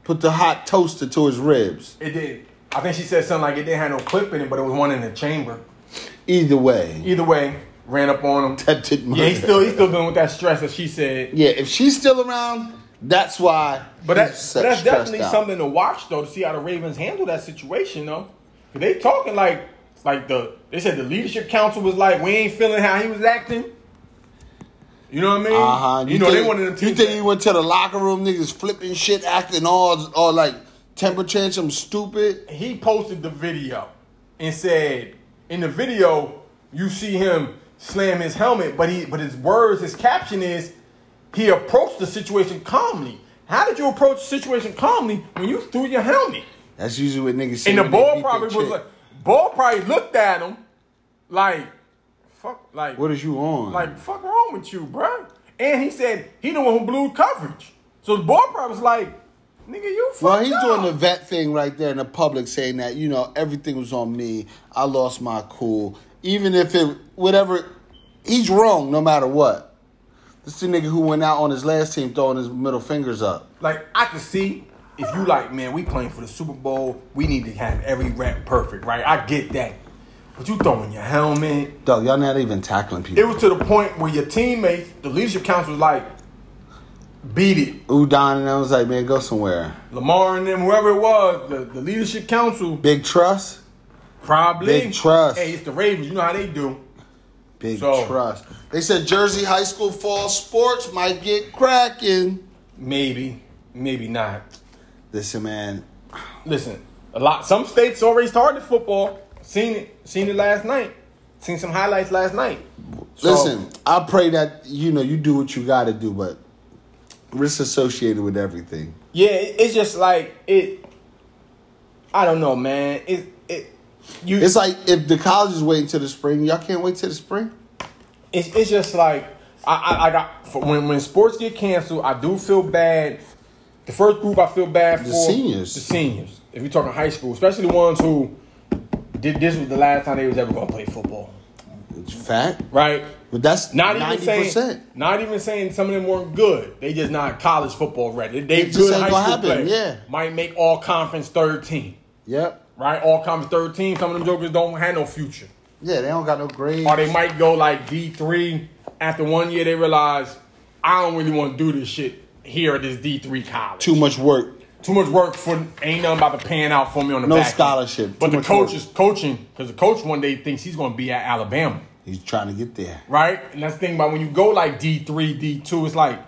[SPEAKER 1] Put the hot toaster to his ribs.
[SPEAKER 2] It did. I think she said something like it didn't have no clip in it, but it was one in the chamber.
[SPEAKER 1] Either way.
[SPEAKER 2] Either way, ran up on him.
[SPEAKER 1] That didn't
[SPEAKER 2] Yeah, he's
[SPEAKER 1] matter.
[SPEAKER 2] still he's still dealing with that stress that she said.
[SPEAKER 1] Yeah, if she's still around, that's why.
[SPEAKER 2] But
[SPEAKER 1] he's
[SPEAKER 2] that's
[SPEAKER 1] such
[SPEAKER 2] that's
[SPEAKER 1] stressed
[SPEAKER 2] definitely
[SPEAKER 1] out.
[SPEAKER 2] something to watch though to see how the Ravens handle that situation though. 'Cause They talking like like the they said the leadership council was like we ain't feeling how he was acting. You know what I mean?
[SPEAKER 1] Uh huh.
[SPEAKER 2] You, know they wanted them
[SPEAKER 1] You
[SPEAKER 2] teams.
[SPEAKER 1] think
[SPEAKER 2] that-
[SPEAKER 1] you went to the locker room, niggas flipping shit, acting all, all like temper tantrum, stupid?
[SPEAKER 2] he posted the video and said in the video you see him slam his helmet but he but his words his caption is he approached the situation calmly how did you approach the situation calmly when you threw your helmet
[SPEAKER 1] That's usually what niggas. say
[SPEAKER 2] and the
[SPEAKER 1] when they
[SPEAKER 2] ball
[SPEAKER 1] beat their
[SPEAKER 2] probably was
[SPEAKER 1] chick.
[SPEAKER 2] like ball probably looked at him like fuck like
[SPEAKER 1] "What is you on?"
[SPEAKER 2] like fuck wrong with you bro and he said he the one who blew coverage so the ball probably was like nigga you fucked
[SPEAKER 1] well, he's
[SPEAKER 2] up.
[SPEAKER 1] doing the vet thing right there in the public, saying that you know everything was on me. I lost my cool, even if it whatever. He's wrong, no matter what. This is the nigga who went out on his last team throwing his middle fingers up.
[SPEAKER 2] Like I can see if you like, man, we playing for the Super Bowl. We need to have every rep perfect, right? I get that. But you throwing your helmet.
[SPEAKER 1] Dog, y'all not even tackling
[SPEAKER 2] It
[SPEAKER 1] people.
[SPEAKER 2] was to the point where your teammates, the leadership council was like, beat it.
[SPEAKER 1] Udon and I was like, man, go somewhere.
[SPEAKER 2] Lamar and them, whoever it was, the, the leadership council
[SPEAKER 1] Big trust.
[SPEAKER 2] probably
[SPEAKER 1] Big trust.
[SPEAKER 2] Hey, it's the Ravens. You know how they do.
[SPEAKER 1] Big
[SPEAKER 2] So-
[SPEAKER 1] trust. They said Jersey High School Fall Sports might get cracking.
[SPEAKER 2] Maybe, maybe not.
[SPEAKER 1] Listen, man.
[SPEAKER 2] Listen, a lot. Some states already started football. Seen it. Seen it last night. Seen some highlights last night. So-
[SPEAKER 1] Listen, I pray that you know you do what you got to do, but risk associated with everything.
[SPEAKER 2] Yeah, it- it's just like it. I don't know, man. It it you.
[SPEAKER 1] It's like if the college is waiting till the spring, y'all can't wait till the spring.
[SPEAKER 2] it's, it's just like I I, I got for when when sports get canceled, I do feel bad. The first group I feel bad for
[SPEAKER 1] seniors.
[SPEAKER 2] The seniors. If you're talking high school, especially the ones who did this was the last time they was ever gonna play football,
[SPEAKER 1] It's fact,
[SPEAKER 2] right?
[SPEAKER 1] but that's
[SPEAKER 2] Not even
[SPEAKER 1] ninety
[SPEAKER 2] saying,
[SPEAKER 1] percent.
[SPEAKER 2] not even saying some of them weren't good. They just not college football ready. They,
[SPEAKER 1] just
[SPEAKER 2] good
[SPEAKER 1] ain't
[SPEAKER 2] high school
[SPEAKER 1] gonna happen,
[SPEAKER 2] players.
[SPEAKER 1] yeah.
[SPEAKER 2] might make all conference third team.
[SPEAKER 1] Yep.
[SPEAKER 2] right? All conference 13. Some of them jokers don't have no future.
[SPEAKER 1] Yeah, they don't got no grades.
[SPEAKER 2] Or they might go like D3. After one year, they realize, I don't really want to do this shit. here at this D three college.
[SPEAKER 1] Too much work.
[SPEAKER 2] Too much work for ain't nothing about to pan out for me on the
[SPEAKER 1] No
[SPEAKER 2] back end.
[SPEAKER 1] scholarship.
[SPEAKER 2] But
[SPEAKER 1] Too
[SPEAKER 2] the
[SPEAKER 1] much
[SPEAKER 2] coach
[SPEAKER 1] work.
[SPEAKER 2] is coaching because the coach one day thinks he's going to be at Alabama,
[SPEAKER 1] He's trying to get there.
[SPEAKER 2] right? And that's the thing about when you go like D three, D two, it's like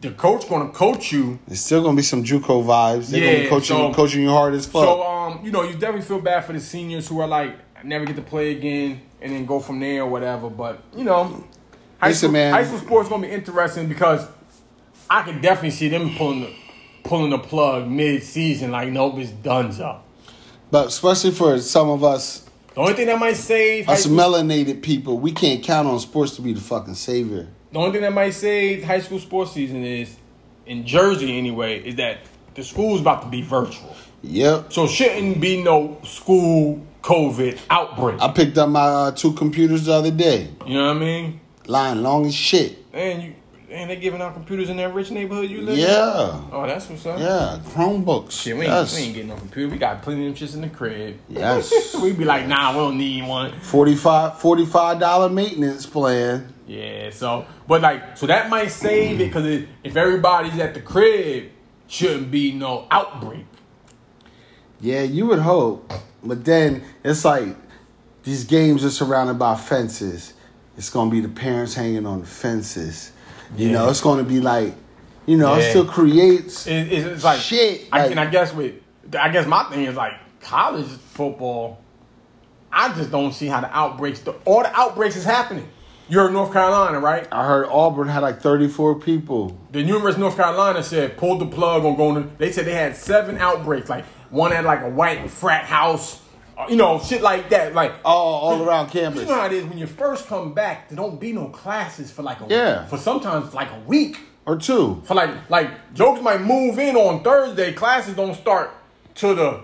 [SPEAKER 2] the coach going to coach you.
[SPEAKER 1] There's still gonna be some JUCO vibes. They're gonna be
[SPEAKER 2] Yeah,
[SPEAKER 1] coaching
[SPEAKER 2] so-
[SPEAKER 1] coaching you hard as fuck.
[SPEAKER 2] So um, you know, you definitely feel bad for the seniors who are like never get to play again and then go from there or whatever. But you know, high
[SPEAKER 1] Listen,
[SPEAKER 2] school,
[SPEAKER 1] man.
[SPEAKER 2] high school sports gonna be interesting because I can definitely see them pulling the pulling the plug mid season. Like nope, it's done's up.
[SPEAKER 1] but especially for some of us,
[SPEAKER 2] The only thing that might save high
[SPEAKER 1] us
[SPEAKER 2] school,
[SPEAKER 1] melanated people, we can't count on sports to be the fucking savior.
[SPEAKER 2] the only thing that might save high school sports season is in Jersey anyway is that the school's about to be virtual,
[SPEAKER 1] Yep.
[SPEAKER 2] so shouldn't be no school COVID outbreak.
[SPEAKER 1] I picked up my uh, two computers the other day,
[SPEAKER 2] You know what I mean?
[SPEAKER 1] lying long as shit.
[SPEAKER 2] And you and they giving out computers in that rich neighborhood you live in?
[SPEAKER 1] Yeah.
[SPEAKER 2] Oh, that's what's up.
[SPEAKER 1] Yeah. Chromebooks.
[SPEAKER 2] Shit, we ain't,
[SPEAKER 1] yes.
[SPEAKER 2] we ain't getting no computer. We got plenty of them shits in the crib.
[SPEAKER 1] Yes.
[SPEAKER 2] we be like, nah, we don't need one.
[SPEAKER 1] 45 dollar maintenance plan.
[SPEAKER 2] Yeah, so but like so that might save it because if everybody's at the crib, shouldn't be no outbreak.
[SPEAKER 1] Yeah, you would hope. But then it's like these games are surrounded by fences. It's gonna be the parents hanging on the fences. You know,
[SPEAKER 2] Yeah.
[SPEAKER 1] it's gonna be like, you know, it
[SPEAKER 2] Yeah.
[SPEAKER 1] still creates
[SPEAKER 2] It, it's, it's like
[SPEAKER 1] Shit,
[SPEAKER 2] I,
[SPEAKER 1] like-
[SPEAKER 2] and I guess with I guess my thing is like college football. I just don't see how the outbreaks, the, all the outbreaks is happening. You're in North Carolina, right?
[SPEAKER 1] I heard Auburn had like thirty four people.
[SPEAKER 2] The University of North Carolina said pulled the plug on going to. They said they had seven outbreaks. Like one had like a white frat house, uh, you know, shit like that. Like uh,
[SPEAKER 1] Oh, all around
[SPEAKER 2] you
[SPEAKER 1] campus.
[SPEAKER 2] know how it is when you first come back. There don't be no classes for like a
[SPEAKER 1] Yeah.
[SPEAKER 2] for sometimes like a week.
[SPEAKER 1] Or two.
[SPEAKER 2] For like like jokes might move in on Thursday. Classes don't start till the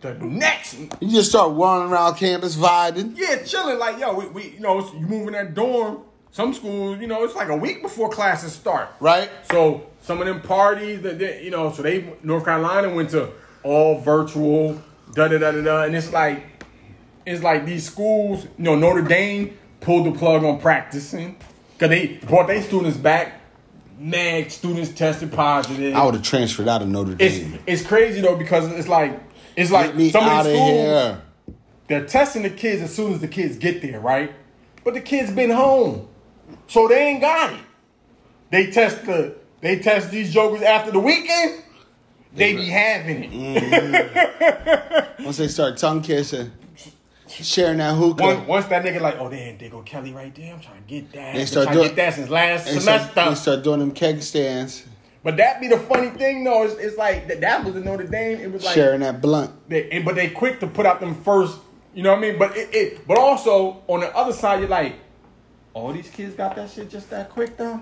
[SPEAKER 2] the next.
[SPEAKER 1] You just start running around campus vibing.
[SPEAKER 2] Yeah, chilling like yo, we, we you know it's, you move in that dorm. Some schools, you know, it's like a week before classes start.
[SPEAKER 1] Right?
[SPEAKER 2] So some of them parties that they, you know, so they North Carolina went to all virtual, da da da da da, and it's like it's like these schools, you know, Notre Dame pulled the plug on practicing because they brought their students back. Mad students tested positive.
[SPEAKER 1] I would have transferred out of Notre Dame.
[SPEAKER 2] it's it's crazy though because it's like it's like
[SPEAKER 1] Get me
[SPEAKER 2] some of
[SPEAKER 1] out of
[SPEAKER 2] these schools
[SPEAKER 1] here.
[SPEAKER 2] they're testing the kids as soon as the kids get there, right? But the kids been home, so they ain't got it. They test the they test these jokers after the weekend. They be having it.
[SPEAKER 1] Once they start tongue kissing, sharing that hookah.
[SPEAKER 2] Once, once that nigga like, oh damn, they go Kelly right there. I'm trying to get that. They
[SPEAKER 1] start
[SPEAKER 2] trying to
[SPEAKER 1] doing-
[SPEAKER 2] get that since last
[SPEAKER 1] They
[SPEAKER 2] semester.
[SPEAKER 1] start, they start doing them keg stands,
[SPEAKER 2] But that be the funny thing though. It's, it's like that, that was the Notre Dame. It was like
[SPEAKER 1] sharing that blunt.
[SPEAKER 2] They, and- but they quick to put out them first. You know what I mean? But it, it but also on the other side, you're like, all these kids got that shit just that quick though.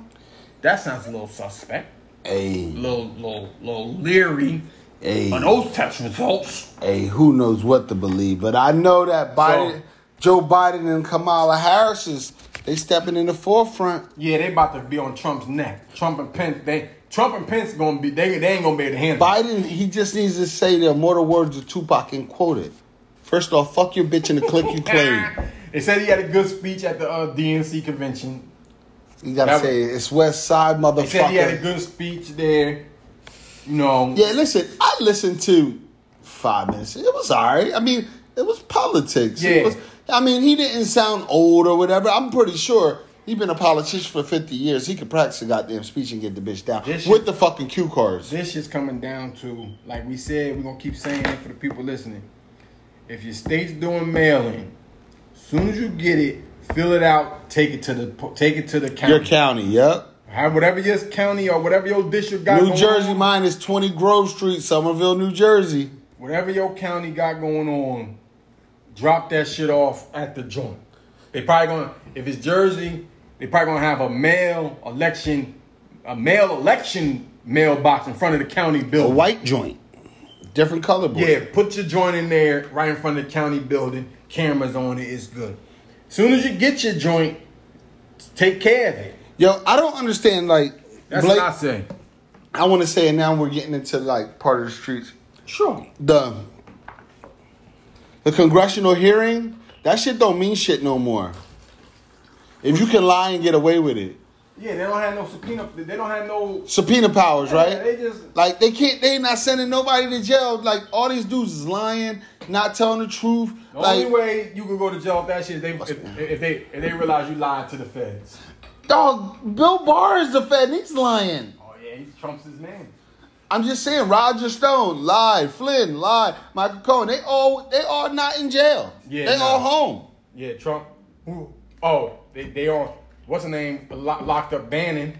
[SPEAKER 2] That sounds a little suspect,
[SPEAKER 1] Hey,
[SPEAKER 2] little little little leery.
[SPEAKER 1] hey,
[SPEAKER 2] Are those test results?
[SPEAKER 1] hey, who knows what to believe? But I know that Biden,
[SPEAKER 2] So-
[SPEAKER 1] Joe Biden and Kamala Harris is they stepping in the forefront.
[SPEAKER 2] Yeah, they about to be on Trump's neck. Trump and Pence, they Trump and Pence gonna be they, they ain't gonna be able to handle. it.
[SPEAKER 1] Biden, he just needs to say the immortal words of Tupac and quote it. First off, fuck your bitch in the click you played.
[SPEAKER 2] They said he had a good speech at the uh, DNC convention.
[SPEAKER 1] You gotta
[SPEAKER 2] That-
[SPEAKER 1] say it. it's West Side
[SPEAKER 2] They said he had a
[SPEAKER 1] motherfucker.
[SPEAKER 2] good speech there. You know,
[SPEAKER 1] Yeah, listen, I listened to five minutes. It was all right. I mean, it was politics. It
[SPEAKER 2] Yeah.
[SPEAKER 1] was, I mean, he didn't sound old or whatever. I'm pretty sure he been a politician for 50 years. He could practice a goddamn speech and get the bitch down
[SPEAKER 2] This
[SPEAKER 1] with
[SPEAKER 2] shit-
[SPEAKER 1] the fucking cue cards.
[SPEAKER 2] This shit's coming down to, like we said, we're gonna keep saying it for the people listening. If your state's doing mailing, soon as you get it, fill it out, take it to the take it to the county.
[SPEAKER 1] Your county, yep.
[SPEAKER 2] Have whatever your county or whatever your district got.
[SPEAKER 1] New
[SPEAKER 2] going
[SPEAKER 1] Jersey,
[SPEAKER 2] on,
[SPEAKER 1] mine is 20 Grove Street, Somerville, New Jersey.
[SPEAKER 2] whatever your county got going on, drop that shit off at the joint. They probably gonna if it's Jersey, they probably gonna have a mail election, a mail election mailbox in front of the county
[SPEAKER 1] A
[SPEAKER 2] building.
[SPEAKER 1] white joint, different color board.
[SPEAKER 2] Yeah, put your joint in there right in front of the county building. Cameras on it, it's good. Soon as you get your joint, take care of it.
[SPEAKER 1] Yo, I don't understand. Like,
[SPEAKER 2] That's
[SPEAKER 1] Blake,
[SPEAKER 2] what I say.
[SPEAKER 1] I want to say, and now we're getting into like part of the streets.
[SPEAKER 2] Sure.
[SPEAKER 1] the the congressional hearing, that shit don't mean shit no more. If you can lie and get away with it,
[SPEAKER 2] Yeah, they don't have no subpoena. They don't have no.
[SPEAKER 1] subpoena powers, right?
[SPEAKER 2] They just
[SPEAKER 1] Like they can't, they not sending nobody to jail. Like all these dudes is lying, not telling the truth.
[SPEAKER 2] the
[SPEAKER 1] like
[SPEAKER 2] only way you can go to jail if that shit is they if, if, if they if they realize you lied to the feds.
[SPEAKER 1] dog, Bill Barr is the Fed. And he's lying.
[SPEAKER 2] Oh yeah, he's Trump's his man.
[SPEAKER 1] I'm just saying, Roger Stone lied, Flynn lied, Michael Cohen. They all they all not in jail.
[SPEAKER 2] Yeah,
[SPEAKER 1] they
[SPEAKER 2] nah.
[SPEAKER 1] all home.
[SPEAKER 2] Yeah, Trump. Who? Oh, they they on what's the name? Lo- locked up Bannon.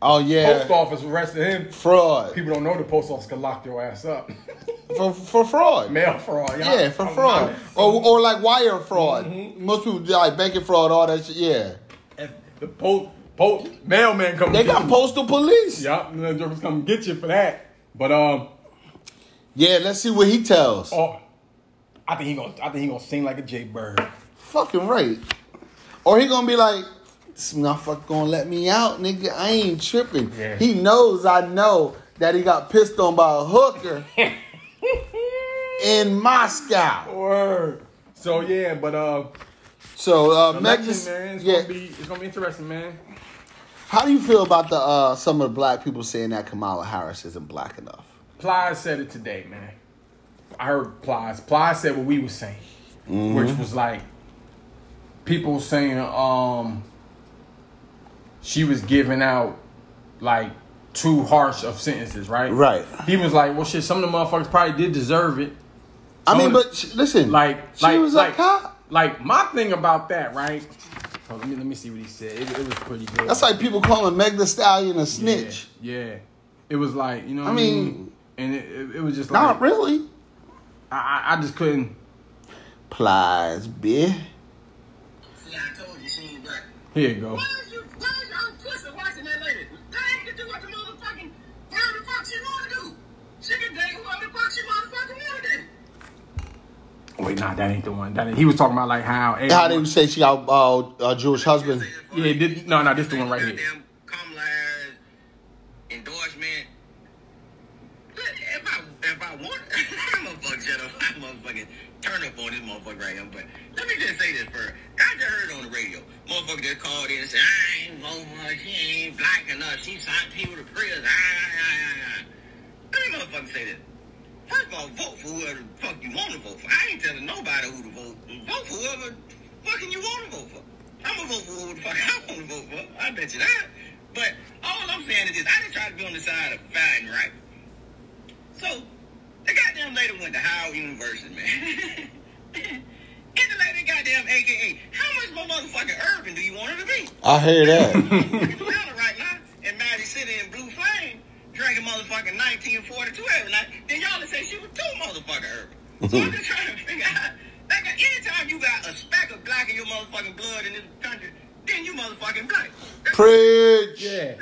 [SPEAKER 1] Oh yeah,
[SPEAKER 2] Post office arrested him.
[SPEAKER 1] fraud
[SPEAKER 2] People don't know the post office could lock your ass up.
[SPEAKER 1] for for fraud.
[SPEAKER 2] Mail fraud. y'all.
[SPEAKER 1] Yeah, for
[SPEAKER 2] I'm
[SPEAKER 1] fraud
[SPEAKER 2] not- Mm-hmm.
[SPEAKER 1] or or like wire fraud. Most people do like banking fraud, all that shit. Yeah,
[SPEAKER 2] If the post post mailman coming.
[SPEAKER 1] they got postal police.
[SPEAKER 2] Yup, the jokers come get you for that. But um,
[SPEAKER 1] Yeah, let's see what he tells.
[SPEAKER 2] oh, I think he gonna I think he gonna sing like a Jaybird.
[SPEAKER 1] Fucking right. Or he gonna be like, this motherfucker gonna let me out, nigga. I ain't tripping.
[SPEAKER 2] Yeah.
[SPEAKER 1] He knows I know that he got pissed on by a hooker in Moscow.
[SPEAKER 2] Word. So yeah, but uh,
[SPEAKER 1] So uh,
[SPEAKER 2] election
[SPEAKER 1] Megan,
[SPEAKER 2] man, it's
[SPEAKER 1] yeah.
[SPEAKER 2] gonna be it's gonna be interesting, man.
[SPEAKER 1] How do you feel about the uh, some of the black people saying that Kamala Harris isn't black enough?
[SPEAKER 2] Plies said it today, man. I heard Plies. Plies said what we were saying,
[SPEAKER 1] Mm-hmm.
[SPEAKER 2] which was like people saying um she was giving out like too harsh of sentences, right?
[SPEAKER 1] Right.
[SPEAKER 2] He was like, well, shit, some of the motherfuckers probably did deserve it.
[SPEAKER 1] I mean,
[SPEAKER 2] Some-
[SPEAKER 1] but sh- listen,
[SPEAKER 2] like,
[SPEAKER 1] she
[SPEAKER 2] like,
[SPEAKER 1] was
[SPEAKER 2] like,
[SPEAKER 1] a cop.
[SPEAKER 2] like my thing about that, right? Oh, let me let me see what he said. It, it was pretty good.
[SPEAKER 1] That's like people calling Meg the Stallion a
[SPEAKER 2] yeah,
[SPEAKER 1] snitch.
[SPEAKER 2] yeah. It was like you know. What
[SPEAKER 1] I
[SPEAKER 2] I
[SPEAKER 1] mean-
[SPEAKER 2] mean, and it, it, it was just like
[SPEAKER 1] Not really.
[SPEAKER 2] I, I I just couldn't.
[SPEAKER 1] Plies, bitch.
[SPEAKER 3] Yeah, I told you she ain't black.
[SPEAKER 2] Here you go.
[SPEAKER 3] Why are you why are y'all twisted watching that lady? That ain't to do what the motherfucking whatever the fuck she wanna do. She can date whoever the fuck she motherfucking wanna date.
[SPEAKER 2] Wait, nah, that ain't the one. That ain't- he was talking about like how.
[SPEAKER 1] How they say she got uh, a Jewish husband?
[SPEAKER 2] Yeah, did, no, no, this the one right here.
[SPEAKER 3] Goddamn Kamala Harris endorsement. Look, If I if I want, I'm a fuck shut up. I'm a fucking turn up on this motherfucker right here. But let me just say this first. I just heard on the radio, motherfucker just called in and said, I ain't voting for her. She ain't black enough. She signed people to prison. Ah, ah, ah, ah. Let me motherfucker say this. First of all, vote for whoever the fuck you want to vote for. I ain't telling nobody who to vote. Vote for whoever fucking you want to vote for. I'm gonna vote for whoever the fuck I want to vote for. I bet you that. But all I'm saying is this: I just try to be on the side of right and right. So the goddamn lady went to Howard University, man. and the lady, goddamn AKA, how much more motherfucking urban do you want her to be?
[SPEAKER 1] I hear that.
[SPEAKER 3] Look at Atlanta right now in Magic City in Blue Flame drinking motherfucking 1942 every night. Then y'all would say she was too motherfucking urban. So I'm just trying to figure out. Like, anytime you got a speck of black in your motherfucking blood in this country, then you motherfucking black. That's
[SPEAKER 1] Preach.
[SPEAKER 2] Yeah.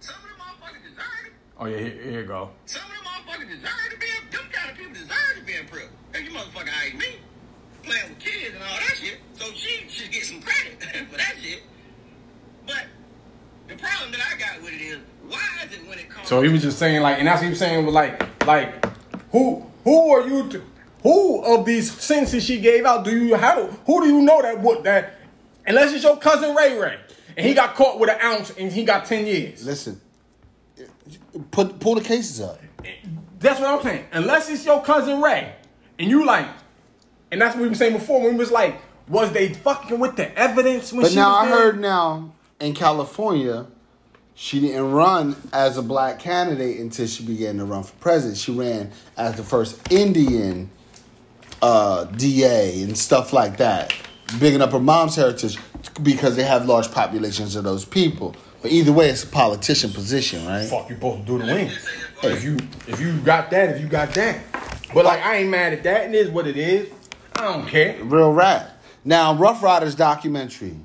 [SPEAKER 3] Some of the motherfuckers deserve it.
[SPEAKER 2] Oh yeah, here, here you go.
[SPEAKER 3] Some of them motherfuckers deserve to be in them kind of people deserve to be in prison. And you motherfucker ain't me. Playing with kids and all that shit. So she should get some credit for that shit. But the problem that I got with it is, why is it when it comes
[SPEAKER 2] So he was just saying like, and that's what he was saying was like, like, who, who are you? To, who of these sentences she gave out? Do you how? Do, who do you know that would that? Unless it's your cousin Ray Ray, and he got caught with an ounce, and he got ten years.
[SPEAKER 1] Listen, put pull the cases up.
[SPEAKER 2] That's what I'm saying. Unless it's your cousin Ray, and you like, and that's what we were saying before when we was like, was they fucking with the evidence when
[SPEAKER 1] But
[SPEAKER 2] she
[SPEAKER 1] now
[SPEAKER 2] was
[SPEAKER 1] I
[SPEAKER 2] there?
[SPEAKER 1] heard now in California, she didn't run as a black candidate until she began to run for president. She ran as the first Indian uh, DA and stuff like that, bigging up her mom's heritage because they have large populations of those people. But either way, it's a politician position, right?
[SPEAKER 2] fuck you supposed to do the win. If you if you got that, if you got that. But like I ain't mad at that. It is what it is. I don't care.
[SPEAKER 1] Real rap. Now, Rough Riders documentary.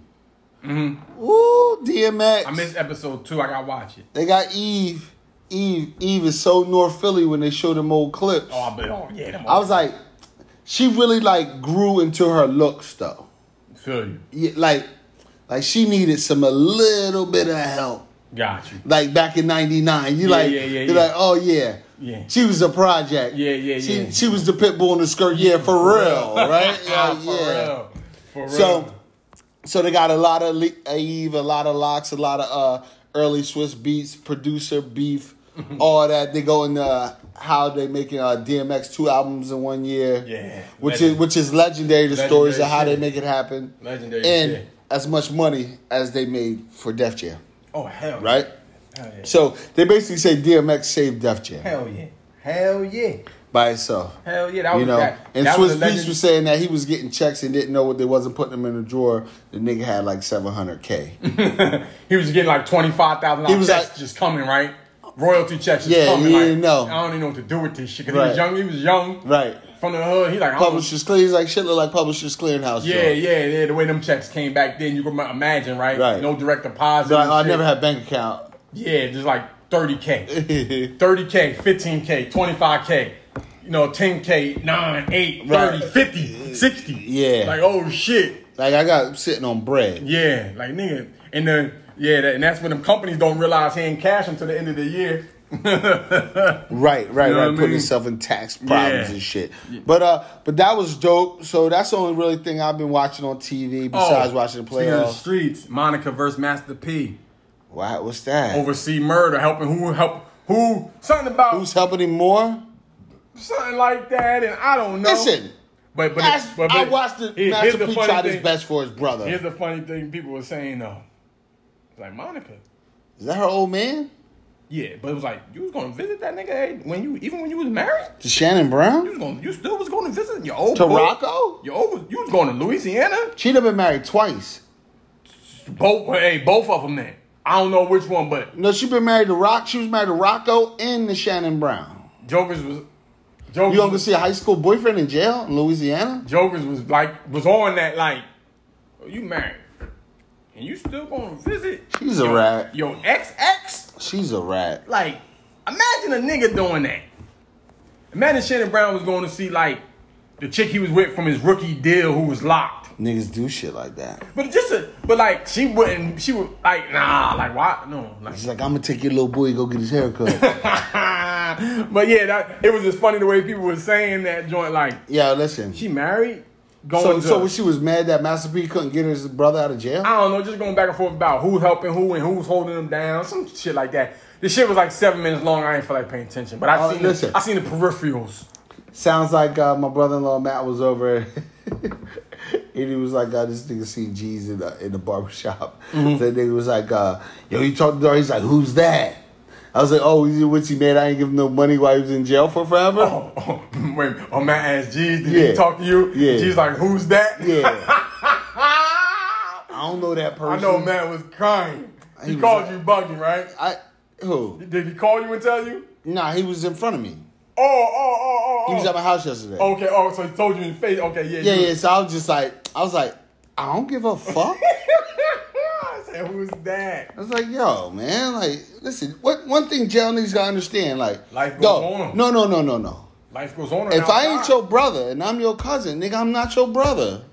[SPEAKER 1] Ooh, DMX.
[SPEAKER 2] Mm-hmm. I missed episode two. I gotta watch it.
[SPEAKER 1] They got Eve. Eve. Eve is so North Philly when they show them old clips.
[SPEAKER 2] Oh, but oh yeah, them
[SPEAKER 1] I was like, she really like grew into her looks though.
[SPEAKER 2] feel you.
[SPEAKER 1] Yeah, like, like she needed some a little bit of help.
[SPEAKER 2] Got you.
[SPEAKER 1] Like back in '99, you like,
[SPEAKER 2] yeah, yeah,
[SPEAKER 1] you're
[SPEAKER 2] yeah.
[SPEAKER 1] like, oh yeah.
[SPEAKER 2] Yeah.
[SPEAKER 1] She was a project.
[SPEAKER 2] Yeah, yeah,
[SPEAKER 1] she,
[SPEAKER 2] yeah.
[SPEAKER 1] She was the pit bull in the skirt. Yeah, for real, right?
[SPEAKER 2] Ah,
[SPEAKER 1] Like,
[SPEAKER 2] for
[SPEAKER 1] yeah.
[SPEAKER 2] real. For real.
[SPEAKER 1] So So they got a lot of Le- Eve, a lot of locks, a lot of uh, early Swiss beats, producer beef,
[SPEAKER 2] Mm-hmm.
[SPEAKER 1] all that. They go into how they making uh, DMX two albums in one year.
[SPEAKER 2] Yeah,
[SPEAKER 1] which
[SPEAKER 2] legend-
[SPEAKER 1] is which is legendary. The
[SPEAKER 2] legendary
[SPEAKER 1] stories of how they
[SPEAKER 2] shit.
[SPEAKER 1] make it happen,
[SPEAKER 2] Legendary
[SPEAKER 1] and
[SPEAKER 2] shit.
[SPEAKER 1] as much money as they made for Def Jam,
[SPEAKER 2] Oh hell,
[SPEAKER 1] right?
[SPEAKER 2] Hell yeah.
[SPEAKER 1] So they basically say DMX saved Def Jam
[SPEAKER 2] Hell yeah. Hell yeah.
[SPEAKER 1] by itself.
[SPEAKER 2] Hell yeah. That
[SPEAKER 1] you
[SPEAKER 2] was
[SPEAKER 1] know,
[SPEAKER 2] that.
[SPEAKER 1] and
[SPEAKER 2] that
[SPEAKER 1] Swiss
[SPEAKER 2] was a legend-
[SPEAKER 1] Beats was saying that he was getting checks and didn't know what they wasn't putting them in the drawer. The nigga had like seven hundred k.
[SPEAKER 2] He was getting like twenty five thousand
[SPEAKER 1] He
[SPEAKER 2] dollars
[SPEAKER 1] was
[SPEAKER 2] checks
[SPEAKER 1] like-
[SPEAKER 2] just coming, right? Royalty checks just
[SPEAKER 1] Yeah,
[SPEAKER 2] coming.
[SPEAKER 1] he
[SPEAKER 2] like,
[SPEAKER 1] didn't know.
[SPEAKER 2] I don't even know what to do with this shit. Cause
[SPEAKER 1] Right.
[SPEAKER 2] he was young. He was young.
[SPEAKER 1] Right.
[SPEAKER 2] From the hood. He like I don't-
[SPEAKER 1] Publishers clear. He's like shit. Look like Publishers Clearinghouse.
[SPEAKER 2] Yeah, yeah, yeah. The way them checks came back then, you can ma- imagine, right?
[SPEAKER 1] Right.
[SPEAKER 2] No direct deposit.
[SPEAKER 1] Like, "Oh,
[SPEAKER 2] and
[SPEAKER 1] I
[SPEAKER 2] shit.
[SPEAKER 1] never had bank account.
[SPEAKER 2] Yeah, just like thirty k, thirty k, fifteen k, twenty five k, you know, ten k, nine, eight,
[SPEAKER 1] Right.
[SPEAKER 2] 30, 50, 60.
[SPEAKER 1] Yeah.
[SPEAKER 2] Like oh shit.
[SPEAKER 1] like I got sitting on bread.
[SPEAKER 2] Yeah, like nigga, and then yeah, that, and that's when them companies don't realize he ain't cash until the end of the year.
[SPEAKER 1] Right, right,
[SPEAKER 2] You know what I
[SPEAKER 1] right. Putting
[SPEAKER 2] mean?
[SPEAKER 1] yourself in tax problems
[SPEAKER 2] Yeah.
[SPEAKER 1] and shit. But uh, but that was dope. So that's the only really thing I've been watching on TV besides
[SPEAKER 2] Oh,
[SPEAKER 1] watching the
[SPEAKER 2] speaking of the
[SPEAKER 1] playoffs.
[SPEAKER 2] streets, Monica versus Master P,
[SPEAKER 1] Wow, what's that?
[SPEAKER 2] oversee murder, helping who help who something about
[SPEAKER 1] Who's helping him more?
[SPEAKER 2] something like that, and I don't know.
[SPEAKER 1] Listen,
[SPEAKER 2] But but,
[SPEAKER 1] that's-
[SPEAKER 2] but, but
[SPEAKER 1] I watched it.
[SPEAKER 2] here-
[SPEAKER 1] Master
[SPEAKER 2] the
[SPEAKER 1] P
[SPEAKER 2] funny
[SPEAKER 1] tried
[SPEAKER 2] thing,
[SPEAKER 1] his best for his brother.
[SPEAKER 2] Here's the funny thing people were saying though. It's like Monica.
[SPEAKER 1] Is that her old man?
[SPEAKER 2] Yeah, but it was like you was gonna visit that nigga eh, when you even when you was married.
[SPEAKER 1] To Shannon Brown?
[SPEAKER 2] You was gonna you still was gonna visit your old
[SPEAKER 1] To
[SPEAKER 2] boy.
[SPEAKER 1] Rocco?
[SPEAKER 2] Your old you was going to Louisiana.
[SPEAKER 1] She'd have been married twice.
[SPEAKER 2] Both hey both of them then. I don't know which one, but
[SPEAKER 1] No, she been married to Rock. She was married to Rocco and to Shannon Brown.
[SPEAKER 2] Jokers was Jokers
[SPEAKER 1] You gonna go
[SPEAKER 2] was,
[SPEAKER 1] see a high school boyfriend in jail in Louisiana?
[SPEAKER 2] Jokers was like was on that like "Oh, you married and you still gonna visit.
[SPEAKER 1] She's a
[SPEAKER 2] your-
[SPEAKER 1] rat.
[SPEAKER 2] Your ex ex.
[SPEAKER 1] She's a rat.
[SPEAKER 2] Like, imagine a nigga doing that. Imagine Shannon Brown was going to see like the chick he was with from his rookie deal who was locked.
[SPEAKER 1] Niggas do shit like that.
[SPEAKER 2] But just a, but like she wouldn't. She would like nah. Like why no. Like,
[SPEAKER 1] She's like, I'm gonna take your little boy and go get his hair cut.
[SPEAKER 2] but yeah, that it was just funny the way people were saying that joint. Like
[SPEAKER 1] yeah, listen.
[SPEAKER 2] she married. Going
[SPEAKER 1] So, so
[SPEAKER 2] to,
[SPEAKER 1] she was mad that Master P couldn't get his brother out of jail?
[SPEAKER 2] I don't know, just going back and forth about who helping who and who's holding them down, some shit like that. This shit was like seven minutes long. I ain't feel like paying attention, but I
[SPEAKER 1] Oh,
[SPEAKER 2] seen
[SPEAKER 1] listen.
[SPEAKER 2] the, I seen the peripherals.
[SPEAKER 1] Sounds like uh, my brother-in-law Matt was over, and he was like, uh, "This nigga seen G's in the in the barber shop."
[SPEAKER 2] Mm-hmm.
[SPEAKER 1] That nigga was like, uh, "Yo, he talked to the door." He's like, "Who's that?" I was like, "Oh, he- what's he made? I ain't give him no money while he was in jail for forever."
[SPEAKER 2] Oh, oh, wait, oh man asked Jeez, did
[SPEAKER 1] Yeah.
[SPEAKER 2] he talk to you?
[SPEAKER 1] Yeah.
[SPEAKER 2] Jeez like, who's that?
[SPEAKER 1] Yeah,
[SPEAKER 2] I
[SPEAKER 1] I don't know that person.
[SPEAKER 2] know man was crying.
[SPEAKER 1] He
[SPEAKER 2] He,
[SPEAKER 1] was-
[SPEAKER 2] called you bugging, right?
[SPEAKER 1] I who?
[SPEAKER 2] Did he call you and tell you?
[SPEAKER 1] Nah, he was in front of me.
[SPEAKER 2] Oh, oh, oh, oh, oh.
[SPEAKER 1] He was at my house yesterday.
[SPEAKER 2] okay, oh, so he told you in the face. Okay, yeah.
[SPEAKER 1] Yeah,
[SPEAKER 2] you-
[SPEAKER 1] yeah. So I was just like, I was like, I don't give a fuck.
[SPEAKER 2] I said, who's that?
[SPEAKER 1] I was like, yo, man, like, listen, what one thing jail niggas gotta understand, like,
[SPEAKER 2] Life goes
[SPEAKER 1] no,
[SPEAKER 2] on.
[SPEAKER 1] no, no, no, no, no.
[SPEAKER 2] Life goes on.
[SPEAKER 1] If
[SPEAKER 2] around
[SPEAKER 1] I ain't
[SPEAKER 2] God.
[SPEAKER 1] your brother and I'm your cousin, nigga, I'm not your brother,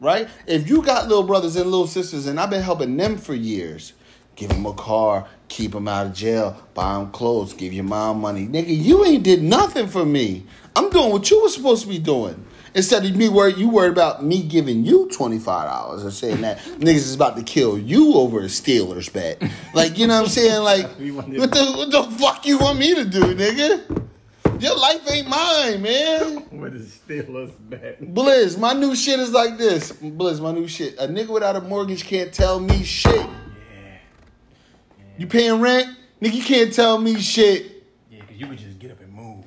[SPEAKER 1] right? If you got little brothers and little sisters and I've been helping them for years, give them a car, keep them out of jail, buy them clothes, give your mom money, nigga, you ain't did nothing for me. I'm doing what you was supposed to be doing. Instead of me worried, you worried about me giving you twenty five dollars and saying that niggas is about to kill you over a Steelers bet. Like you know what I'm saying? Like
[SPEAKER 2] We wanted-
[SPEAKER 1] what the what the fuck you want me to do, nigga? Your life ain't mine, man.
[SPEAKER 2] What is Steelers back?
[SPEAKER 1] Blizz, my new shit is like this. Blizz, my new shit. A nigga without a mortgage can't tell me shit. You paying rent? Nigga, you can't tell me shit.
[SPEAKER 2] Yeah, because you could just get up and move.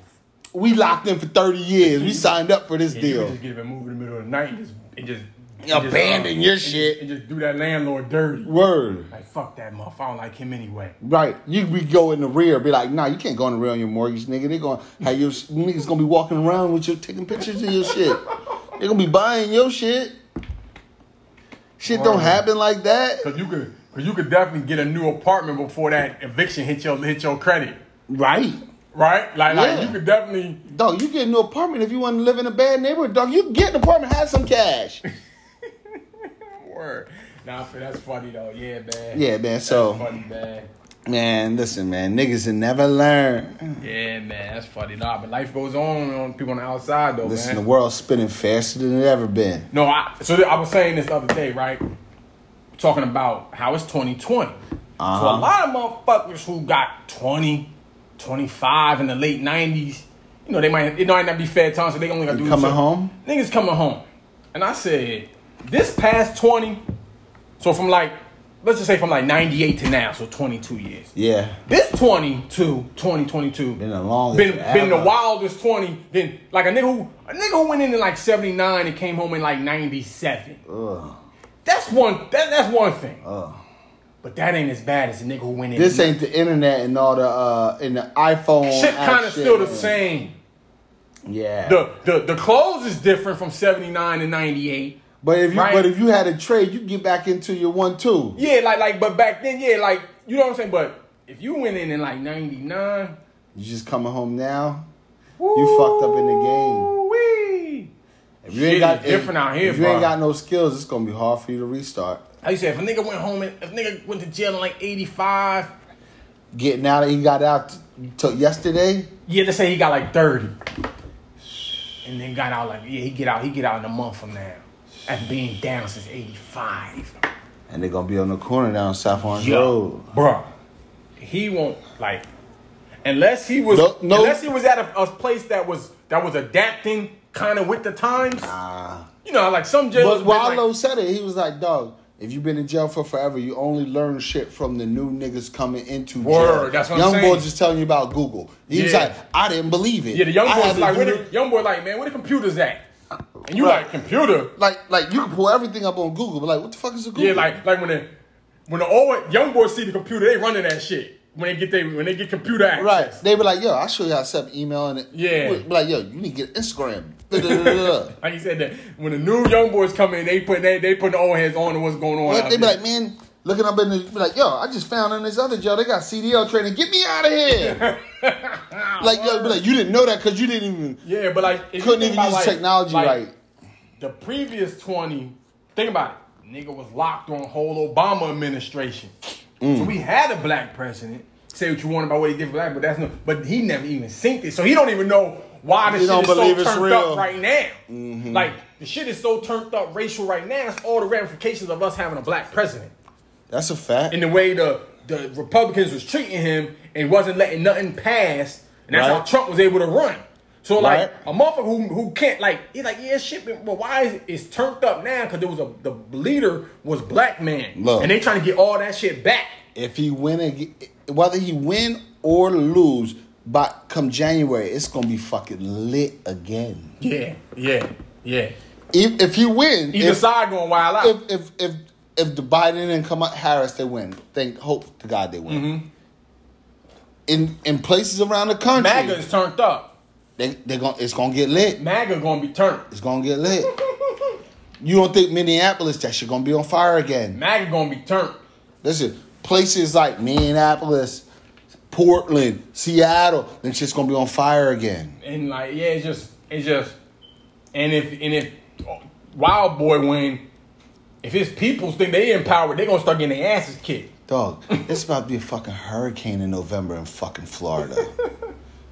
[SPEAKER 1] We locked in for 30 years. We signed up for this
[SPEAKER 2] Yeah, you could
[SPEAKER 1] deal.
[SPEAKER 2] just get up and move in the middle of the night and just. And just and just,
[SPEAKER 1] Abandon
[SPEAKER 2] uh,
[SPEAKER 1] your
[SPEAKER 2] and-
[SPEAKER 1] shit.
[SPEAKER 2] And just do that landlord dirty.
[SPEAKER 1] Word.
[SPEAKER 2] Like, fuck that motherfucker. I don't like him anyway.
[SPEAKER 1] Right. You we go in the rear, be like, nah, you can't go in the rear on your mortgage, nigga. They're gonna have your niggas gonna be walking around with you taking pictures of your shit. They're gonna be buying your shit. Shit don't
[SPEAKER 2] Word.
[SPEAKER 1] happen like that.
[SPEAKER 2] Cause you could, cause you could definitely get a new apartment before that eviction hit your hit your credit,
[SPEAKER 1] Right.
[SPEAKER 2] right? Like,
[SPEAKER 1] Yeah.
[SPEAKER 2] like you could definitely.
[SPEAKER 1] Dog, you get a new apartment if you want to live in a bad neighborhood. Dog, you get an apartment, have some cash.
[SPEAKER 2] Word. Nah, I feel that's funny though. Yeah, man.
[SPEAKER 1] Yeah, man. So,
[SPEAKER 2] Funny, man.
[SPEAKER 1] man, listen, man, niggas that never learn.
[SPEAKER 2] Yeah, man. That's funny. Nah, but life goes on on people on the outside though,
[SPEAKER 1] Listen,
[SPEAKER 2] man.
[SPEAKER 1] the world's spinning faster than it ever been.
[SPEAKER 2] No, I so th- I was saying this the other day, right? talking about how it's 2020. So
[SPEAKER 1] Uh-huh.
[SPEAKER 2] a lot of motherfuckers who got 20, 25 in the late 90s, you know, they might it might not be fair time, so they only got to do
[SPEAKER 1] coming
[SPEAKER 2] this-
[SPEAKER 1] home?
[SPEAKER 2] Niggas coming home. And I said, this past 20, so from like, let's just say from like 98 to now, so 22 years.
[SPEAKER 1] Yeah.
[SPEAKER 2] This 22, 2022,
[SPEAKER 1] Been the longest
[SPEAKER 2] been, been the
[SPEAKER 1] ever.
[SPEAKER 2] wildest 20. Then like a nigga who a nigga who went in in like 79 and came home in like 97.
[SPEAKER 1] Ugh.
[SPEAKER 2] That's one that, that's one thing.
[SPEAKER 1] Ugh.
[SPEAKER 2] But that ain't as bad as the nigga who went in.
[SPEAKER 1] This ain't the internet and all the uh and the iPhone.
[SPEAKER 2] shit
[SPEAKER 1] app
[SPEAKER 2] kind of still the
[SPEAKER 1] and-
[SPEAKER 2] same.
[SPEAKER 1] Yeah.
[SPEAKER 2] The, the the clothes is different from 79 to 98.
[SPEAKER 1] but if you
[SPEAKER 2] right.
[SPEAKER 1] but if you had a trade, you could get back into your one two.
[SPEAKER 2] Yeah, like like but back then, yeah, like you know what I'm saying, but if you went in in like 99,
[SPEAKER 1] You just coming home now. You fucked up in the game.
[SPEAKER 2] Wee.
[SPEAKER 1] If
[SPEAKER 2] Shit is different
[SPEAKER 1] if,
[SPEAKER 2] out here,
[SPEAKER 1] If you ain't
[SPEAKER 2] bro.
[SPEAKER 1] got no skills, it's gonna be hard for you to restart.
[SPEAKER 2] Like you said, if a nigga went home and if a nigga went to jail in like 85,
[SPEAKER 1] Getting out, he got out t- till yesterday.
[SPEAKER 2] yeah, let's say he got like 30. And then got out like yeah, he get out, he get out in a month from now. After being down since 85.
[SPEAKER 1] And they're gonna be on the corner down South Orange
[SPEAKER 2] Yo,
[SPEAKER 1] Road.
[SPEAKER 2] bro, he won't like unless he was
[SPEAKER 1] No- no-
[SPEAKER 2] unless he was at a, a place that was that was adapting kind of with the times.
[SPEAKER 1] Ah.
[SPEAKER 2] You know, like some jails.
[SPEAKER 1] But
[SPEAKER 2] been
[SPEAKER 1] Wallow
[SPEAKER 2] like,
[SPEAKER 1] said it. He was like, "Dog, if you've been in jail for forever, you only learn shit from the new niggas coming into jail."
[SPEAKER 2] Word, that's what I'm
[SPEAKER 1] young
[SPEAKER 2] saying.
[SPEAKER 1] boy just telling you about Google. He was
[SPEAKER 2] Yeah.
[SPEAKER 1] like, "I didn't believe it."
[SPEAKER 2] yeah, the young
[SPEAKER 1] I had
[SPEAKER 2] boy's
[SPEAKER 1] to
[SPEAKER 2] like,
[SPEAKER 1] do
[SPEAKER 2] where
[SPEAKER 1] the-
[SPEAKER 2] the young boy like, man, where the computers at? And you
[SPEAKER 1] Right.
[SPEAKER 2] like computer?
[SPEAKER 1] like, like you can pull everything up on Google, but like, what the fuck is a Google?
[SPEAKER 2] Yeah, like like when the when the old young boys see the computer, they running that shit when they get they when they get computer access.
[SPEAKER 1] right? They be like, "Yo, I will show you how to set up email," and it,
[SPEAKER 2] Yeah.
[SPEAKER 1] be like, "Yo, you need to get Instagram." Da-da-da-da-da.
[SPEAKER 2] Like you said that when the new young boys come in, they put they they put the old heads on to what's going on.
[SPEAKER 1] But
[SPEAKER 2] out
[SPEAKER 1] they be
[SPEAKER 2] there.
[SPEAKER 1] like, man, looking up in the, be like, yo, I just found in this other jail, they got CDL training. Get me out of here. like, yo, be like, you didn't know that because you didn't even,
[SPEAKER 2] Yeah, but like if
[SPEAKER 1] couldn't
[SPEAKER 2] you
[SPEAKER 1] even
[SPEAKER 2] think about,
[SPEAKER 1] use
[SPEAKER 2] like-
[SPEAKER 1] technology
[SPEAKER 2] like,
[SPEAKER 1] right.
[SPEAKER 2] The previous twenty, think about it. Nigga was locked on whole Obama administration,
[SPEAKER 1] Mm.
[SPEAKER 2] so we had a black president. Say what you want about what he did for black, but that's no. But he never even synced it, so he don't even know why the
[SPEAKER 1] He
[SPEAKER 2] shit
[SPEAKER 1] don't
[SPEAKER 2] is so
[SPEAKER 1] believe it's
[SPEAKER 2] turned
[SPEAKER 1] real. Mm-hmm.
[SPEAKER 2] up right now. Like the shit is so turned up racial right now. It's all the ramifications of us having a black president
[SPEAKER 1] That's a fact.
[SPEAKER 2] in the way the the Republicans was treating him and wasn't letting nothing pass, and that's how
[SPEAKER 1] Right.
[SPEAKER 2] Trump was able to run. So like
[SPEAKER 1] Right.
[SPEAKER 2] a motherfucker who, who can't like he's like yeah shit, but but why is it's turned up now? Because there was a the leader was black man,
[SPEAKER 1] Look.
[SPEAKER 2] and they trying to get all that shit back.
[SPEAKER 1] if he win, ag- whether he win or lose, by come January, it's gonna be fucking lit again.
[SPEAKER 2] Yeah, yeah, yeah.
[SPEAKER 1] If, if he win,
[SPEAKER 2] Either
[SPEAKER 1] if,
[SPEAKER 2] side going wild out.
[SPEAKER 1] if if if if the Biden and Kamala Harris they win, thank hope to God they win.
[SPEAKER 2] Mm-hmm.
[SPEAKER 1] In in places around the country,
[SPEAKER 2] MAGA is turned up.
[SPEAKER 1] they they gon' it's gonna get lit.
[SPEAKER 2] MAGA gonna be turned.
[SPEAKER 1] It's gonna get lit. you don't think Minneapolis that shit gonna be on fire again?
[SPEAKER 2] MAGA gonna be turned.
[SPEAKER 1] Listen, places like Minneapolis, Portland, Seattle, then shit's gonna be on fire again.
[SPEAKER 2] and like yeah, it's just it's just and if and if uh, Wild Boy win, if his peoples think they empowered, they gonna start getting their asses kicked.
[SPEAKER 1] Dog, it's about to be a fucking hurricane in November in fucking Florida.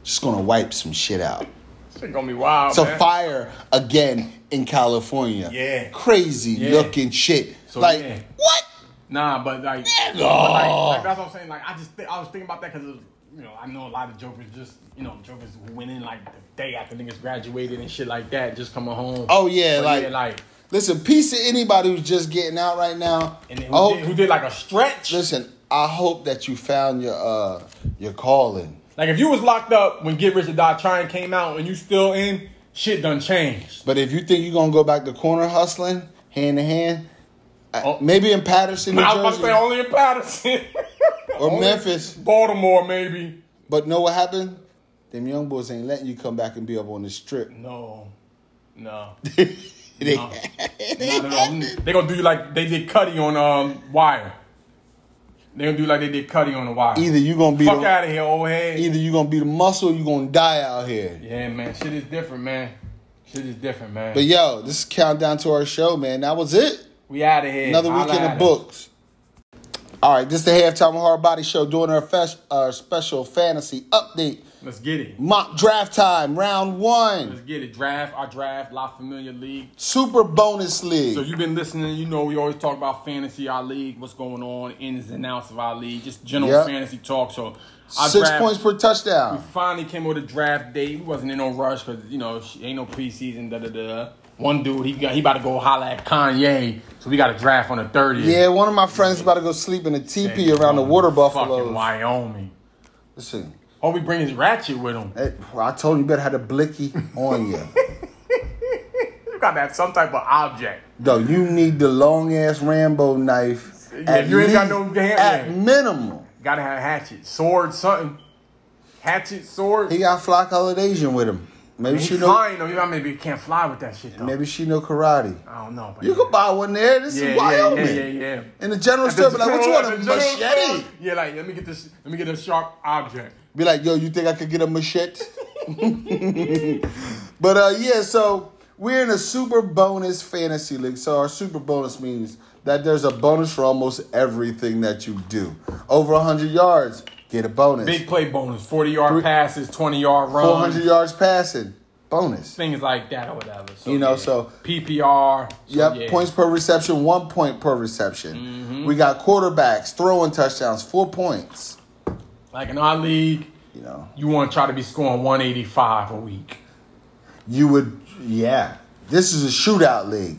[SPEAKER 1] Just gonna wipe some shit out.
[SPEAKER 2] It's gonna be wild.
[SPEAKER 1] So
[SPEAKER 2] man.
[SPEAKER 1] fire again in California.
[SPEAKER 2] Yeah.
[SPEAKER 1] Crazy
[SPEAKER 2] Yeah.
[SPEAKER 1] looking shit.
[SPEAKER 2] So,
[SPEAKER 1] like
[SPEAKER 2] yeah.
[SPEAKER 1] what?
[SPEAKER 2] Nah, but like,
[SPEAKER 1] Nigga!
[SPEAKER 2] but like, like, that's what I'm saying. Like I just think I was thinking about that because you know I know a lot of jokers just you know jokers who went in like the day after niggas graduated and shit like that, just coming home.
[SPEAKER 1] Oh yeah,
[SPEAKER 2] But
[SPEAKER 1] like,
[SPEAKER 2] yeah, like
[SPEAKER 1] listen, peace to anybody who's just getting out right now.
[SPEAKER 2] and then
[SPEAKER 1] I
[SPEAKER 2] who,
[SPEAKER 1] hope-
[SPEAKER 2] did, who did like a stretch.
[SPEAKER 1] listen, I hope that you found your uh your calling.
[SPEAKER 2] Like if you was locked up when Get Rich or Die Trying came out and you still in, shit done changed.
[SPEAKER 1] But if you think you're gonna go back to corner hustling, hand to hand, I-
[SPEAKER 2] Oh.
[SPEAKER 1] maybe in Patterson, New
[SPEAKER 2] I was about to
[SPEAKER 1] Jersey,
[SPEAKER 2] say oh, only in Patterson.
[SPEAKER 1] or
[SPEAKER 2] only-
[SPEAKER 1] Memphis.
[SPEAKER 2] Baltimore, maybe.
[SPEAKER 1] But know what happened? Them young boys ain't letting you come back and be up on the strip.
[SPEAKER 2] No. No.
[SPEAKER 1] They-
[SPEAKER 2] Not at all. They gonna do you like they did Cuddy on um Wire. They gonna do like they did Cuddy on the Wire.
[SPEAKER 1] either you gonna be
[SPEAKER 2] Fuck
[SPEAKER 1] the,
[SPEAKER 2] out of here, old head.
[SPEAKER 1] either you gonna be the muscle, or you gonna die out here.
[SPEAKER 2] Yeah, man. Shit is different, man. Shit is different, man.
[SPEAKER 1] But yo, this is countdown to our show, man. That was it.
[SPEAKER 2] we out of here.
[SPEAKER 1] Another
[SPEAKER 2] Holla
[SPEAKER 1] week in
[SPEAKER 2] at
[SPEAKER 1] the
[SPEAKER 2] us.
[SPEAKER 1] books. All right, this is the halftime hard body show doing our, fes- our special fantasy update.
[SPEAKER 2] Let's get it.
[SPEAKER 1] Mock draft time, round
[SPEAKER 2] Let's
[SPEAKER 1] one,
[SPEAKER 2] get it. Draft, our draft, La Familia League.
[SPEAKER 1] super bonus league.
[SPEAKER 2] So you've been listening. You know we always talk about fantasy, our league, what's going on, ins and outs of our league, just general
[SPEAKER 1] Yep.
[SPEAKER 2] fantasy talk. So our
[SPEAKER 1] Six
[SPEAKER 2] draft-
[SPEAKER 1] points per touchdown.
[SPEAKER 2] Finally came with a draft day. We wasn't in no rush because you know sh- ain't no preseason. Da da da. One dude, he got, he about to go holla at Kanye. So we got a draft on the thirtieth.
[SPEAKER 1] Yeah, one of my friends about to go sleep in a teepee around the water
[SPEAKER 2] Fucking
[SPEAKER 1] buffaloes.
[SPEAKER 2] Wyoming.
[SPEAKER 1] Listen,
[SPEAKER 2] Oh, we bring his ratchet with him.
[SPEAKER 1] hey, I told you you better have the blicky on you.
[SPEAKER 2] You got to have some type of object.
[SPEAKER 1] Though you need the long ass Rambo knife.
[SPEAKER 2] Yeah, you ain't got no damn
[SPEAKER 1] At
[SPEAKER 2] thing.
[SPEAKER 1] minimum,
[SPEAKER 2] Got to have hatchet, sword, something. Hatchet, sword.
[SPEAKER 1] he got Flock Holidayian with him. Maybe
[SPEAKER 2] He's
[SPEAKER 1] she know.
[SPEAKER 2] flying though. You know, maybe he can't fly with that shit though.
[SPEAKER 1] Maybe she know karate.
[SPEAKER 2] I don't know. But
[SPEAKER 1] You could buy one there. This
[SPEAKER 2] Yeah,
[SPEAKER 1] is Wyoming.
[SPEAKER 2] Yeah, yeah, yeah. yeah.
[SPEAKER 1] And the general store be like, "What you want a
[SPEAKER 2] The general
[SPEAKER 1] machete?"
[SPEAKER 2] store- Yeah, like let me get this. Let me get a sharp object.
[SPEAKER 1] Be like, "Yo, you think I could get a machete?" but uh, yeah, so we're in a super bonus fantasy league. So our super bonus means that there's a bonus for almost everything that you do. Over 100 yards, get a bonus.
[SPEAKER 2] Big play bonus, forty yard passes, twenty yard runs,
[SPEAKER 1] 400 yards passing, bonus.
[SPEAKER 2] things like that or whatever. So,
[SPEAKER 1] You know,
[SPEAKER 2] yeah.
[SPEAKER 1] so-
[SPEAKER 2] PPR. so,
[SPEAKER 1] Yep,
[SPEAKER 2] yeah.
[SPEAKER 1] points per reception, one point per reception.
[SPEAKER 2] Mm-hmm.
[SPEAKER 1] We got quarterbacks throwing touchdowns, four points.
[SPEAKER 2] Like in our league,
[SPEAKER 1] You know,
[SPEAKER 2] you want to try to be scoring one eighty five a week.
[SPEAKER 1] you would, yeah. This is a shootout league.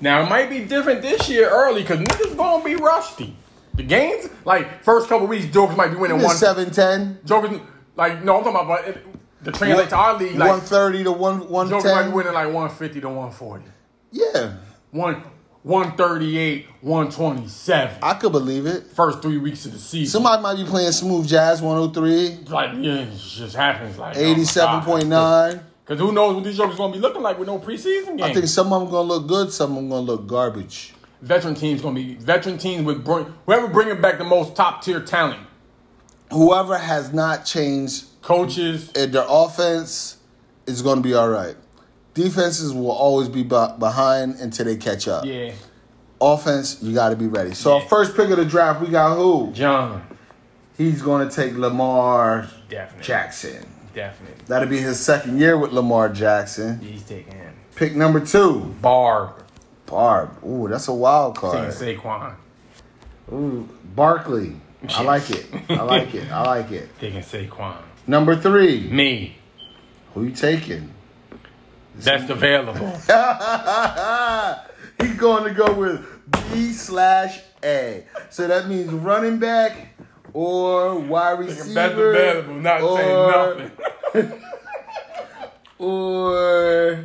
[SPEAKER 2] Now it might be different this year early because niggas gonna be rusty. The games, like first couple weeks, jokers might be winning
[SPEAKER 1] It's
[SPEAKER 2] one.
[SPEAKER 1] 710,
[SPEAKER 2] Jokers, like no, I'm talking about but it, the translate to our league. Like
[SPEAKER 1] 130 to 1,
[SPEAKER 2] jokers might be
[SPEAKER 1] 110.
[SPEAKER 2] winning like one fifty to one forty.
[SPEAKER 1] Yeah,
[SPEAKER 2] one 138, 127.
[SPEAKER 1] I could believe it.
[SPEAKER 2] First three weeks of the season.
[SPEAKER 1] Somebody might be playing Smooth Jazz 103,
[SPEAKER 2] like, yeah, it just happens. Like, oh
[SPEAKER 1] 87.9.
[SPEAKER 2] Because who knows what these jokers going to be looking like with no preseason game.
[SPEAKER 1] I think some of them going to look good, some of them going to look garbage.
[SPEAKER 2] veteran teams going to be, veteran teams with bring, whoever bringing back the most top tier talent.
[SPEAKER 1] Whoever has not changed
[SPEAKER 2] Coaches,
[SPEAKER 1] and their offense is going to be all right. Defenses will always be be- behind until they catch up.
[SPEAKER 2] yeah.
[SPEAKER 1] Offense, you got to be ready. So,
[SPEAKER 2] Yeah.
[SPEAKER 1] first pick of the draft, we got who?
[SPEAKER 2] John.
[SPEAKER 1] He's going to take Lamar
[SPEAKER 2] Definitely.
[SPEAKER 1] Jackson.
[SPEAKER 2] Definitely.
[SPEAKER 1] That'll be his second year with Lamar Jackson.
[SPEAKER 2] He's taking him.
[SPEAKER 1] Pick number two,
[SPEAKER 2] Barb.
[SPEAKER 1] Barb. Ooh, that's a wild
[SPEAKER 2] Taking
[SPEAKER 1] card.
[SPEAKER 2] Saquon.
[SPEAKER 1] Ooh, Barkley. I like it. I like it. I like it.
[SPEAKER 2] Taking Saquon.
[SPEAKER 1] Number three,
[SPEAKER 2] Me.
[SPEAKER 1] who you taking?
[SPEAKER 2] That's available.
[SPEAKER 1] He's going to Ah, go with B slash A. So that means running back or wide receiver.
[SPEAKER 2] That's available. Not saying nothing.
[SPEAKER 1] Or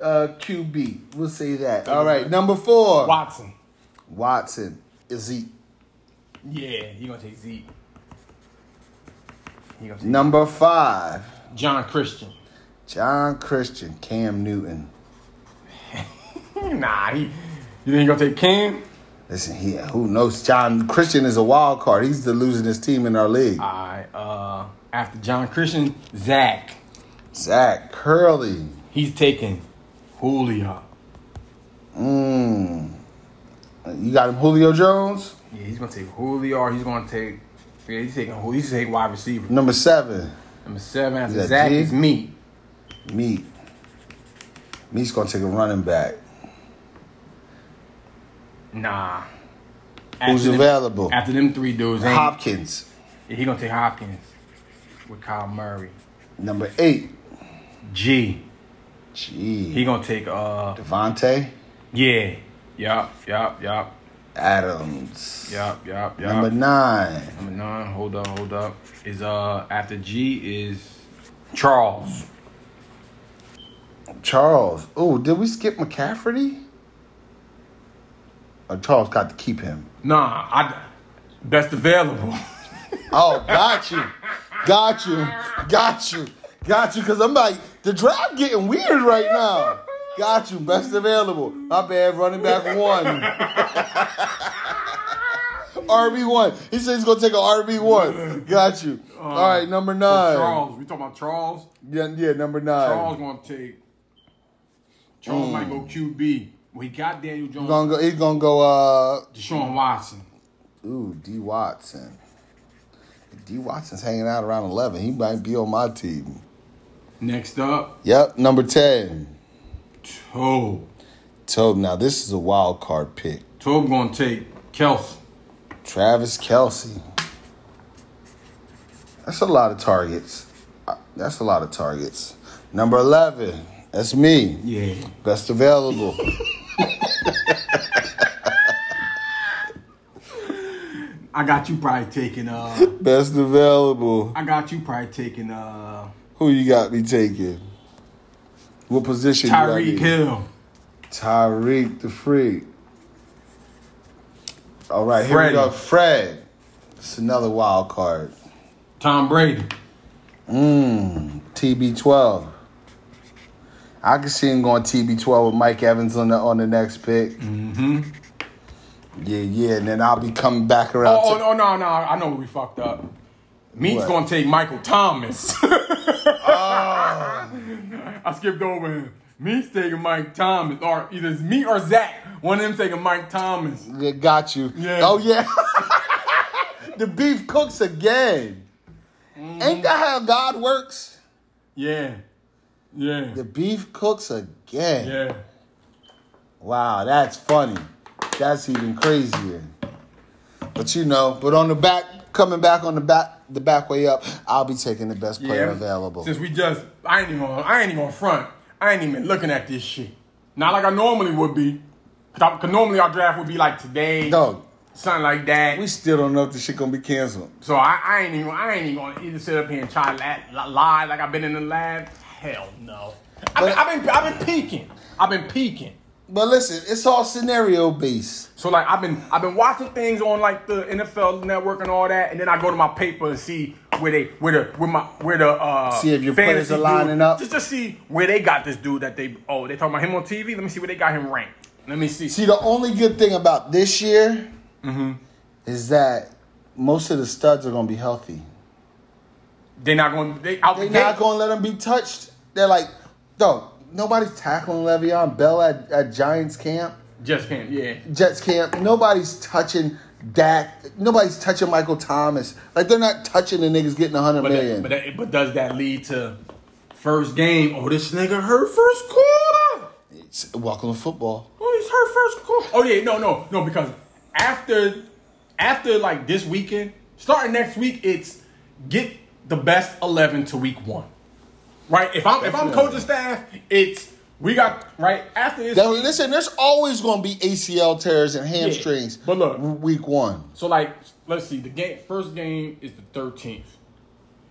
[SPEAKER 1] uh, QB. We'll say that. All right. Number four.
[SPEAKER 2] Watson.
[SPEAKER 1] Watson. Zeke.
[SPEAKER 2] Yeah, he gonna take Zeke. He gonna take
[SPEAKER 1] Number five.
[SPEAKER 2] John Christian.
[SPEAKER 1] John Christian. Cam Newton.
[SPEAKER 2] Nah, he. You think he gonna take Cam?
[SPEAKER 1] Listen here. Who knows? John Christian is a wild card. He's the losing his team in our league.
[SPEAKER 2] Alright, uh, after John Christian, Zach.
[SPEAKER 1] Zach Curley.
[SPEAKER 2] He's taking Julio.
[SPEAKER 1] Mm. You got him, Julio Jones.
[SPEAKER 2] Yeah, he's gonna take Julio. Or he's gonna take. Yeah, he's taking. Julio. He's taking wide receiver.
[SPEAKER 1] Number seven,
[SPEAKER 2] Number seven after
[SPEAKER 1] Yeah,
[SPEAKER 2] Zach
[SPEAKER 1] G.
[SPEAKER 2] is me.
[SPEAKER 1] Meat. Meat's gonna take a running back.
[SPEAKER 2] Nah.
[SPEAKER 1] Who's
[SPEAKER 2] After them-
[SPEAKER 1] available?
[SPEAKER 2] After them three dudes, ain't,
[SPEAKER 1] Hopkins.
[SPEAKER 2] yeah, he gonna take Hopkins with Kyle Murray.
[SPEAKER 1] Number eight.
[SPEAKER 2] G. He
[SPEAKER 1] Gee.
[SPEAKER 2] gonna take uh
[SPEAKER 1] Devontae
[SPEAKER 2] Yeah. Yup, yup, yup,
[SPEAKER 1] Adams.
[SPEAKER 2] yup, yup, yup.
[SPEAKER 1] Number nine.
[SPEAKER 2] Number nine, hold up, hold up. Is uh after G is Charles.
[SPEAKER 1] Charles. Oh, did we skip McCafferty? Oh, Charles got to keep him.
[SPEAKER 2] Nah, I best available.
[SPEAKER 1] Oh, got you. Got you. Got you. Got you. Because I'm like, the draft getting weird right now. Got you. Best available. My bad. Running back one. RB1. He said he's going to take an RB1. Got you. All right, number nine.
[SPEAKER 2] Uh, Charles, we talking about Charles.
[SPEAKER 1] Yeah, yeah number nine.
[SPEAKER 2] Charles gonna take
[SPEAKER 1] Mm.
[SPEAKER 2] Charles might go QB. Well he got Daniel Jones,
[SPEAKER 1] Gonna go, he's going to go uh,
[SPEAKER 2] Deshaun Watson.
[SPEAKER 1] Ooh, D Watson. D Watson's hanging out around 11. He might be on my team.
[SPEAKER 2] Next up,
[SPEAKER 1] Yep, number 10.
[SPEAKER 2] Tobe.
[SPEAKER 1] Tobe. Now, this is a wild card pick.
[SPEAKER 2] Tobe gonna take Kelsey.
[SPEAKER 1] Travis Kelsey. That's a lot of targets. Uh, That's a lot of targets. Number 11. That's me.
[SPEAKER 2] Yeah.
[SPEAKER 1] Best available.
[SPEAKER 2] I got you probably taking uh
[SPEAKER 1] Best available.
[SPEAKER 2] I got you probably taking uh
[SPEAKER 1] Who you got me taking? What position? you got me?
[SPEAKER 2] Tyreek Hill.
[SPEAKER 1] Tyreek the freak. All right, here we
[SPEAKER 2] Freddie.
[SPEAKER 1] go. Fred. It's another wild card.
[SPEAKER 2] Tom Brady.
[SPEAKER 1] TB12. I can see him going TB12 with Mike Evans on the on the next pick. Mm-hmm. Yeah, yeah, and then I'll be coming back around.
[SPEAKER 2] Oh, oh
[SPEAKER 1] to-
[SPEAKER 2] no no no! I know we fucked up. Meat's
[SPEAKER 1] What? Oh.
[SPEAKER 2] gonna take Michael Thomas. I skipped over him. Meat's taking Mike Thomas, or either it's me or Zach. One of them taking Mike Thomas.
[SPEAKER 1] Yeah, got you.
[SPEAKER 2] Yeah.
[SPEAKER 1] Oh yeah. the beef cooks again.
[SPEAKER 2] Mm-hmm.
[SPEAKER 1] Ain't that how God works?
[SPEAKER 2] Yeah, yeah,
[SPEAKER 1] The beef cooks again.
[SPEAKER 2] yeah.
[SPEAKER 1] Wow, that's funny. That's even crazier. But you know, but on the back, coming back on the back, the back way up, I'll be taking the best player
[SPEAKER 2] yeah.
[SPEAKER 1] available.
[SPEAKER 2] Since we just, I ain't even, gonna- I ain't even gonna front. I ain't even looking at this shit. Not like I normally would be. Cause, I- 'cause normally our draft would be like today,
[SPEAKER 1] Dog,
[SPEAKER 2] something like that.
[SPEAKER 1] we still don't know if this shit gonna be canceled.
[SPEAKER 2] So I, I ain't even I ain't even gonna either sit up here and try to la- li- lie like I've been in the lab. Hell no. I've been, I've been I've been peeking. I've been peeking.
[SPEAKER 1] But listen, it's all scenario based.
[SPEAKER 2] So like I've been I've been watching things on like the NFL Network and all that, and then I go to my paper and see where they where the where my where the uh
[SPEAKER 1] See if your
[SPEAKER 2] fantasy
[SPEAKER 1] players are
[SPEAKER 2] dude-
[SPEAKER 1] lining up.
[SPEAKER 2] Just to see where they got this dude that they oh they talking about him on TV. Let me see where they got him ranked. Let me see.
[SPEAKER 1] See, the only good thing about this year Mm-hmm. is that most of the studs are gonna be healthy.
[SPEAKER 2] They're not going. They out
[SPEAKER 1] They're
[SPEAKER 2] the gate.
[SPEAKER 1] not gonna let them be touched. They're like, dog, nobody's tackling Le'Veon Bell at, at Giants camp.
[SPEAKER 2] just him. Yeah.
[SPEAKER 1] Jets camp. Nobody's touching Dak. Nobody's touching Michael Thomas. Like they're not touching the niggas getting a hundred
[SPEAKER 2] But,
[SPEAKER 1] million.
[SPEAKER 2] that, but, that, but does that lead to first game? Oh, this nigga hurt first quarter.
[SPEAKER 1] It's- Welcome to football.
[SPEAKER 2] Oh, he's hurt first quarter. Oh yeah, no, no, no. Because after, after like this weekend, starting next week, it's get the best eleven to week one. Right. If I'm if I'm coaching staff, it's we got right after this.
[SPEAKER 1] Now, listen, there's always going to be ACL tears and hamstrings.
[SPEAKER 2] But look-
[SPEAKER 1] week one.
[SPEAKER 2] So like, let's see. The game first game is the thirteenth.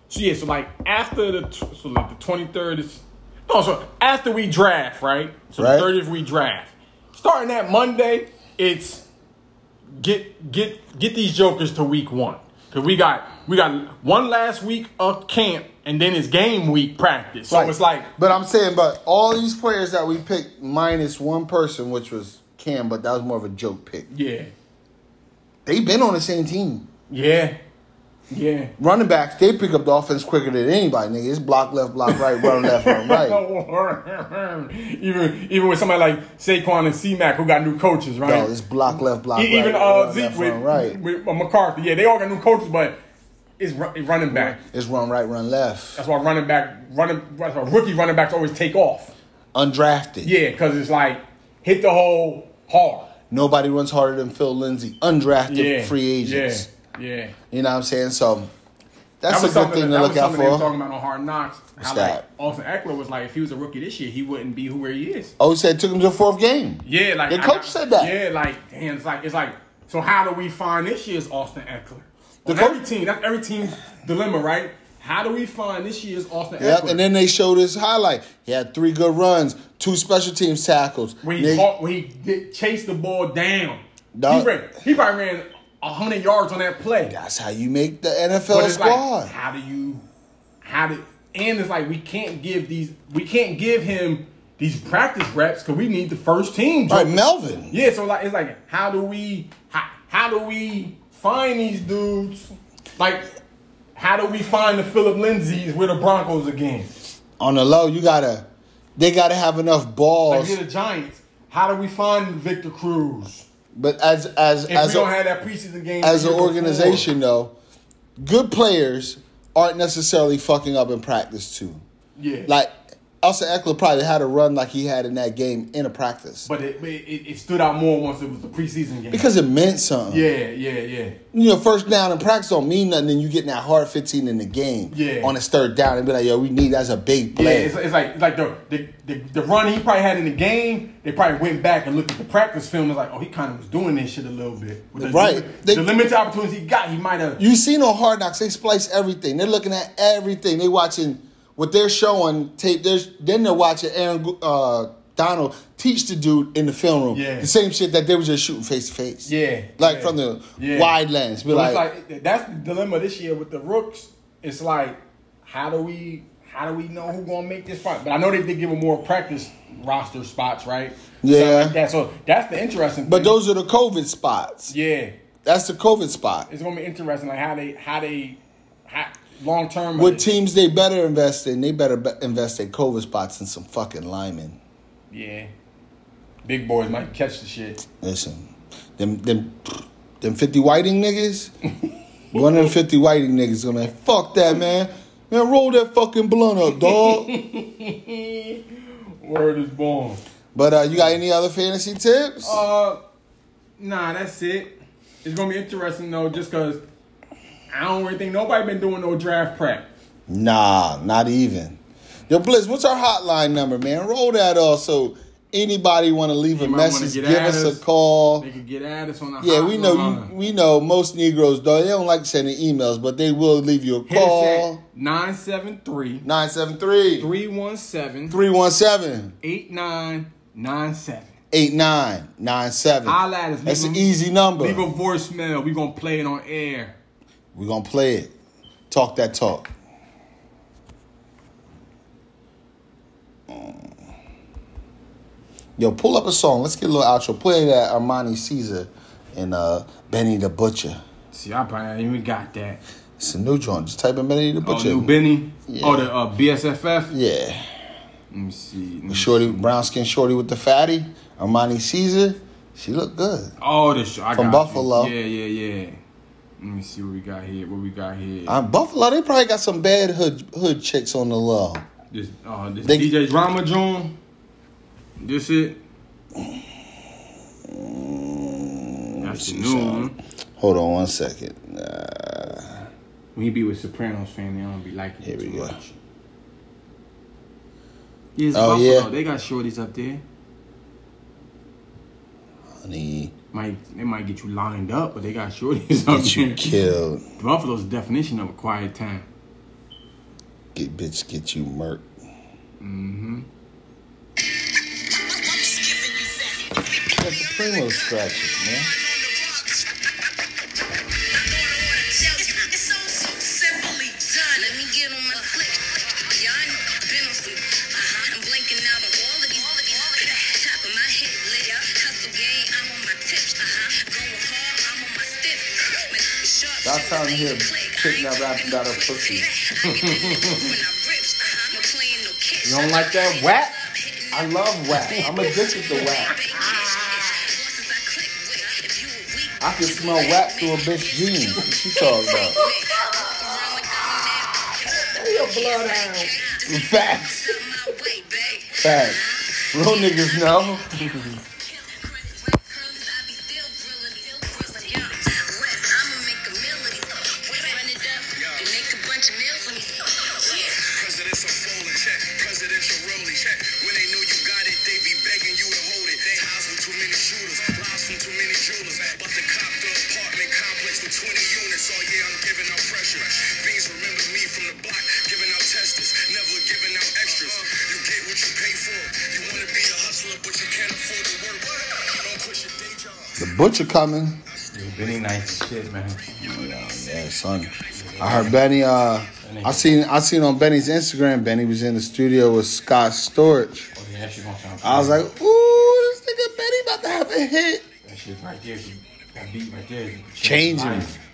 [SPEAKER 2] So yeah, so like after the tw- so like the twenty third is no, so after we draft, right? So
[SPEAKER 1] Right.
[SPEAKER 2] the thirtieth we draft. Starting that Monday, it's get get get these jokers to week one because we got we got one last week of camp and then it's game week practice. So it's like
[SPEAKER 1] but I'm saying, but all these players that we picked, minus one person, which was Cam, but that was more of a joke pick.
[SPEAKER 2] yeah,
[SPEAKER 1] They've been on the same team.
[SPEAKER 2] yeah, yeah.
[SPEAKER 1] Running backs, they pick up the offense quicker than anybody, nigga. It's block left, block right, run left, run right.
[SPEAKER 2] even even with somebody like Saquon and C Mac who got new coaches, right?
[SPEAKER 1] No, it's block left, block
[SPEAKER 2] E-
[SPEAKER 1] right.
[SPEAKER 2] even
[SPEAKER 1] run
[SPEAKER 2] uh,
[SPEAKER 1] left,
[SPEAKER 2] Zeke with,
[SPEAKER 1] run right.
[SPEAKER 2] with uh, McCarthy, yeah, they all got new coaches, but it's ru- it's running back.
[SPEAKER 1] It's run right, run left.
[SPEAKER 2] That's why running back, running that's why rookie running backs always take off.
[SPEAKER 1] Undrafted.
[SPEAKER 2] Yeah, because it's like hit the hole hard.
[SPEAKER 1] Nobody runs harder than Phil Lindsay. Undrafted
[SPEAKER 2] Yeah,
[SPEAKER 1] free agents.
[SPEAKER 2] Yeah, yeah.
[SPEAKER 1] You know what I'm saying? So that's
[SPEAKER 2] That
[SPEAKER 1] a
[SPEAKER 2] was
[SPEAKER 1] good
[SPEAKER 2] something
[SPEAKER 1] thing
[SPEAKER 2] that,
[SPEAKER 1] to
[SPEAKER 2] that
[SPEAKER 1] look
[SPEAKER 2] was
[SPEAKER 1] out
[SPEAKER 2] something they were talking
[SPEAKER 1] for.
[SPEAKER 2] about on Hard Knocks. How
[SPEAKER 1] What's
[SPEAKER 2] like
[SPEAKER 1] that?
[SPEAKER 2] Austin Eckler was like, if he was a rookie this year, he wouldn't be who where he is.
[SPEAKER 1] Oh, he said it took him to the fourth game.
[SPEAKER 2] Yeah, like
[SPEAKER 1] the
[SPEAKER 2] I
[SPEAKER 1] coach
[SPEAKER 2] got-
[SPEAKER 1] said that.
[SPEAKER 2] Yeah, like damn, it's like it's like. So how do we find this year's Austin Eckler?
[SPEAKER 1] The
[SPEAKER 2] The
[SPEAKER 1] coach-
[SPEAKER 2] every team, that's every team's dilemma, right? How do we find this year's Austin
[SPEAKER 1] Yep,
[SPEAKER 2] Eckler?
[SPEAKER 1] and then they showed his highlight. He had three good runs, two special teams tackles.
[SPEAKER 2] when he
[SPEAKER 1] Nigga-
[SPEAKER 2] caught, when he did, chased the ball down,
[SPEAKER 1] Dog.
[SPEAKER 2] he ran. He probably ran hundred yards on that play.
[SPEAKER 1] that's how you make the NFL
[SPEAKER 2] But it's
[SPEAKER 1] squad.
[SPEAKER 2] like, how do you, how do? And it's like we can't give these, we can't give him these practice reps because we need the first team.
[SPEAKER 1] All
[SPEAKER 2] jokers.
[SPEAKER 1] right, Melvin.
[SPEAKER 2] Yeah, so like it's like how do we how, how do we find these dudes? Like how do we find the Philip Lindsays with the Broncos again?
[SPEAKER 1] On the low, you gotta they gotta have enough
[SPEAKER 2] Like
[SPEAKER 1] balls.
[SPEAKER 2] we the Giants. How do we find Victor Cruz?
[SPEAKER 1] But as as
[SPEAKER 2] If
[SPEAKER 1] as
[SPEAKER 2] we don't
[SPEAKER 1] a-
[SPEAKER 2] have that preseason game
[SPEAKER 1] as
[SPEAKER 2] the
[SPEAKER 1] an
[SPEAKER 2] year before,
[SPEAKER 1] organization, though, good players aren't necessarily fucking up in practice too.
[SPEAKER 2] yeah,
[SPEAKER 1] Like Elsa Eckler probably had a run like he had in that game in a practice
[SPEAKER 2] but it, it it stood out more once it was the preseason game.
[SPEAKER 1] because it meant something.
[SPEAKER 2] yeah, yeah, yeah,
[SPEAKER 1] You know, first down in practice don't mean nothing. Then you getting that hard fifteen in the game
[SPEAKER 2] Yeah.
[SPEAKER 1] on his third down and be like, "Yo, we need that's a big
[SPEAKER 2] yeah.
[SPEAKER 1] play."
[SPEAKER 2] It's, it's like it's like the, the the the run he probably had in the game. They probably went back and looked at the practice film. and was like, oh, he kind of was doing this shit a little bit. With the,
[SPEAKER 1] Right. They-
[SPEAKER 2] the limited opportunities he got, he might have.
[SPEAKER 1] You see no hard knocks. They splice everything. They're looking at everything. They watching what they're showing tape. They're, then they're watching Aaron uh, Donald teach the dude in the film room
[SPEAKER 2] Yeah.
[SPEAKER 1] the same shit that they were just shooting face to face.
[SPEAKER 2] Yeah,
[SPEAKER 1] like
[SPEAKER 2] yeah,
[SPEAKER 1] from the
[SPEAKER 2] yeah.
[SPEAKER 1] wide lens. Be
[SPEAKER 2] So
[SPEAKER 1] like,
[SPEAKER 2] it's like that's the dilemma this year with the rooks. It's like how do we how do we know who gonna make this fight? But I know they did give them more practice roster spots, right?
[SPEAKER 1] Yeah.
[SPEAKER 2] Stuff like that. So that's the interesting.
[SPEAKER 1] but
[SPEAKER 2] thing.
[SPEAKER 1] those are the COVID spots.
[SPEAKER 2] yeah,
[SPEAKER 1] That's the COVID spot.
[SPEAKER 2] it's gonna be interesting, like how they how they how long term.
[SPEAKER 1] What teams they better invest in? They better be- invest in COVID spots and some fucking linemen.
[SPEAKER 2] Yeah, big boys might catch the shit.
[SPEAKER 1] Listen, them them them fifty whiting niggas. One of them fifty whiting niggas gonna be like, fuck that man. Man, roll that fucking blunt up, dog.
[SPEAKER 2] Word is born.
[SPEAKER 1] but uh, you got any other fantasy tips?
[SPEAKER 2] Uh, nah, that's it. It's gonna be interesting though, just cause I don't really think nobody been doing no draft prep.
[SPEAKER 1] nah, not even. Yo, Blizz, what's our hotline number, man? Roll that also. Anybody want to leave a
[SPEAKER 2] might wanna
[SPEAKER 1] message?
[SPEAKER 2] get
[SPEAKER 1] Give
[SPEAKER 2] at
[SPEAKER 1] us a
[SPEAKER 2] us.
[SPEAKER 1] call.
[SPEAKER 2] They could get at us on the
[SPEAKER 1] Yeah, we know
[SPEAKER 2] hotline.
[SPEAKER 1] you, we know most Negroes though they don't like sending emails, but they will leave you a
[SPEAKER 2] Hit us
[SPEAKER 1] call.
[SPEAKER 2] at 973
[SPEAKER 1] 973
[SPEAKER 2] 317
[SPEAKER 1] 317
[SPEAKER 2] 8997.
[SPEAKER 1] 8997.
[SPEAKER 2] Holla at us.
[SPEAKER 1] That's
[SPEAKER 2] Leave
[SPEAKER 1] an
[SPEAKER 2] a-
[SPEAKER 1] easy number.
[SPEAKER 2] Leave a voicemail. we going to play it on air.
[SPEAKER 1] We're going to play it. Talk that talk. Mm. Yo, pull up a song. Let's get a little outro. Play that Armani Caesar and uh, Benny the Butcher.
[SPEAKER 2] See, I probably ain't even got that.
[SPEAKER 1] It's a new joint. Just type in Benny the
[SPEAKER 2] Oh,
[SPEAKER 1] Butcher.
[SPEAKER 2] New Benny?
[SPEAKER 1] Yeah.
[SPEAKER 2] Oh, the uh, BSFF?
[SPEAKER 1] yeah.
[SPEAKER 2] Let me see. Let me-
[SPEAKER 1] Shorty, brown skin shorty with the fatty. Armani Caesar. She looked good.
[SPEAKER 2] Oh, the show. I
[SPEAKER 1] From
[SPEAKER 2] got
[SPEAKER 1] Buffalo.
[SPEAKER 2] You. Yeah, yeah, yeah. Let me see what we got here. What we got here.
[SPEAKER 1] Uh, Buffalo, they probably got some bad hood hood chicks on the low.
[SPEAKER 2] This, uh, this
[SPEAKER 1] They-
[SPEAKER 2] DJ Drama John. This it. That's the new one.
[SPEAKER 1] Hold on one second. Uh,
[SPEAKER 2] When he be with Sopranos fan, they don't be liking
[SPEAKER 1] Here
[SPEAKER 2] it
[SPEAKER 1] we
[SPEAKER 2] too
[SPEAKER 1] go.
[SPEAKER 2] much. Yes,
[SPEAKER 1] Oh,
[SPEAKER 2] Buffalo.
[SPEAKER 1] yeah.
[SPEAKER 2] They got shorties up there.
[SPEAKER 1] honey,
[SPEAKER 2] Might they might get you lined up, but they got shorties up
[SPEAKER 1] get you
[SPEAKER 2] there.
[SPEAKER 1] killed.
[SPEAKER 2] Buffalo's definition of a quiet time.
[SPEAKER 1] Get bitch, get you murked. That's the primo scratches, man.
[SPEAKER 4] uh-huh, uh-huh. Y'all time here kicking that rap about her pussy. uh-huh.
[SPEAKER 2] You don't like that whack?
[SPEAKER 4] I love whack. I'm addicted to whack. I can smell whack through a bitch jeans. What she talking about?
[SPEAKER 1] Facts, facts. Real niggas know.
[SPEAKER 3] Presidential folding check, presidential rolling check. When they know you got it, they be begging you to hold it. They house with too many shooters, lives from too many jewelers. But the cop the apartment complex with 20 units. All year I'm giving out pressure. Beans remember me from the block, giving out testers, never giving out extras. You get what you pay for. You wanna be a hustler, but you can't afford to work. Don't quit your day job.
[SPEAKER 1] The butcher coming.
[SPEAKER 2] Yo, Benny nice as shit, man. Oh,
[SPEAKER 1] Yeah, yeah, son. I heard Benny. Uh, I seen. I seen on Benny's Instagram. Benny was in the studio with Scott Storch.
[SPEAKER 2] Oh yeah, that shit gonna sound.
[SPEAKER 1] I was like, ooh, this nigga Benny about to have a hit.
[SPEAKER 2] that shit right there. That beat right there.
[SPEAKER 1] Changing.
[SPEAKER 2] Life.